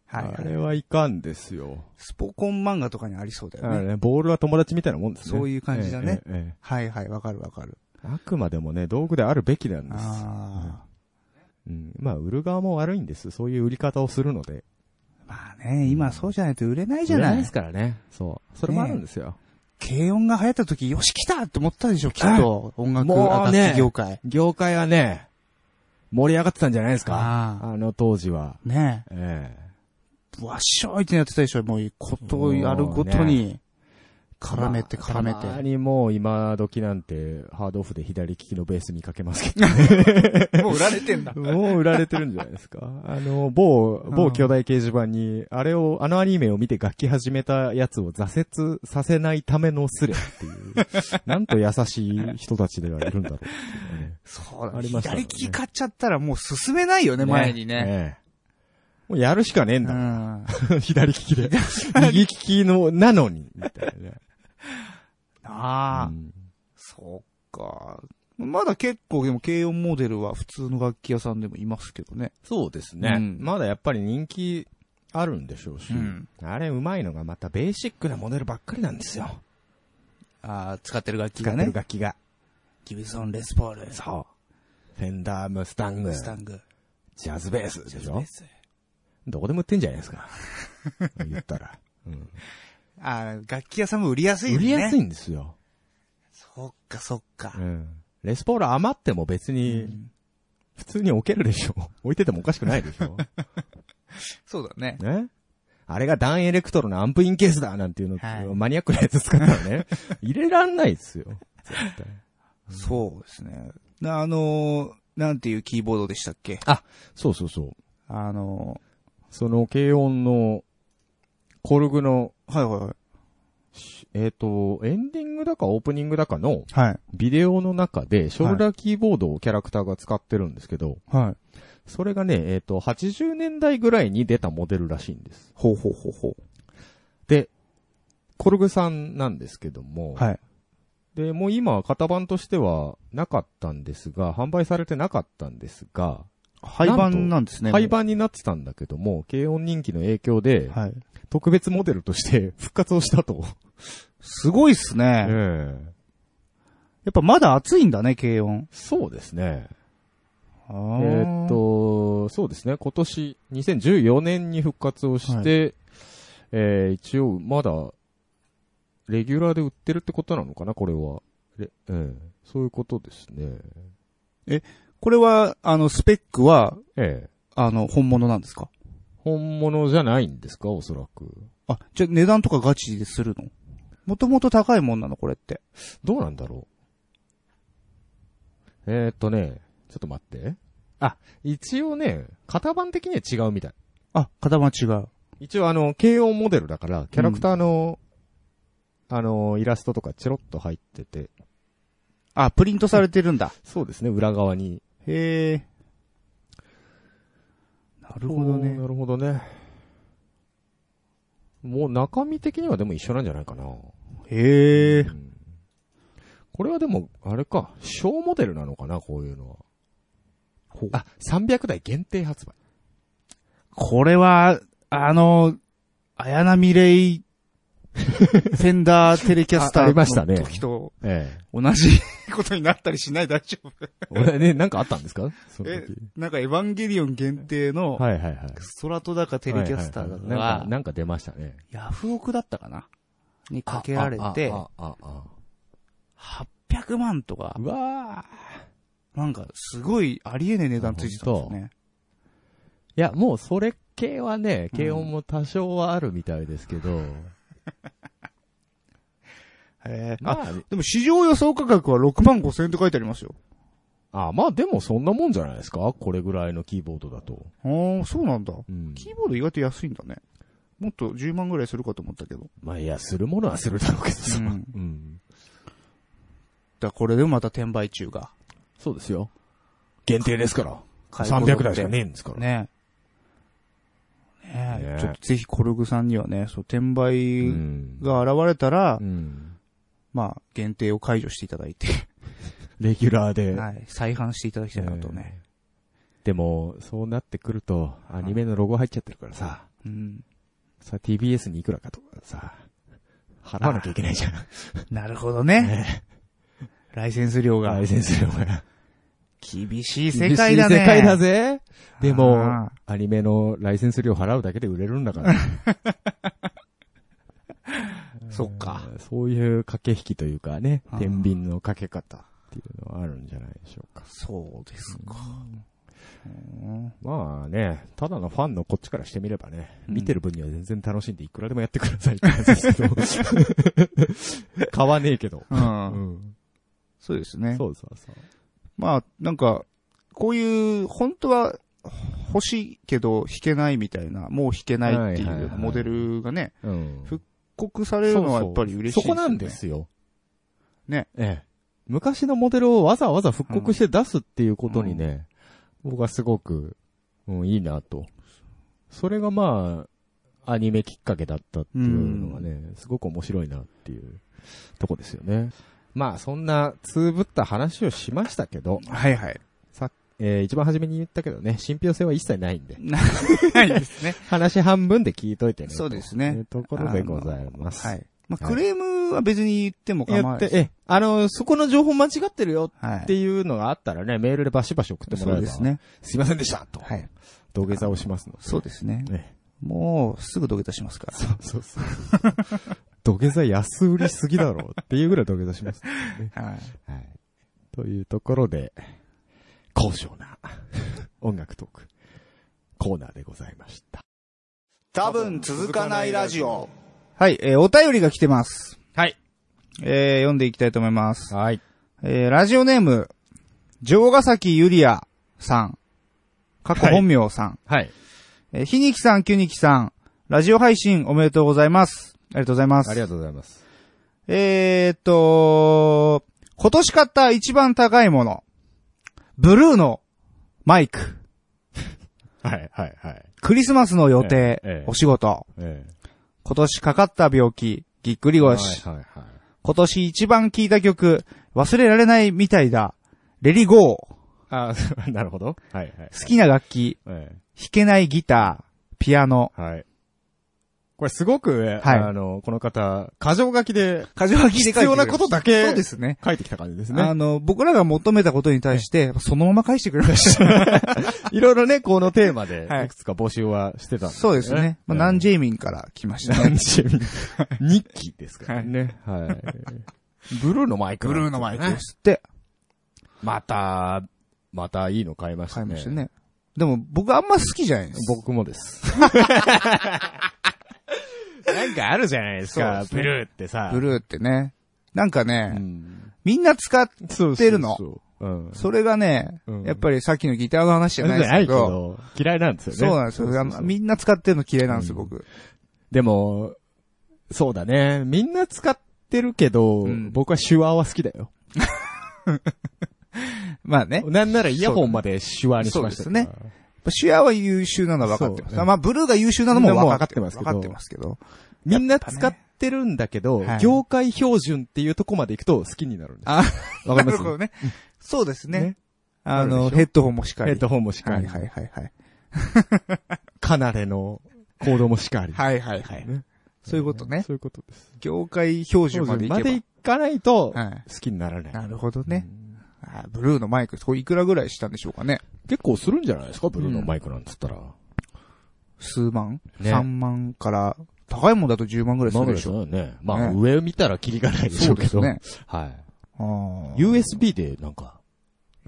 [SPEAKER 1] はい、はい、あれはいかんですよ。
[SPEAKER 2] スポコン漫画とかにありそうだよね。あ
[SPEAKER 1] ねボールは友達みたいなもんですね。
[SPEAKER 2] そういう感じだね。えええ、はいはい、わかるわかる。
[SPEAKER 1] あくまでもね、道具であるべきなんです。あうん、まあ、売る側も悪いんです。そういう売り方をするので。
[SPEAKER 2] まあね、今そうじゃないと売れないじゃない。売れない
[SPEAKER 1] ですからね。そう。それもあるんですよ。ね
[SPEAKER 2] 軽音が流行った時、よし来たって思ったでしょ、きっと。音楽、楽器業界、
[SPEAKER 1] ね。業界はね、盛り上がってたんじゃないですか。ああの当時は。
[SPEAKER 2] ねえ。ええわっしょーいってやってたでしょ、もう、ことをやるごとに、絡めて絡めて。
[SPEAKER 1] まあ、にもう今時なんて、ハードオフで左利きのベース見かけますけ
[SPEAKER 2] ど、もう売られてんだ。
[SPEAKER 1] もう売られてるんじゃないですか。 あの、某、某兄弟掲示板に、あれを、あのアニメを見て楽器始めたやつを挫折させないためのスレっていう、 なんと優しい人たちではいるんだろう、
[SPEAKER 2] ね、そうだ、ね、左利き買っちゃったらもう進めない よね、ね前にね,ね
[SPEAKER 1] もうやるしかねえんだ。 うん、左利き で。右利きの、なのに。みたいな。
[SPEAKER 2] ああ、うん、そっか。まだ結構でも軽音モデルは普通の楽器屋さんでもいますけどね。
[SPEAKER 1] そうですね。うん、まだやっぱり人気あるんでしょうし。あれうまいのがまたベーシックなモデルばっかりなんですよ。
[SPEAKER 2] ああ、使ってる楽器が
[SPEAKER 1] 使
[SPEAKER 2] ね。
[SPEAKER 1] ってる楽器が。
[SPEAKER 2] ギブソン・レスポール。
[SPEAKER 1] そう。フェンダー・ムスタング。
[SPEAKER 2] ムスタング。、
[SPEAKER 1] ジャズベースでしょどこでも売ってんじゃないです か。言ったら。うん
[SPEAKER 2] あ楽器屋さんも売りやすい
[SPEAKER 1] んですね。売りやすいんですよ。
[SPEAKER 2] そっかそっか。
[SPEAKER 1] うん。レスポール余っても別に、普通に置けるでしょ。 置いててもおかしくないでし ょ。
[SPEAKER 2] そうだね。
[SPEAKER 1] ねあれがダンエレクトロのアンプインケースだなんていうの、はい、マニアックなやつ使ったら ね、入れらんないですよ。絶対。
[SPEAKER 2] うん、そうですね。あのー、なんていうキーボードでしたっけ
[SPEAKER 1] あ、そうそうそう。
[SPEAKER 2] あのー
[SPEAKER 1] その軽音の、コルグの、
[SPEAKER 2] はいはいはい。
[SPEAKER 1] えっ、ー、と、エンディングだかオープニングだかの、
[SPEAKER 2] はい。
[SPEAKER 1] ビデオの中で、ショルダーキーボードをキャラクターが使ってるんですけど、
[SPEAKER 2] はい。
[SPEAKER 1] それがね、えっ、ー、と、80年代ぐらいに出たモデルらしいんです。
[SPEAKER 2] ほうほうほうほう。
[SPEAKER 1] で、コルグさんなんですけども、
[SPEAKER 2] はい。
[SPEAKER 1] で、もう今、型番としてはなかったんですが、販売されてなかったんですが、
[SPEAKER 2] 廃盤なんですね。
[SPEAKER 1] 廃盤になってたんだけども、軽音人気の影響で、はい、特別モデルとして 復活をしたと。
[SPEAKER 2] すごいっすね。
[SPEAKER 1] えー、
[SPEAKER 2] やっぱまだ暑いんだね、軽音。
[SPEAKER 1] そうですね。えー、っと、そうですね。今年、2014年に復活をして、はい、えー、一応まだ、レギュラーで売ってるってことなのかな、これは。えー、そういうことですね。
[SPEAKER 2] え、これは、あの、スペックは、
[SPEAKER 1] ええ。
[SPEAKER 2] あの、本物なんですか
[SPEAKER 1] 本物じゃないんですかおそらく。
[SPEAKER 2] あ、じゃ、値段とかガチでするのもともと高いもんなのこれって。
[SPEAKER 1] どうなんだろうえー、っとね、ちょっと待って。あ、一応ね、型番的には違うみたい。
[SPEAKER 2] あ、型番違う。
[SPEAKER 1] 一応あの、軽音モデルだから、キャラクターの、うん、あの、イラストとかチロッと入ってて。
[SPEAKER 2] あ、プリントされてるんだ。
[SPEAKER 1] そうですね、裏側に。
[SPEAKER 2] へえ。なるほどね。
[SPEAKER 1] なるほどね。もう中身的にはでも一緒なんじゃないかな。
[SPEAKER 2] へえ、うん、
[SPEAKER 1] これはでも、あれか、小モデルなのかな、こういうのは。ほあ、300台限定発売。
[SPEAKER 2] これは、あの、綾波 レイ、フェンダーテレキャスターの時と同じことになったりしない大丈夫
[SPEAKER 1] 俺ね、なんかあったんですか
[SPEAKER 2] え、なんかエヴァンゲリオン限定の、
[SPEAKER 1] はいはいはい。
[SPEAKER 2] ストラトだかテレキャスターだか
[SPEAKER 1] が、なんか出ましたね。
[SPEAKER 2] ヤフオクだったかなにかけられて、800万とか。
[SPEAKER 1] うわ
[SPEAKER 2] なんかすごいありえねえ値段ついてたんですね。
[SPEAKER 1] いや、もうそれ系はね、軽音も多少はあるみたいですけど、
[SPEAKER 2] えー、まあ、でも市場予想価格は6万5千円って書いてありますよ。
[SPEAKER 1] あまあでもそんなもんじゃないですかこれぐらいのキーボードだと。
[SPEAKER 2] ああ、そうなんだ、うん、キーボード意外と安いんだね。もっと10万ぐらいするかと思ったけど。
[SPEAKER 1] まあいや、するものはするだろうけどさ。うん。うん、
[SPEAKER 2] だこれでもまた転売中が。
[SPEAKER 1] そうですよ。限定ですから。300台しかねえんですから。
[SPEAKER 2] ねねねちょっとぜひコルグさんにはね、そう、転売が現れたら、うん、まあ、限定を解除していただいて。
[SPEAKER 1] レギュラーで。
[SPEAKER 2] はい。再販していただきたいなとね。
[SPEAKER 1] でも、そうなってくると、アニメのロゴ入っちゃってるからさ。うん。さ、TBS にいくらかとかさ、払わなきゃいけないじゃん。
[SPEAKER 2] なるほどね。ねライセンス料が。
[SPEAKER 1] ライセンス料が。
[SPEAKER 2] 厳しい世界だね。
[SPEAKER 1] 世界だぜ。でも、アニメのライセンス料払うだけで売れるんだから。
[SPEAKER 2] そっか。
[SPEAKER 1] そういう駆け引きというかね、天秤のかけ方。っていうのはあるんじゃないでしょうか。
[SPEAKER 2] そうですか。、
[SPEAKER 1] うん、まあね、ただのファンのこっちからしてみればね、うん、見てる分には全然楽しんでいくらでもやってくださいって感じです けど。買わねえけど。うん
[SPEAKER 2] そうですね。
[SPEAKER 1] そうそうそう。
[SPEAKER 2] まあ、なんか、こういう、本当は欲しいけど弾けないみたいな、もう弾けないっていうモデルがね、復刻されるのはやっぱり嬉しい、ね、
[SPEAKER 1] そこなんですよ。
[SPEAKER 2] ね。
[SPEAKER 1] ええ。昔のモデルをわざわざ復刻して出すっていうことにね、うん、僕はすごく、うん、いいなと。それがまあ、アニメきっかけだったっていうのがね、うん、すごく面白いなっていうとこですよね。まあそんな、つぶった話をしましたけど。
[SPEAKER 2] はいはい。
[SPEAKER 1] さえー、一番初めに言ったけどね、信憑性は一切ないんで。
[SPEAKER 2] ないですね。
[SPEAKER 1] 話半分で聞いといてね。
[SPEAKER 2] そうですね。
[SPEAKER 1] というところでございます。。
[SPEAKER 2] はい。まあ、クレームは別に言っても構わない
[SPEAKER 1] え、あの、そこの情報間違ってるよっていうのがあったらね、メールでバシバシ送ってもらえば。そうですね。すいませんでしたと。はい。土下座をしますので。
[SPEAKER 2] そうですね。もう、すぐ土下座しますから。
[SPEAKER 1] そうそうそう。土下座安売りすぎだろうっていうぐらい土下座します、はい。 はい。というところで、高尚な 音楽トークコーナーでございました。
[SPEAKER 3] 多分続かないラジオ。
[SPEAKER 2] はい、えー、お便りが来てます。
[SPEAKER 1] はい。
[SPEAKER 2] えー、読んでいきたいと思います。
[SPEAKER 1] はい。
[SPEAKER 2] えー、ラジオネーム、城ヶ崎ゆりやさん。過去本名さん。
[SPEAKER 1] はい。はい、
[SPEAKER 2] えー、ひにきさん、きゅにきさん、ラジオ配信おめでとうございます。ありがとうございます。
[SPEAKER 1] ありがとうございます。
[SPEAKER 2] えーっと、今年買った一番高いもの。ブルーのマイク。
[SPEAKER 1] はい、はい、はい。
[SPEAKER 2] クリスマスの予定、えええ、お仕事。ええ今年かかった病気、ぎっくり腰。今年一番聴いた曲、忘れられないみたいだ。レリゴー。
[SPEAKER 1] あ あ、なるほど。はいはい、
[SPEAKER 2] 好きな楽器、ええ、弾けないギター、ピアノ。
[SPEAKER 1] はい。これすごく、ね、はい、あの、この方、過剰書きで、
[SPEAKER 2] 過剰書きで
[SPEAKER 1] 必要なことだけ、
[SPEAKER 2] そうですね。
[SPEAKER 1] 書いてきた感じですね。
[SPEAKER 2] あの、僕らが求めたことに対して、そのまま返してくれました。
[SPEAKER 1] いろいろね、このテーマ で、いくつか募集はしてた、ねはい、
[SPEAKER 2] そうですね。 まあ、ナンジェイミンから来ました、
[SPEAKER 1] ね。ナンジェイミン。日記ですからね。はい、はい。 ブルーのマイク、
[SPEAKER 2] ブルーのマイクですって。
[SPEAKER 1] また、またいいの買いましたね。
[SPEAKER 2] 買いましたね。でも、僕あんま好きじゃないです。
[SPEAKER 1] 僕もです。 なんかあるじゃないですか、ね、ブルーってさ。
[SPEAKER 2] ブルーってね。なんかね、うん、みんな使ってるの。それがね、うん、やっぱりさっきのギターの話じゃないですけど。
[SPEAKER 1] 嫌いなんですよね。
[SPEAKER 2] そうなんですよ。みんな使ってるの嫌いなんです、うん、僕。
[SPEAKER 1] でも、そうだね。みんな使ってるけど、僕は手話は好きだよ。
[SPEAKER 2] まあね。
[SPEAKER 1] なんならイヤホンまで手話にしました
[SPEAKER 2] そうですね。シュアは優秀なのは分かってます。ね、まあ、ブルーが優秀なのも
[SPEAKER 1] 分かってますけど。
[SPEAKER 2] 分かってますけど。
[SPEAKER 1] みんな使ってるんだけど、ねはい、業界標準っていうとこまで行くと好きになるんです。あ、
[SPEAKER 2] わかりますなるほどね。そうですね。ねあの、ヘッドホンもしかり。
[SPEAKER 1] ヘッドホンもしかり。
[SPEAKER 2] はいはいはい。
[SPEAKER 1] かなれのコードもしかり。
[SPEAKER 2] はいはいはい。そういうことね。
[SPEAKER 1] そういうことです。
[SPEAKER 2] 業界標準まで行
[SPEAKER 1] けば。まで行かないと、好きにならない。
[SPEAKER 2] なるほどね。ブルーのマイク、これいくらぐらいしたんでしょうかね。
[SPEAKER 1] 結構するんじゃないですか、ブルーのマイクなんつったら。
[SPEAKER 2] 数万、ね、?3 万から、高いもんだと10万ぐらいするでしょ。
[SPEAKER 1] うね。まあ、上見たらキリがないでしょうけど。そうですね。はい。USB でなんか、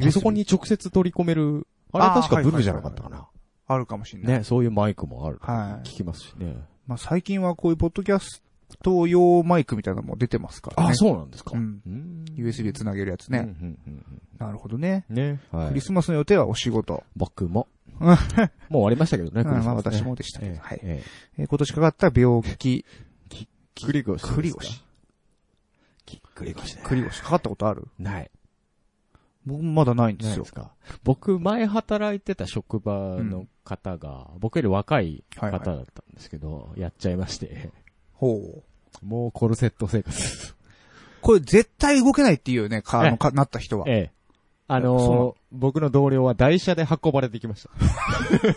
[SPEAKER 1] パソコンに直接取り込める、あれ確かブルーじゃなかったかな。
[SPEAKER 2] あるかもしれない。
[SPEAKER 1] ね、そういうマイクもある。はい。聞きますしね。
[SPEAKER 2] まあ最近はこういうポッドキャス東洋マイクみたいなのも出てますからね。
[SPEAKER 1] あ、そうなんですか。
[SPEAKER 2] うん
[SPEAKER 1] ん
[SPEAKER 2] USB で繋げるやつね。
[SPEAKER 1] うんうんうん
[SPEAKER 2] なるほどね。
[SPEAKER 1] うんね。は
[SPEAKER 2] ク
[SPEAKER 1] い
[SPEAKER 2] リ。スマスの予定はお仕事。
[SPEAKER 1] 僕 も。
[SPEAKER 2] うん
[SPEAKER 1] もう終わりましたけどね、
[SPEAKER 2] うん
[SPEAKER 1] クリスマスね。
[SPEAKER 2] まあ私もでしたけど
[SPEAKER 1] ええ
[SPEAKER 2] はい
[SPEAKER 1] え
[SPEAKER 2] えー今年かかった病気、
[SPEAKER 1] え繰り越しですか。
[SPEAKER 2] 繰り越し。
[SPEAKER 1] 繰り越しね。
[SPEAKER 2] 繰り越し。かかったことある
[SPEAKER 1] ない。
[SPEAKER 2] 僕もまだないんで
[SPEAKER 1] ない
[SPEAKER 2] す
[SPEAKER 1] で
[SPEAKER 2] よ
[SPEAKER 1] す。か。僕、前働いてた職場の方が、僕より若い
[SPEAKER 2] はい
[SPEAKER 1] 方
[SPEAKER 2] はい。
[SPEAKER 1] だったんですけど、やっちゃいまして、
[SPEAKER 2] ほう。
[SPEAKER 1] もうコルセット生活。
[SPEAKER 2] これ絶対動けないっていうよね、か、あ
[SPEAKER 1] ええ
[SPEAKER 2] の、か、なった人は。
[SPEAKER 1] ええ。あ
[SPEAKER 2] そうな
[SPEAKER 1] のー
[SPEAKER 2] の
[SPEAKER 1] 僕の同僚は台車で運ばれてきまし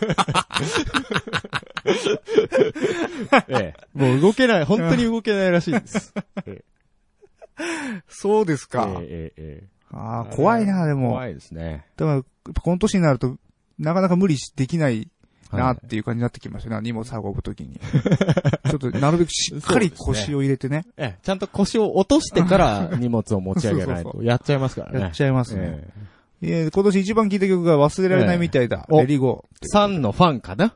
[SPEAKER 1] た。 ええ、もう動けない、本当に動けないらしいです。
[SPEAKER 2] そうです
[SPEAKER 1] え
[SPEAKER 2] か。
[SPEAKER 1] えええええ
[SPEAKER 2] ああ、怖いな、でも。
[SPEAKER 1] 怖いですね。
[SPEAKER 2] だから、やっぱこの年になると、なかなか無理しできないな
[SPEAKER 1] は
[SPEAKER 2] っ
[SPEAKER 1] い
[SPEAKER 2] ていう感じになってきましたね、荷物運ぶときに。 ちょっと、なるべくしっかり
[SPEAKER 1] そうですね
[SPEAKER 2] 腰を入れてね、
[SPEAKER 1] ええ、ちゃんと腰を落として から荷物を持ち上げない
[SPEAKER 2] そうそ
[SPEAKER 1] と。やっちゃいますからね。
[SPEAKER 2] やっちゃいますね。
[SPEAKER 1] ええ
[SPEAKER 2] えー今年一番聴いた曲が忘れられないみたいだ。
[SPEAKER 1] ええお
[SPEAKER 2] レリゴー。
[SPEAKER 1] サンのファンかな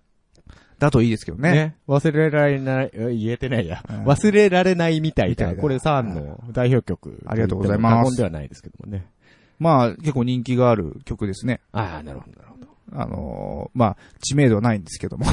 [SPEAKER 2] だといいですけどね。
[SPEAKER 1] ね。忘れられない、え言えてないや。
[SPEAKER 2] うん
[SPEAKER 1] 忘れられないみたい
[SPEAKER 2] みた
[SPEAKER 1] だ。
[SPEAKER 2] いだ
[SPEAKER 1] これサンの代表曲。
[SPEAKER 2] ありがとうございます
[SPEAKER 1] 過言ではないですけどもね。
[SPEAKER 2] まあ、結構人気がある曲ですね。
[SPEAKER 1] ああ、なるほど、なるほど。
[SPEAKER 2] あのーまあ、知名度はないんですけ ども。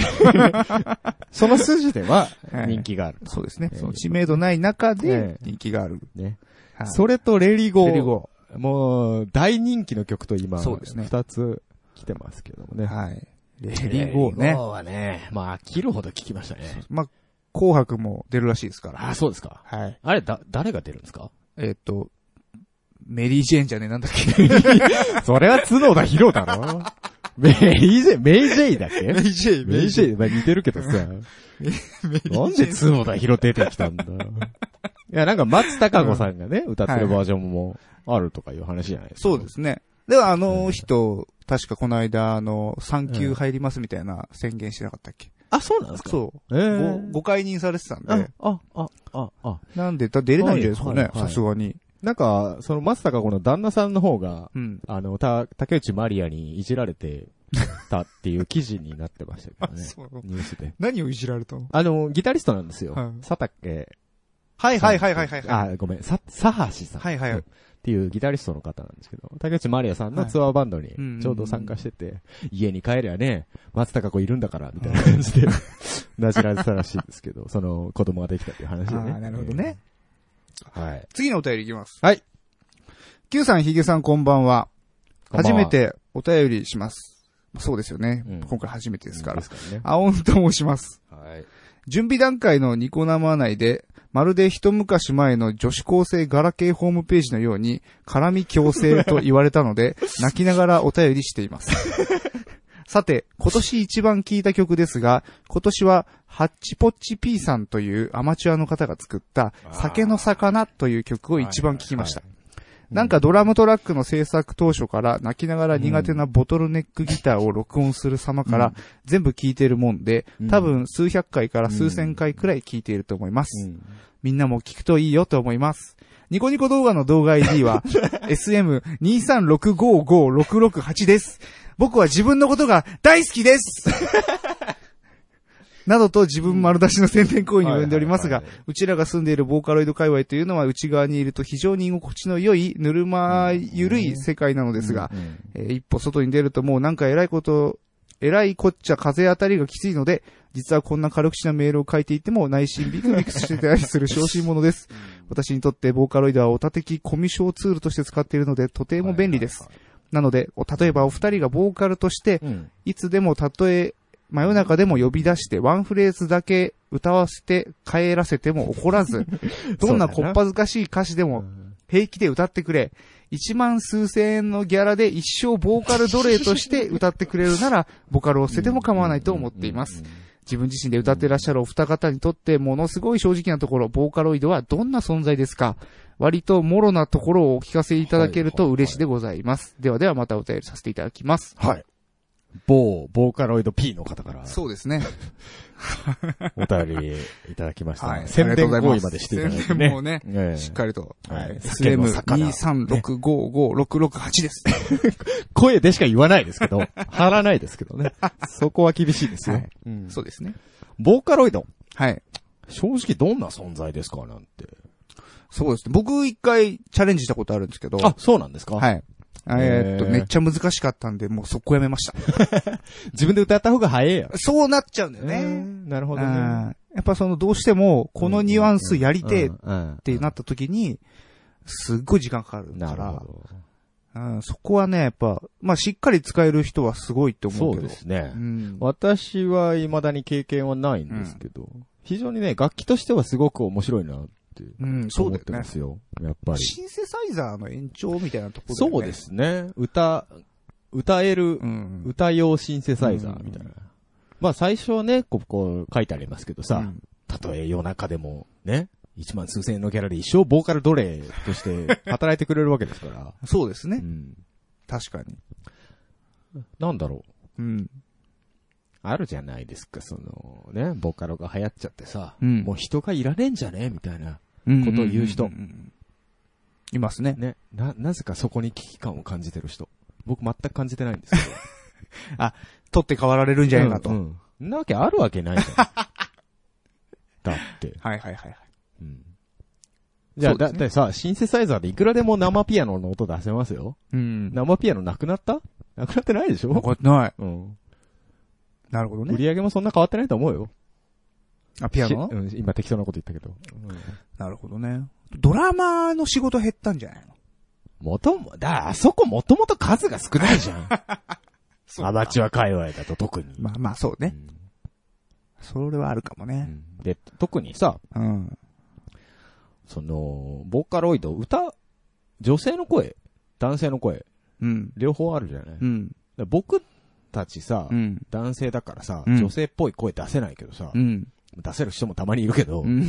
[SPEAKER 1] その筋では
[SPEAKER 2] ええ
[SPEAKER 1] 人気がある。
[SPEAKER 2] そうですね。
[SPEAKER 1] ええ
[SPEAKER 2] その知名度ない中
[SPEAKER 1] え
[SPEAKER 2] で
[SPEAKER 1] え
[SPEAKER 2] 人気がある。
[SPEAKER 1] ね。
[SPEAKER 2] はい
[SPEAKER 1] それとレリゴー。
[SPEAKER 2] レリゴ
[SPEAKER 1] もう、大人気の曲と今、
[SPEAKER 2] そうですね
[SPEAKER 1] 二つ来てますけどもね。
[SPEAKER 2] はい。レリゴーね。
[SPEAKER 1] はね、まあ、飽きるほど聞きましたね。
[SPEAKER 2] まあ、紅白も出るらしいですから。
[SPEAKER 1] ああ、そうですか。
[SPEAKER 2] はい。
[SPEAKER 1] あれ、だ、誰が出るんですか
[SPEAKER 2] えーっと、メリー・ジェーンじゃねえ、なんだっけ。
[SPEAKER 1] それは角田博だろメイジェイ、メイジェイだっけ
[SPEAKER 2] メリー・ジェー ン、
[SPEAKER 1] メイジェイ、まあ似てるけどさ。なんで角田博出てきたんだいや、なんか松たか子さんがね、歌ってるバージョンもあるとかいう話じゃないですか。
[SPEAKER 2] そうですね。では、あの人、確かこの間、あの、産休入りますみたいな宣言してなかったっけ、
[SPEAKER 1] あ、そうなんですか
[SPEAKER 2] そう。
[SPEAKER 1] ええ
[SPEAKER 2] ご、ご解任されてたんで。
[SPEAKER 1] あ、あ、あ、あ。
[SPEAKER 2] なんで、だ出れないんじゃないですか
[SPEAKER 1] は
[SPEAKER 2] ね
[SPEAKER 1] い、はい
[SPEAKER 2] さすがに。
[SPEAKER 1] なんか、その松坂子の旦那さんの方が、
[SPEAKER 2] うん。
[SPEAKER 1] あの、た、竹内まりやにいじられてたっていう記事になってましたけ どね。
[SPEAKER 2] そう
[SPEAKER 1] ニュースで。
[SPEAKER 2] 何をいじられたの
[SPEAKER 1] あの、ギタリストなんですよ。
[SPEAKER 2] はい
[SPEAKER 1] 佐竹。
[SPEAKER 2] はいはいはいはいはい。
[SPEAKER 1] あ、ごめん、さ、佐橋さん。
[SPEAKER 2] はいはい
[SPEAKER 1] うんっていうギタリストの方なんですけど、竹内まりやさんのツアーバンド
[SPEAKER 2] うん
[SPEAKER 1] にちょうど参加してて、家に帰りゃね、松たか子いるんだから、みたいな感じ で、なじられてたらしいんですけど、その子供ができたっていう話でね。
[SPEAKER 2] あーなるほどね。
[SPEAKER 1] はい。
[SPEAKER 2] 次のお便りいきます。
[SPEAKER 1] はい。
[SPEAKER 2] Q さん、ひげさん、こんばんは。
[SPEAKER 1] こんばん
[SPEAKER 2] 初
[SPEAKER 1] は
[SPEAKER 2] めてお便りします。そうですよね。
[SPEAKER 1] うん
[SPEAKER 2] 今回初めてですから
[SPEAKER 1] で。すからね。
[SPEAKER 2] あおんと申します。
[SPEAKER 1] はい。
[SPEAKER 2] 準備段階のニコ生内で、まるで一昔前の女子高生ガラケーホームページのように、絡み強制と言われたので、泣きながらお便りしています。 さて、今年一番聴いた曲ですが、今年は、ハッチポッチ P さんというアマチュアの方が作った、酒の魚という曲を一番聴きました。なんかドラムトラックの制作当初から泣きながら苦手なボトルネックギターを録音する様から全部聴いてるもんで、多分数百回から数千回くらい聴いていると思います。
[SPEAKER 1] うん
[SPEAKER 2] みんなも聞くといいよと思います。ニコニコ動画の動画 ID は SM236556668 です。僕は自分のことが大好きです などと自分丸出しの宣伝行為に及んでおりますが
[SPEAKER 1] はいはいは、
[SPEAKER 2] うちらが住んでいるボーカロイド界隈というのは内側にいると非常に居心地の良い、ぬるまゆるい世界なのですが、
[SPEAKER 1] うん
[SPEAKER 2] えー一歩外に出るともうなんか偉いこと、偉いこっちゃ風当たりがきついので、実はこんな軽口なメールを書いていても内心ビクビクしてたりする小心者です。私にとってボーカロイドはオタ的コミュ障ツールとして使っているのでとても便利です。。なので、お例えばお二人がボーカルとして、
[SPEAKER 1] うん。
[SPEAKER 2] いつでもたとえ真夜中でも呼び出してワンフレーズだけ歌わせて帰らせても怒ら ず、どんなこっぱずかしい歌詞でも平気で歌ってくれ。一万数千円のギャラで一生ボーカル奴隷として歌ってくれるなら、ボカロを捨てても構わないと思っています。自分自身で歌ってらっしゃるお二方にとって、ものすごい正直なところ、ボーカロイドはどんな存在ですか割ともろなところをお聞かせいただけると嬉しいでございます。ではではまたお便りさせていただきます。
[SPEAKER 1] はい。某、ボーカロイド P の方から、
[SPEAKER 2] そうですね。
[SPEAKER 1] お便りいただきましたね。
[SPEAKER 2] はい
[SPEAKER 1] 宣伝行為までしていただいて、ね。
[SPEAKER 2] 宣伝もね
[SPEAKER 1] ええ
[SPEAKER 2] しっかりと。
[SPEAKER 1] はい酒の魚
[SPEAKER 2] SM2365568 です。
[SPEAKER 1] 声でしか言わないですけど、張らないですけどね。そこは厳しいですよ。
[SPEAKER 2] はい
[SPEAKER 1] うん
[SPEAKER 2] そうですね。
[SPEAKER 1] ボーカロイド。
[SPEAKER 2] はい。
[SPEAKER 1] 正直どんな存在ですかなんて。
[SPEAKER 2] そうですね。僕一回チャレンジしたことあるんですけど。
[SPEAKER 1] あ、そうなんですか
[SPEAKER 2] はい。えーっと、
[SPEAKER 1] えー
[SPEAKER 2] めっちゃ難しかったんで、もう速攻やめました。
[SPEAKER 1] 自分で歌った方が早いやん。
[SPEAKER 2] そうなっちゃうんだよ
[SPEAKER 1] え
[SPEAKER 2] ね。
[SPEAKER 1] ーなる
[SPEAKER 2] う
[SPEAKER 1] ほ
[SPEAKER 2] ん
[SPEAKER 1] どね。
[SPEAKER 2] やっぱその、どうしても、このニュアンスやりてえっ
[SPEAKER 1] って
[SPEAKER 2] なった時に、すっごい時間かかる
[SPEAKER 1] な
[SPEAKER 2] か
[SPEAKER 1] る
[SPEAKER 2] ら、
[SPEAKER 1] ほ
[SPEAKER 2] うん、そこはね、やっぱ、まあ、しっかり使える人はすごいって
[SPEAKER 1] ど。
[SPEAKER 2] 思
[SPEAKER 1] そうう
[SPEAKER 2] けど。
[SPEAKER 1] ですね
[SPEAKER 2] う。ん。
[SPEAKER 1] 私は未だに経験はないんですけど、非常にね、楽器としてはすごく面白いなって
[SPEAKER 2] うん、そう
[SPEAKER 1] 思
[SPEAKER 2] だ
[SPEAKER 1] っ
[SPEAKER 2] よ
[SPEAKER 1] て
[SPEAKER 2] ね
[SPEAKER 1] ま。すよ。やっぱり。
[SPEAKER 2] シンセサイザーの延長みたいなところだよね。
[SPEAKER 1] そうで。すね。歌、歌える
[SPEAKER 2] う、ん。
[SPEAKER 1] 歌用シンセサイザーみたいな。まあ最初ね、ここ書いてありますけど
[SPEAKER 2] う
[SPEAKER 1] さ、
[SPEAKER 2] ん
[SPEAKER 1] たとえ夜中でもね、一万数千円のギャラリー一生ボーカル奴隷と して働いてくれるわけですから。
[SPEAKER 2] そうです
[SPEAKER 1] う
[SPEAKER 2] ね。
[SPEAKER 1] ん。
[SPEAKER 2] 確かに。
[SPEAKER 1] なんだろう。
[SPEAKER 2] うん。
[SPEAKER 1] あるじゃないですか、その、ね、ボカロが流行っちゃってさ、
[SPEAKER 2] うん
[SPEAKER 1] もう人がいらねえんじゃねえみたいな。
[SPEAKER 2] こと
[SPEAKER 1] を言う人
[SPEAKER 2] いますね。
[SPEAKER 1] ね、な、なぜかそこに危機感を感じてる人。僕全く感じてないんですけど。
[SPEAKER 2] 取って代わられるんじゃないかと。
[SPEAKER 1] うんうんなわけあるわけないじゃん。 だって。
[SPEAKER 2] はいはいはいはい。
[SPEAKER 1] うん。じゃあ、
[SPEAKER 2] そうで
[SPEAKER 1] だ
[SPEAKER 2] す
[SPEAKER 1] っ
[SPEAKER 2] ね
[SPEAKER 1] てさ、シンセサイザーでいくらでも生ピアノの音出せますよ。
[SPEAKER 2] うん。
[SPEAKER 1] 生ピアノなくなったなくなってないでし
[SPEAKER 2] わ
[SPEAKER 1] ょ
[SPEAKER 2] かってない。
[SPEAKER 1] うん。
[SPEAKER 2] なるほど
[SPEAKER 1] 売
[SPEAKER 2] ね。
[SPEAKER 1] り上げもそんな変わってないと思うよ。
[SPEAKER 2] あ、ピア
[SPEAKER 1] し
[SPEAKER 2] ノ
[SPEAKER 1] うん、今適当なこと言ったけど。うん
[SPEAKER 2] なるほどね。ドラマーの仕事減ったんじゃないの
[SPEAKER 1] もとも、だ、あそこもともと数が少ないじ ゃん。アマチュア界隈だと特に。
[SPEAKER 2] まあまあそうね。それはあるかも
[SPEAKER 1] う
[SPEAKER 2] ね。
[SPEAKER 1] んで、特にさ、
[SPEAKER 2] うん。
[SPEAKER 1] その、ボーカロイド、歌、女性の声、男性の声、
[SPEAKER 2] うん。
[SPEAKER 1] 両方あるじゃない。だか
[SPEAKER 2] うん。
[SPEAKER 1] ら僕たちさ、
[SPEAKER 2] うん。
[SPEAKER 1] 男性だからさ、
[SPEAKER 2] うん
[SPEAKER 1] 女性っぽい声出せないけどさ、
[SPEAKER 2] うん。
[SPEAKER 1] 出せる人もたまにいるけど、
[SPEAKER 2] うん。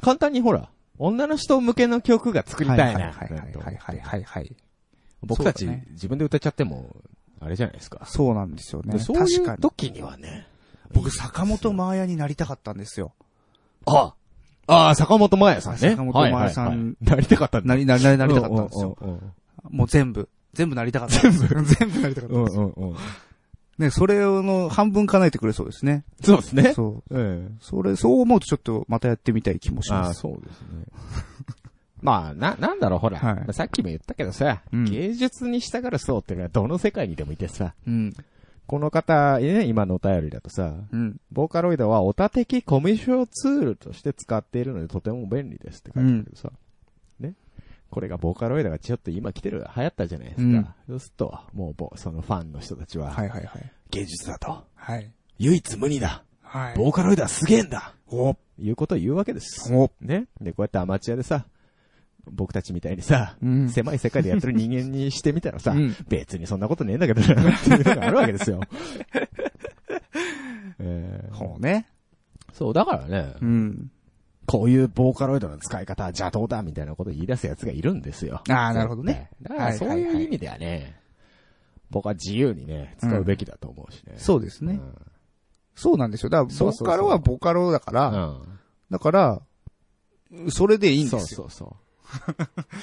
[SPEAKER 1] 簡単にほら、女の人向けの曲が作りたいな。
[SPEAKER 2] はいはいはいはいはいはい。
[SPEAKER 1] 僕たち、
[SPEAKER 2] そうだね
[SPEAKER 1] 自分で歌っちゃっても、あれじゃないですか。
[SPEAKER 2] そうなんですよね。
[SPEAKER 1] でそうい
[SPEAKER 2] 確か
[SPEAKER 1] う
[SPEAKER 2] に。
[SPEAKER 1] 時にはね、
[SPEAKER 2] 僕、坂本真綾になりたかったんですよ。
[SPEAKER 1] あああ、坂本真綾さんね。
[SPEAKER 2] 坂本真綾さん
[SPEAKER 1] はいはいはいなりたかったんだ
[SPEAKER 2] なり、なり、なりなりたかったんですよ。
[SPEAKER 1] うんうん
[SPEAKER 2] もう全部。全部なりたかった。全部 全部なりたかった
[SPEAKER 1] うん。うんうんうん
[SPEAKER 2] ね、それの半分叶えてくれそうですね。
[SPEAKER 1] そうですね。
[SPEAKER 2] そう。
[SPEAKER 1] ええ
[SPEAKER 2] それ、そう思うとちょっとまたやってみたい気もし
[SPEAKER 1] あ
[SPEAKER 2] ま
[SPEAKER 1] あ、
[SPEAKER 2] す。
[SPEAKER 1] そうですね。まあ、な、なんだろう、ほら、
[SPEAKER 2] はい
[SPEAKER 1] さっきも言ったけどさ、
[SPEAKER 2] うん
[SPEAKER 1] 芸術に従う層っていうのはどの世界にでもいてさ、
[SPEAKER 2] うん。
[SPEAKER 1] この方、ね、今のお便りだとさ、
[SPEAKER 2] うん。
[SPEAKER 1] ボーカロイドはオタ的コミュ障ツールとして使っているのでとても便利ですって書いてあるけどさ、ね。これがボーカロイドがちょっと今来てる、流行ったじゃないですか。
[SPEAKER 2] うん
[SPEAKER 1] そうすると、もうぼ、そのファンの人たちは、
[SPEAKER 2] はいはいはい。
[SPEAKER 1] 芸術だと。
[SPEAKER 2] はい。
[SPEAKER 1] 唯一無二だ。
[SPEAKER 2] は
[SPEAKER 1] ボーカロイドはすげえんだ。
[SPEAKER 2] お、
[SPEAKER 1] いうことを言うわけです。
[SPEAKER 2] お、
[SPEAKER 1] ね。で、こうやってアマチュアでさ、僕たちみたいにさ、
[SPEAKER 2] うん
[SPEAKER 1] 狭い世界でやってる人間にしてみたらさ、
[SPEAKER 2] うん
[SPEAKER 1] 別にそんなことねえんだけどな、っていうのがあるわけです よ。えー
[SPEAKER 2] ほうね。
[SPEAKER 1] そう、だからね、
[SPEAKER 2] うん。
[SPEAKER 1] こういうボーカロイドの使い方は邪道だみたいなことを言い出す奴がいるんですよ。
[SPEAKER 2] ああ、なるほどね。
[SPEAKER 1] だからそう
[SPEAKER 2] はいは
[SPEAKER 1] い
[SPEAKER 2] い
[SPEAKER 1] う
[SPEAKER 2] はい
[SPEAKER 1] 意味ではね、僕は自由にね、使うべきだと思うしね。
[SPEAKER 2] そうです
[SPEAKER 1] う
[SPEAKER 2] ね。
[SPEAKER 1] ん
[SPEAKER 2] そうなんですよ。だから、
[SPEAKER 1] そう
[SPEAKER 2] ボ
[SPEAKER 1] そうそう
[SPEAKER 2] カロはボカロだか
[SPEAKER 1] う
[SPEAKER 2] ら、
[SPEAKER 1] ん。
[SPEAKER 2] だから、それでいいんですよ。
[SPEAKER 1] そうそうそ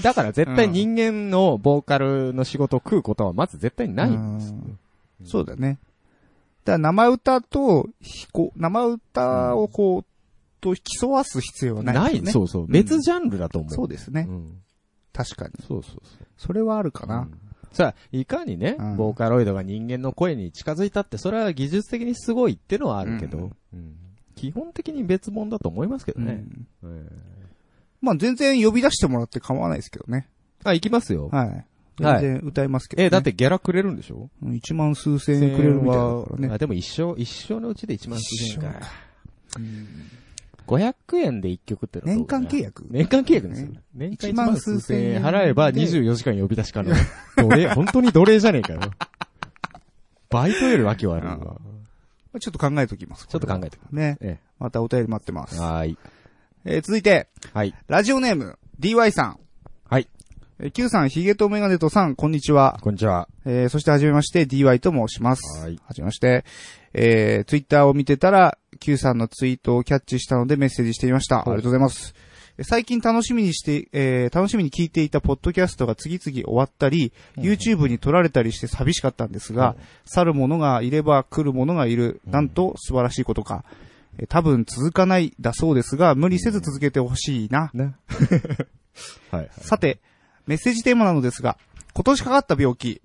[SPEAKER 1] う。だから絶対人間のボーカルの仕事を食うことはまず絶対にないんですよ。
[SPEAKER 2] うんそうだね。だから生歌と、ひこ、生歌をこう、と競わす必要はない、
[SPEAKER 1] ない、
[SPEAKER 2] ね。
[SPEAKER 1] そうそう。別ジャンルだと思う。
[SPEAKER 2] そうですね
[SPEAKER 1] うん
[SPEAKER 2] 確かに。
[SPEAKER 1] そうそうそう。
[SPEAKER 2] それはあるかな。
[SPEAKER 1] さあ、いかにね、
[SPEAKER 2] うん
[SPEAKER 1] ボーカロイドが人間の声に近づいたって、それは技術的にすごいってのはあるけど、
[SPEAKER 2] うん
[SPEAKER 1] うん基本的に別物だと思いますけど
[SPEAKER 2] う
[SPEAKER 1] ね。
[SPEAKER 2] ん
[SPEAKER 1] ええ
[SPEAKER 2] まあ全然呼び出してもらって構わないですけどね。
[SPEAKER 1] あ、行きますよ。
[SPEAKER 2] はい。
[SPEAKER 1] はい
[SPEAKER 2] 全然歌いますけど、ね
[SPEAKER 1] え、だっ、てギャラくれるんでしょ
[SPEAKER 2] うん一万数千円くれるみたいだからね。
[SPEAKER 1] あ、でも一生、一生のうちで1万数千円
[SPEAKER 2] 一生
[SPEAKER 1] か。500円で1曲ってのはど
[SPEAKER 2] 年
[SPEAKER 1] うかな
[SPEAKER 2] 間契約
[SPEAKER 1] 年間契約ですよ
[SPEAKER 2] ね。
[SPEAKER 1] 年間
[SPEAKER 2] 1
[SPEAKER 1] 1
[SPEAKER 2] 万
[SPEAKER 1] 万
[SPEAKER 2] 数
[SPEAKER 1] 数
[SPEAKER 2] 千
[SPEAKER 1] 千
[SPEAKER 2] 円
[SPEAKER 1] 円払えば24時間呼び出し可能。奴 隷、本当に奴隷じゃねえかよ。バイトよりわけ悪いわ。
[SPEAKER 2] ちょっと考えときます。
[SPEAKER 1] ちょっと考えてく
[SPEAKER 2] ね。
[SPEAKER 1] え
[SPEAKER 2] またお便り待ってます
[SPEAKER 1] え。。はい。
[SPEAKER 2] えー続いて、
[SPEAKER 1] はい。
[SPEAKER 2] ラジオネーム、DY さん。
[SPEAKER 1] はい。
[SPEAKER 2] えー Q さん、ヒゲとメガネとさん、こんにちは。
[SPEAKER 1] こんにちは。
[SPEAKER 2] えーそしてはじめまして、DY と申します。
[SPEAKER 1] はい
[SPEAKER 2] はじめまして。えー、ツイッターを見てたら、Q さんのツイートをキャッチしたのでメッセージしてみました。ありがとうございます。えー最近楽しみにして、えー楽しみに聞いていたポッドキャストが次々終わったり、YouTube に撮られたりして寂しかったんですが、去る者がいれば来る者がいる、なんと素晴らしいことか。え多分続かないだそうですが、無理せず続けてほしいな。
[SPEAKER 1] ね。 はい、はい。
[SPEAKER 2] さて、メッセージテーマなのですが、今年かかった病気、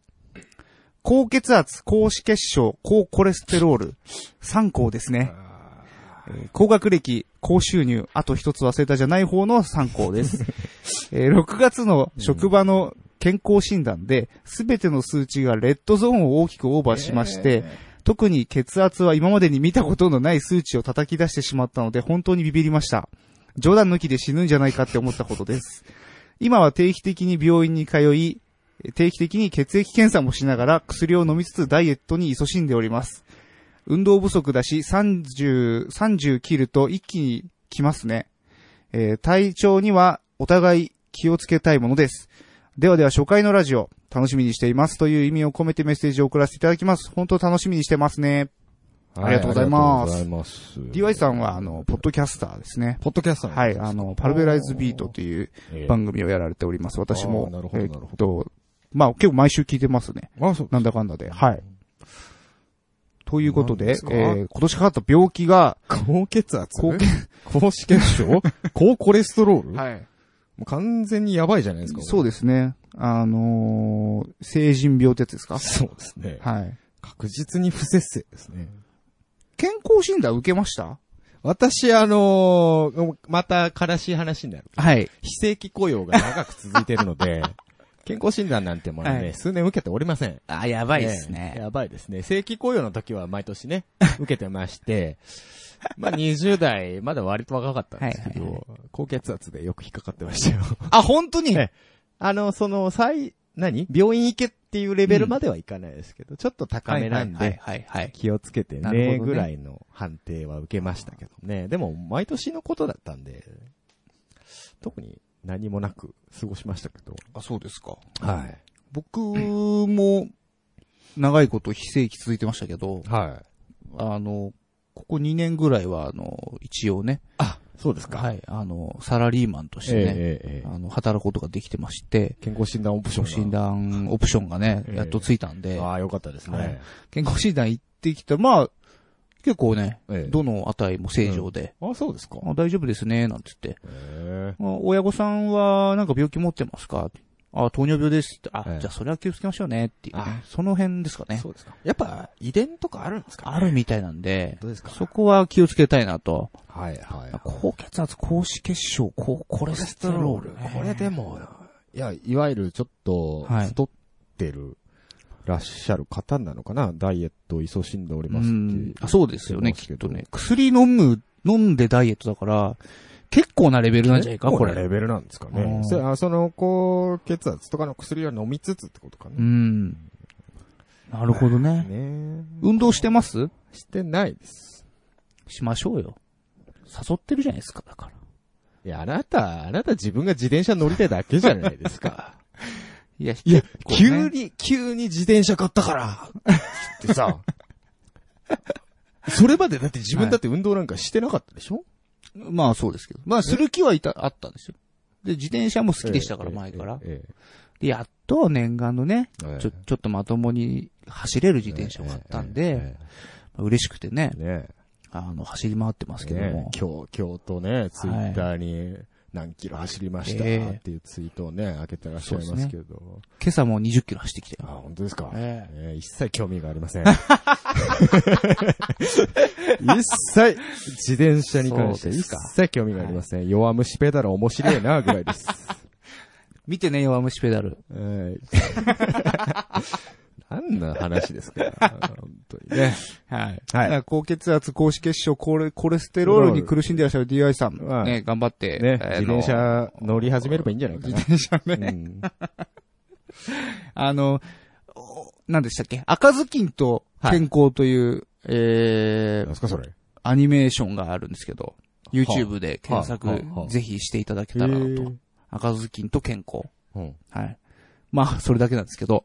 [SPEAKER 2] 高血圧、高脂血症、高コレステロール、3項ですね。えー高学歴、高収入、あと一つ忘れたじゃない方の3項 です。えー6月の職場の健康診断で、すべての数値がレッドゾーンを大きくオーバーしまして、特に血圧は今までに見たことのない数値を叩き出してしまったので本当にビビりました。冗談抜きで死ぬんじゃないかって思ったことです。今は定期的に病院に通い、定期的に血液検査もしながら薬を飲みつつダイエットに勤しんでおります。運動不足だし30、30切ると一気に来ますね。えー体調にはお互い気をつけたいものです。ではでは初回のラジオ、楽しみにしていますという意味を込めてメッセージを送らせていただきます。本当楽しみにしてますね。
[SPEAKER 1] はい
[SPEAKER 2] ありがとうございます
[SPEAKER 1] ありがとうございます。
[SPEAKER 2] DY さんは、あの、ポッドキャスターですね。
[SPEAKER 1] ポッドキャスト
[SPEAKER 2] はい、あの、パルベライズビートという番組をやられております。私
[SPEAKER 1] あ
[SPEAKER 2] も
[SPEAKER 1] ーなる、ほどな
[SPEAKER 2] えっ
[SPEAKER 1] るほど
[SPEAKER 2] と、まあ結構毎週聞いてますね。
[SPEAKER 1] 組。あ、そう。
[SPEAKER 2] なんだかんだで。はい。ということで、
[SPEAKER 1] なん
[SPEAKER 2] え
[SPEAKER 1] ですか
[SPEAKER 2] ー今年かかった病気が、
[SPEAKER 1] 高血圧
[SPEAKER 2] 高
[SPEAKER 1] 高血 症高コレステロールも
[SPEAKER 2] はい。
[SPEAKER 1] う完全にやばいじゃないですか。
[SPEAKER 2] そうですね。あのー、成人病ってやつですか
[SPEAKER 1] す。そうですね。
[SPEAKER 2] はい。
[SPEAKER 1] 確実に不節制ですね。
[SPEAKER 2] 健康診断受けました
[SPEAKER 1] 私、あのーまた悲しい話になる。
[SPEAKER 2] はい。
[SPEAKER 1] 非正規雇用が長く続いているの で、健康診断なんてものはね、
[SPEAKER 2] はい
[SPEAKER 1] 数年受けておりません。
[SPEAKER 2] あ、やば
[SPEAKER 1] ええやばいですね。正規雇用の時は毎年ね、受けてまして、まあ20代、まだ割と若かったんですけど、
[SPEAKER 2] はいは
[SPEAKER 1] 高血圧でよく引っかかってましたよ。
[SPEAKER 2] あ、本当に、
[SPEAKER 1] ええあの、その、最、何病院行けっていうレベルまではいかないですけど、ちょっと高めなん
[SPEAKER 2] はい
[SPEAKER 1] で、
[SPEAKER 2] はいはいはい。
[SPEAKER 1] 気をつけて
[SPEAKER 2] なるほど
[SPEAKER 1] ね、
[SPEAKER 2] ね
[SPEAKER 1] ぐらいの判定は受けましたけどね。でも、毎年のことだったんで、特に何もなく過ごしましたけど。
[SPEAKER 2] あ、そうですか。
[SPEAKER 1] はい。
[SPEAKER 2] 僕も、長いこと非正規続いてましたけど、
[SPEAKER 1] はい。
[SPEAKER 2] あの、ここ2年ぐらいは、あの、一応ね、
[SPEAKER 1] あ、そうですか。
[SPEAKER 2] はい、あの、サラリーマンとして
[SPEAKER 1] ええ
[SPEAKER 2] ね、
[SPEAKER 1] ええええ
[SPEAKER 2] あの、働くことができてまして、
[SPEAKER 1] 健康診断オプションが。
[SPEAKER 2] 診断オプションがね、
[SPEAKER 1] ええ
[SPEAKER 2] やっとついたんで、
[SPEAKER 1] ああ、よかったです
[SPEAKER 2] は
[SPEAKER 1] ね
[SPEAKER 2] い。健康診断行ってきたら、まあ、結構ね、
[SPEAKER 1] ええ
[SPEAKER 2] どの値も正常で、
[SPEAKER 1] あそうですか。
[SPEAKER 2] あ大丈夫ですね、なんつって、
[SPEAKER 1] え
[SPEAKER 2] あ親御さんはなんか病気持ってますかあ、糖尿病ですって。あ、
[SPEAKER 1] ええ
[SPEAKER 2] じゃあそれは気をつけましょうね、っていうね、
[SPEAKER 1] あ
[SPEAKER 2] その辺ですかね。
[SPEAKER 1] そうですか。やっぱ、遺伝とかあるんですか
[SPEAKER 2] あるみたいなんで、
[SPEAKER 1] どうですか
[SPEAKER 2] そこは気をつけたいなと。
[SPEAKER 1] はい、はい。
[SPEAKER 2] 高血圧、高脂血症、高コレステロール。
[SPEAKER 1] これでも、いや、いわゆるちょっと
[SPEAKER 2] はい、
[SPEAKER 1] 太ってる、らっしゃる方なのかなダイエットを勤しんでおり
[SPEAKER 2] う
[SPEAKER 1] ますって
[SPEAKER 2] ん。あそうですよ
[SPEAKER 1] 言
[SPEAKER 2] ね、
[SPEAKER 1] って
[SPEAKER 2] きっ
[SPEAKER 1] ますけ
[SPEAKER 2] と
[SPEAKER 1] ど
[SPEAKER 2] ね。薬飲む、飲んでダイエットだから、結構なレベルなんじゃないか、こ
[SPEAKER 1] 結構な
[SPEAKER 2] れ。
[SPEAKER 1] レベルなんですか
[SPEAKER 2] う
[SPEAKER 1] ね
[SPEAKER 2] ん。
[SPEAKER 1] そあその、高血圧とかの薬は飲みつつってことか
[SPEAKER 2] う
[SPEAKER 1] ね。
[SPEAKER 2] ん。なるほどね。
[SPEAKER 1] ね
[SPEAKER 2] 運動してます
[SPEAKER 1] してないです。
[SPEAKER 2] しましょうよ。誘ってるじゃないですか、だから。
[SPEAKER 1] いや、あなた、あなた自分が自転車乗りたいだけじゃないですか。
[SPEAKER 2] いや、
[SPEAKER 1] いや、
[SPEAKER 2] 結構
[SPEAKER 1] 急
[SPEAKER 2] ね
[SPEAKER 1] に、急に自転車買ったから、ってさ、 それまでだって自分だって運動なんかしてなかったでしょ、
[SPEAKER 2] まあそうですけど。まあする気はいた、あったんですよ。で、自転車も好きでしたから、前から。
[SPEAKER 1] え
[SPEAKER 2] で、やっと念願のね、
[SPEAKER 1] えええ
[SPEAKER 2] ちょ、ちょっとまともに走れる自転車を買ったんで、嬉しくてね
[SPEAKER 1] ええ、ね
[SPEAKER 2] あの、走り回ってます
[SPEAKER 1] え
[SPEAKER 2] けど
[SPEAKER 1] ね
[SPEAKER 2] も
[SPEAKER 1] え、。今日、今日とね、ツイッターに何キロ走りました
[SPEAKER 2] ええ
[SPEAKER 1] っていうツイートをね、開けてらっしゃいますけど。
[SPEAKER 2] 今朝も20キロ走ってきて
[SPEAKER 1] あ、。本当ですか、
[SPEAKER 2] え
[SPEAKER 1] ええ一切興味がありません。 一切、自転車に関して
[SPEAKER 2] そうで
[SPEAKER 1] 一
[SPEAKER 2] すか
[SPEAKER 1] 切興味がありません。弱虫ペダル面白いな、ぐらいです。
[SPEAKER 2] 見てね、弱虫ペダル。
[SPEAKER 1] はい。 何の話ですか本当にね。
[SPEAKER 2] はい。
[SPEAKER 1] はい
[SPEAKER 2] い。高血圧、高脂血症、コレコレステロールに苦しんでらっしゃる DI さん。
[SPEAKER 1] はい
[SPEAKER 2] ね、頑張って。
[SPEAKER 1] ね、
[SPEAKER 2] あの
[SPEAKER 1] 自転。車乗り始めればいいんじゃないか
[SPEAKER 2] 自
[SPEAKER 1] な。
[SPEAKER 2] 転車ね。
[SPEAKER 1] うん
[SPEAKER 2] あの、お何でしたっけ赤ずきんと健康という、え
[SPEAKER 1] 何
[SPEAKER 2] ー
[SPEAKER 1] すかそれ。
[SPEAKER 2] アニメーションがあるんですけど、YouTube で検
[SPEAKER 1] は
[SPEAKER 2] 索
[SPEAKER 1] あはあは、あ
[SPEAKER 2] ぜひしていただけたらな
[SPEAKER 1] へ
[SPEAKER 2] と
[SPEAKER 1] ー。
[SPEAKER 2] 赤ずきんと健康。
[SPEAKER 1] うん
[SPEAKER 2] はい。まあ、それだけなんですけど、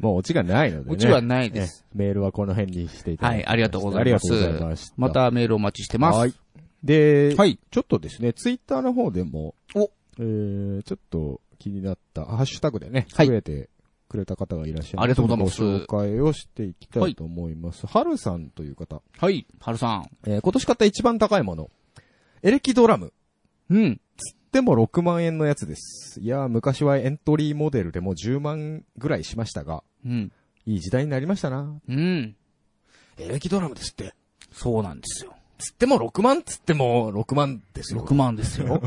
[SPEAKER 1] もうオチがないのでね。
[SPEAKER 2] うちはないです。
[SPEAKER 1] ね。メールはこの辺にしていただ
[SPEAKER 2] はい、ありがとうござ
[SPEAKER 1] あ
[SPEAKER 2] い
[SPEAKER 1] り
[SPEAKER 2] ま
[SPEAKER 1] がと
[SPEAKER 2] す
[SPEAKER 1] うございました。。
[SPEAKER 2] またメールお待ちしてます。
[SPEAKER 1] はい。で、
[SPEAKER 2] はい
[SPEAKER 1] ちょっとですね、ツイッターの方でも、
[SPEAKER 2] お
[SPEAKER 1] えー、ちょっと気になった、ハッシュタグでね、
[SPEAKER 2] は
[SPEAKER 1] 増
[SPEAKER 2] い
[SPEAKER 1] えてくれた方がいらっしゃいます。
[SPEAKER 4] ありがとうございます
[SPEAKER 1] ご紹介をしていきたいと思います。はる、さんという方。
[SPEAKER 4] はい、はるさん。
[SPEAKER 1] えー今年買った一番高いもの。エレキドラム。
[SPEAKER 4] うん。
[SPEAKER 1] でも6万円のやつです。いやー、昔はエントリーモデルでも10万ぐらいしましたが、
[SPEAKER 4] うん。
[SPEAKER 1] いい時代になりましたな。
[SPEAKER 4] うん。
[SPEAKER 1] エレキドラムですって。
[SPEAKER 4] そうなんですよ。
[SPEAKER 1] つっても6万つっても6万ですよ。
[SPEAKER 4] 6万です よ。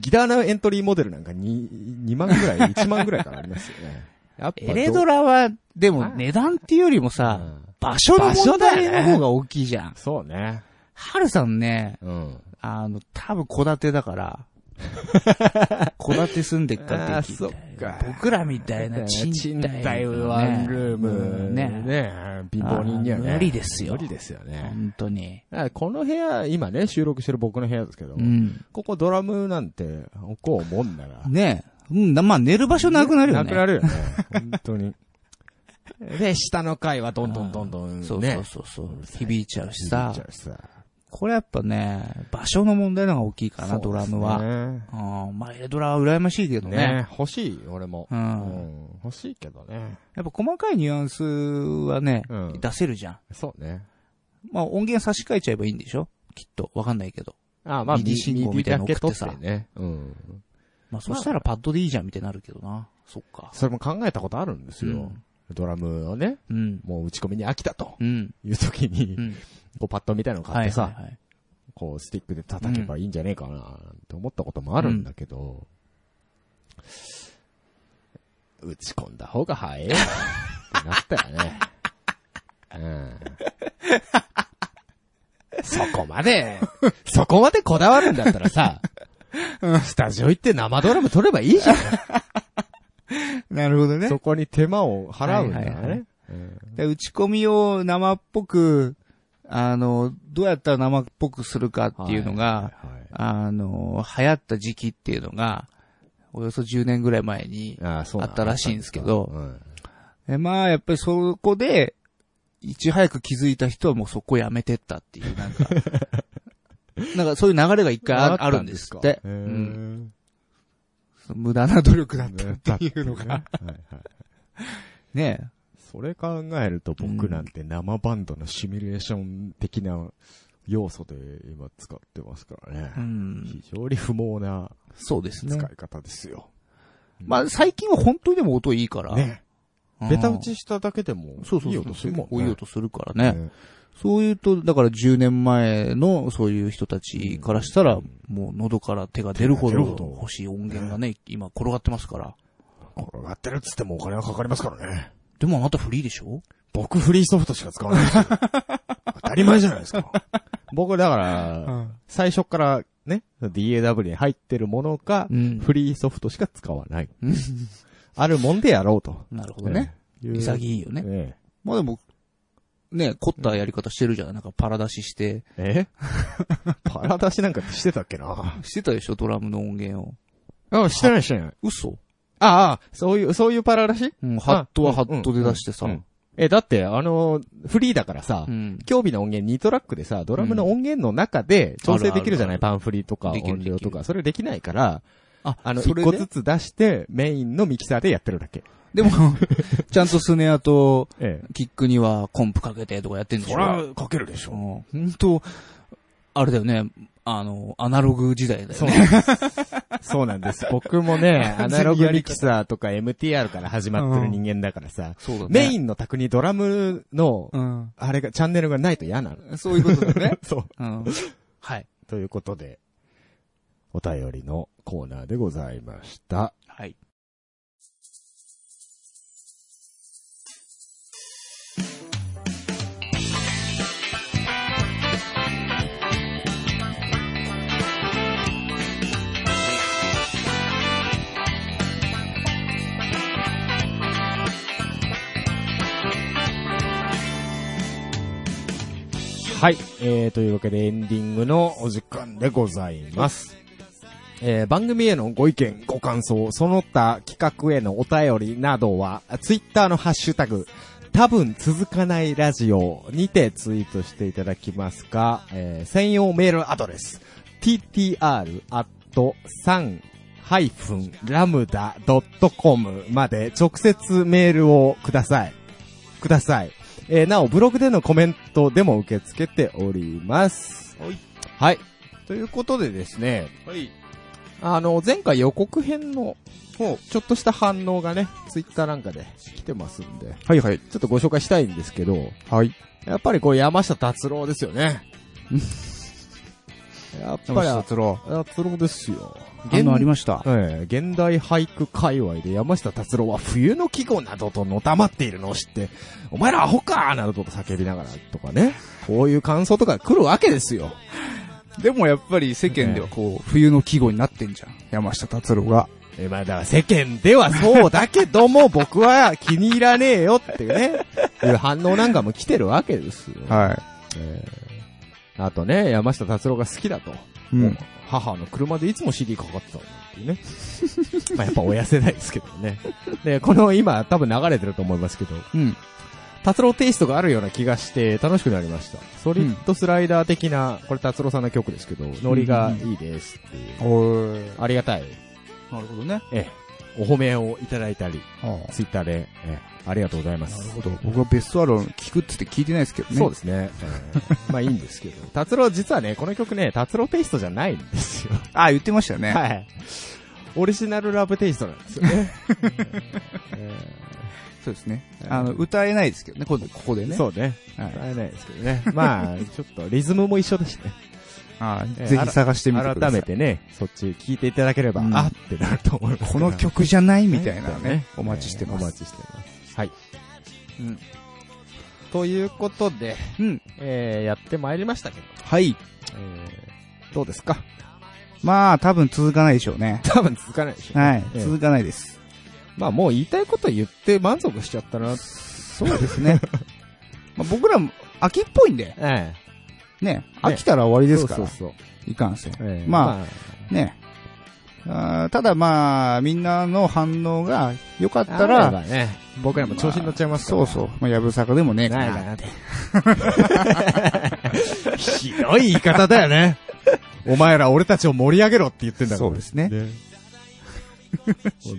[SPEAKER 1] ギターのエントリーモデルなんか 2, 2万ぐらい、1万 ぐらいからありますよね。やっぱ
[SPEAKER 4] エレドラは、でも値段っていうよりもさ、
[SPEAKER 2] 場所
[SPEAKER 4] 場所代の方が大きいじゃん。
[SPEAKER 1] そうね。
[SPEAKER 4] はるさんね、
[SPEAKER 1] うん。
[SPEAKER 4] あの、多分戸建てだ から、戸建て住んでっからって聞いて。
[SPEAKER 1] っか
[SPEAKER 4] 僕らみたいな賃貸、ね、
[SPEAKER 1] ワンルーム。
[SPEAKER 4] ね
[SPEAKER 1] ね貧乏人にはね。
[SPEAKER 4] あー無理ですよ
[SPEAKER 1] 無理ですよね。
[SPEAKER 4] 本当に。
[SPEAKER 1] だからこの部屋、今ね、収録してる僕の部屋ですけど、
[SPEAKER 4] うん。
[SPEAKER 1] ここドラムなんて、おこうもんなら。
[SPEAKER 4] ねえ。うん、まあ寝る場所なくなるよね。
[SPEAKER 1] なくなるよね。 本当に。で、下の階はどんどんどんどんね。
[SPEAKER 4] そうそうそうそう。響いちゃうしさ
[SPEAKER 1] 響いち。ゃうしさ。
[SPEAKER 4] これやっぱね、場所の問題の方が大きいかな、ドラムは。
[SPEAKER 1] ね
[SPEAKER 4] うん。まあ、エレドラは羨ましいけどね。
[SPEAKER 1] ね欲しい、俺も。
[SPEAKER 4] うん
[SPEAKER 1] うん欲しいけどね。
[SPEAKER 4] やっぱ細かいニュアンスはね、
[SPEAKER 1] うん
[SPEAKER 4] 出せるじゃん。
[SPEAKER 1] そうね。
[SPEAKER 4] まあ、音源差し替えちゃえばいいんでしょきっと。わかんないけど。
[SPEAKER 1] あまあ、
[SPEAKER 4] ミディ進行みたいなの送ってさ
[SPEAKER 1] ミディだけ取ね。うん。
[SPEAKER 4] まあ、そしたらパッドでいいじゃんみたいになるけどな。そっか。
[SPEAKER 1] それも考えたことあるんですよ。
[SPEAKER 4] うん
[SPEAKER 1] ドラムをね、
[SPEAKER 4] うん。
[SPEAKER 1] もう打ち込みに飽きたと
[SPEAKER 4] うん。
[SPEAKER 1] いう時に、
[SPEAKER 4] うん。
[SPEAKER 1] こうパッドみたいなの買ってさ、
[SPEAKER 4] はいはいはい
[SPEAKER 1] こうスティックで叩けばいいんじゃねえかな、なんて思ったこともあるんだけど、打ち込んだ方が 早いよってなったよね。うん。そこまで、そこまでこだわるんだったらさ、スタジオ行って生ドラム撮ればいいじゃん。
[SPEAKER 2] なるほど ね。
[SPEAKER 1] そこに手間を払うんだ
[SPEAKER 4] はいはいはい
[SPEAKER 1] ね。
[SPEAKER 2] で打ち込みを生っぽく、あの、どうやったら生っぽくするかっていうのが、
[SPEAKER 1] はい
[SPEAKER 2] あの、流行った時期っていうのが、およそ10年ぐらい前に、
[SPEAKER 1] あそうなんだ
[SPEAKER 2] あったらしいんですけど
[SPEAKER 1] うん
[SPEAKER 2] えまあ、やっぱりそこで、いち早く気づいた人はもうそこやめてったっていう、な んか、なんかそういう流れが一回ああるんですって。
[SPEAKER 1] へ
[SPEAKER 2] う
[SPEAKER 1] ー
[SPEAKER 2] ん、その無駄な努力だった っていうの
[SPEAKER 1] ね
[SPEAKER 2] が、
[SPEAKER 1] はいはい
[SPEAKER 2] ね
[SPEAKER 1] それ考えると僕なんて生バンドのシミュレーション的な要素で今使ってますからね。
[SPEAKER 2] うん、
[SPEAKER 1] 非常に不毛な
[SPEAKER 2] そうです
[SPEAKER 1] 使
[SPEAKER 2] ね。
[SPEAKER 1] い方ですよ。
[SPEAKER 2] まあ、最近は本当にでも音いいから。
[SPEAKER 1] ね。
[SPEAKER 4] うん
[SPEAKER 1] ベタ打ちしただけでも、
[SPEAKER 2] そうそうそう。
[SPEAKER 1] いい音するもんね。
[SPEAKER 2] いい音するからね。
[SPEAKER 1] ね
[SPEAKER 2] そういうと、だから10年前のそういう人たちからしたら、もう喉から手が出るほ
[SPEAKER 1] 手が出るほ
[SPEAKER 2] ど
[SPEAKER 1] ど
[SPEAKER 2] 欲しい音源がね、今転がってますから。
[SPEAKER 1] 転がってるっつってもお金はかかりますからね。
[SPEAKER 4] でもあなたフリーでしょ
[SPEAKER 1] 僕フリーソフトしか使わないです よ当たり前じゃないですか。僕だから、最初からね、DAW に入ってるものか、
[SPEAKER 4] ん
[SPEAKER 1] フリーソフトしか使わない。あるもんでやろうと。
[SPEAKER 4] なるほどね。
[SPEAKER 1] いう。
[SPEAKER 4] 潔いよね。
[SPEAKER 1] ね。
[SPEAKER 4] まあでも、ね、凝ったやり方してるじゃん。なんかパラ出しして、
[SPEAKER 1] えパラ出しなんかしてたっけな
[SPEAKER 4] してたでしょドラムの音源を。
[SPEAKER 1] あ、してないしてない。
[SPEAKER 4] 嘘
[SPEAKER 1] ああ、そういう、そういうパラ出し
[SPEAKER 4] うん、ハットは
[SPEAKER 1] うん
[SPEAKER 4] ハットで出してさ。
[SPEAKER 1] うんえ、だって、あのー、フリーだからさ
[SPEAKER 4] う、ん。
[SPEAKER 1] 競技の音源2トラックでさ、ドラムの音源の中で調整できるじゃない、
[SPEAKER 4] ある
[SPEAKER 1] パンフリとか
[SPEAKER 4] できる
[SPEAKER 1] 音量
[SPEAKER 4] で
[SPEAKER 1] と
[SPEAKER 4] き
[SPEAKER 1] か、それできないから、
[SPEAKER 4] あ、
[SPEAKER 1] あの、
[SPEAKER 4] そ
[SPEAKER 1] 1
[SPEAKER 4] れ
[SPEAKER 1] 個
[SPEAKER 4] で
[SPEAKER 1] ずつ出して、メインのミキサーでやってるだけ。
[SPEAKER 2] でも、ちゃんとスネアと
[SPEAKER 1] ええ。
[SPEAKER 4] キックにはコンプかけてとかやってんでしょ
[SPEAKER 1] かけるでし
[SPEAKER 4] う。ん。本当あれだよね。あの、アナログ時代だよ
[SPEAKER 1] そう
[SPEAKER 4] ね。
[SPEAKER 1] なん です。そうなんです。僕もね、アナログミキサーとか MTR から始まってる人間だからさ、
[SPEAKER 4] そうだね
[SPEAKER 1] メインの卓にドラムの、
[SPEAKER 2] うん。
[SPEAKER 1] あれが、チャンネルがないと嫌なの。。
[SPEAKER 2] そういうことだよね
[SPEAKER 1] そう。
[SPEAKER 4] うん。はい。
[SPEAKER 1] ということで、お便りのコーナーでございました。
[SPEAKER 4] はい。
[SPEAKER 1] はい。えー、というわけでエンディングのお時間でございます。えー、番組へのご意見、ご感想、その他企画へのお便りなどは、ツイッターのハッシュタグ、多分続かないラジオにてツイートしていただきますか、えー、専用メールアドレス、ttr.3 info.lambda.com まで直接メールをください。ください。えー、なお、ブログでのコメントでも受け付けております。
[SPEAKER 4] はい。
[SPEAKER 1] はい。ということでですね、
[SPEAKER 4] はい。
[SPEAKER 1] あの、前回予告編の、ちょっとした反応がね、ツイッターなんかで来てますんで、
[SPEAKER 2] はいはい。
[SPEAKER 1] ちょっとご紹介したいんですけど、
[SPEAKER 2] はい。
[SPEAKER 1] やっぱりこう山下達郎ですよね。やっぱり、
[SPEAKER 2] 達郎。
[SPEAKER 1] 達郎ですよ。
[SPEAKER 4] 反応ありました。
[SPEAKER 1] ええ現代俳句界隈で山下達郎は冬の季語などとのたまっているのを知って、お前らアホかーなどと叫びながらとかね、こういう感想とか来るわけですよ。
[SPEAKER 2] でもやっぱり世間ではこう、冬の季語になってんじゃん。山下達郎が。
[SPEAKER 1] えまあだから世間ではそうだけども 僕は気に入らねえよっていうね、いう反応なんかも来てるわけですよ。
[SPEAKER 2] は
[SPEAKER 1] ええあとね、山下達郎が好きだと。
[SPEAKER 2] い。うん。
[SPEAKER 1] 母の車でいつも CD かかってたのっていうね。まあやっぱ親世代ですけどね。で、この今多分流れてると思いますけど、
[SPEAKER 2] うん。
[SPEAKER 1] 達郎テイストがあるような気がして楽しくなりました。ソリッドスライダー的な、これ達郎さんの曲ですけど、ノリがいいですっていう。
[SPEAKER 2] おい。
[SPEAKER 1] ありがたい。
[SPEAKER 2] なるほどね。
[SPEAKER 1] ええ。お褒めをいただいたり、
[SPEAKER 2] はあ
[SPEAKER 1] ツイッターで、ええ、ありがとうございます。なるほど。
[SPEAKER 2] 僕はベストアロン聞くっつって聞いてないですけどね。
[SPEAKER 1] そう
[SPEAKER 2] で
[SPEAKER 1] ですね。え えまあいいんですけど。達郎実はね、この曲ね、達郎テイストじゃないんですよ。
[SPEAKER 2] す。あ、言ってましたよね。
[SPEAKER 1] はい。オリジナルラブテイストなんですよ ね。え
[SPEAKER 2] そうですね。あの、歌えないですけどね、今度ここで
[SPEAKER 1] ー
[SPEAKER 2] ね。
[SPEAKER 1] そうね。
[SPEAKER 2] はい
[SPEAKER 1] 歌えないですけどね。まあ、ちょっとリズムも一緒だしね。
[SPEAKER 2] あ
[SPEAKER 1] えー
[SPEAKER 2] ぜひ探してみてくださ
[SPEAKER 1] 改
[SPEAKER 2] い。
[SPEAKER 1] め。てね、そっち聞いていただければ、
[SPEAKER 2] うん
[SPEAKER 1] あってなると思います。
[SPEAKER 2] この曲じゃないみたいなね。お待ちして
[SPEAKER 1] え
[SPEAKER 2] ま
[SPEAKER 1] ーお
[SPEAKER 2] す。
[SPEAKER 1] 待ちしてます。はい。
[SPEAKER 2] うん。
[SPEAKER 1] ということで、
[SPEAKER 2] うん。
[SPEAKER 1] えー、やってまいりましたけど、
[SPEAKER 2] はい。
[SPEAKER 1] えー、どうですか
[SPEAKER 2] まあ、多分続かないでしょう ね。
[SPEAKER 1] 多分続かないでしょ。
[SPEAKER 2] はい。
[SPEAKER 1] ええ
[SPEAKER 2] 続かないです。
[SPEAKER 1] まあもう言いたいこと言って満足しちゃったな。
[SPEAKER 2] そうです ね。まあ僕らも、秋っぽいんで、
[SPEAKER 1] え
[SPEAKER 2] ね、飽きたら終わり
[SPEAKER 1] え。
[SPEAKER 2] ですか
[SPEAKER 1] そう
[SPEAKER 2] ら、
[SPEAKER 1] そう
[SPEAKER 2] いかんせん。
[SPEAKER 1] そう。ええ
[SPEAKER 2] まあね。あーただまあ、みんなの反応が良かった
[SPEAKER 1] あれ
[SPEAKER 2] ら、
[SPEAKER 1] ばね、僕らも調子に乗っちゃいますから。
[SPEAKER 2] そうそう。まあ、やぶさかでもねえか
[SPEAKER 1] ないか
[SPEAKER 2] な。
[SPEAKER 1] なって。ひどい言い方だよね。お前ら俺たちを盛り上げろって言ってんだから。
[SPEAKER 2] そうですね。
[SPEAKER 1] ね。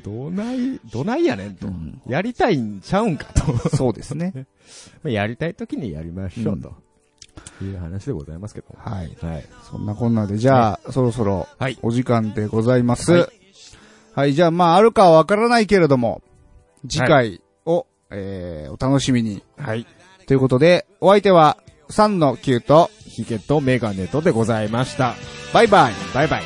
[SPEAKER 1] もうどない、どないやねんと。
[SPEAKER 2] うん
[SPEAKER 1] やりたいんちゃうんかと。ま
[SPEAKER 2] そうですね。
[SPEAKER 1] あやりたい時にやりましょうと。いう話でございますけど。
[SPEAKER 2] はい。
[SPEAKER 1] はい。
[SPEAKER 2] そんなこんなで、じゃあ、そろそろ
[SPEAKER 1] はい、
[SPEAKER 2] お時間でございます。は
[SPEAKER 1] はいい、
[SPEAKER 2] じゃあ、まあ、あるかはわからないけれども、次回を、えー、お楽しみに。
[SPEAKER 1] はい。
[SPEAKER 2] ということで、お相手は、3の9と、
[SPEAKER 1] ヒゲとメガネとでございました。
[SPEAKER 2] バイバイ。
[SPEAKER 1] バイバイ。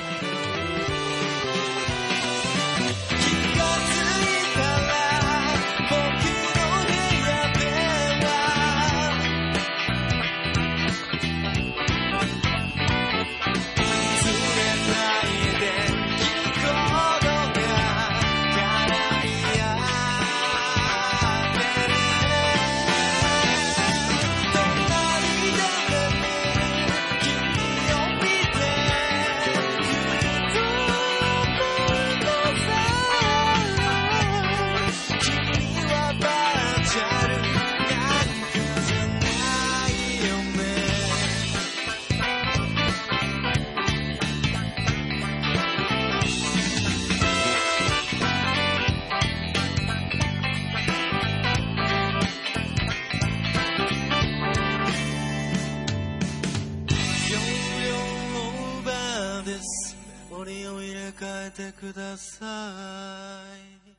[SPEAKER 5] オーバーです森を入れ替えてください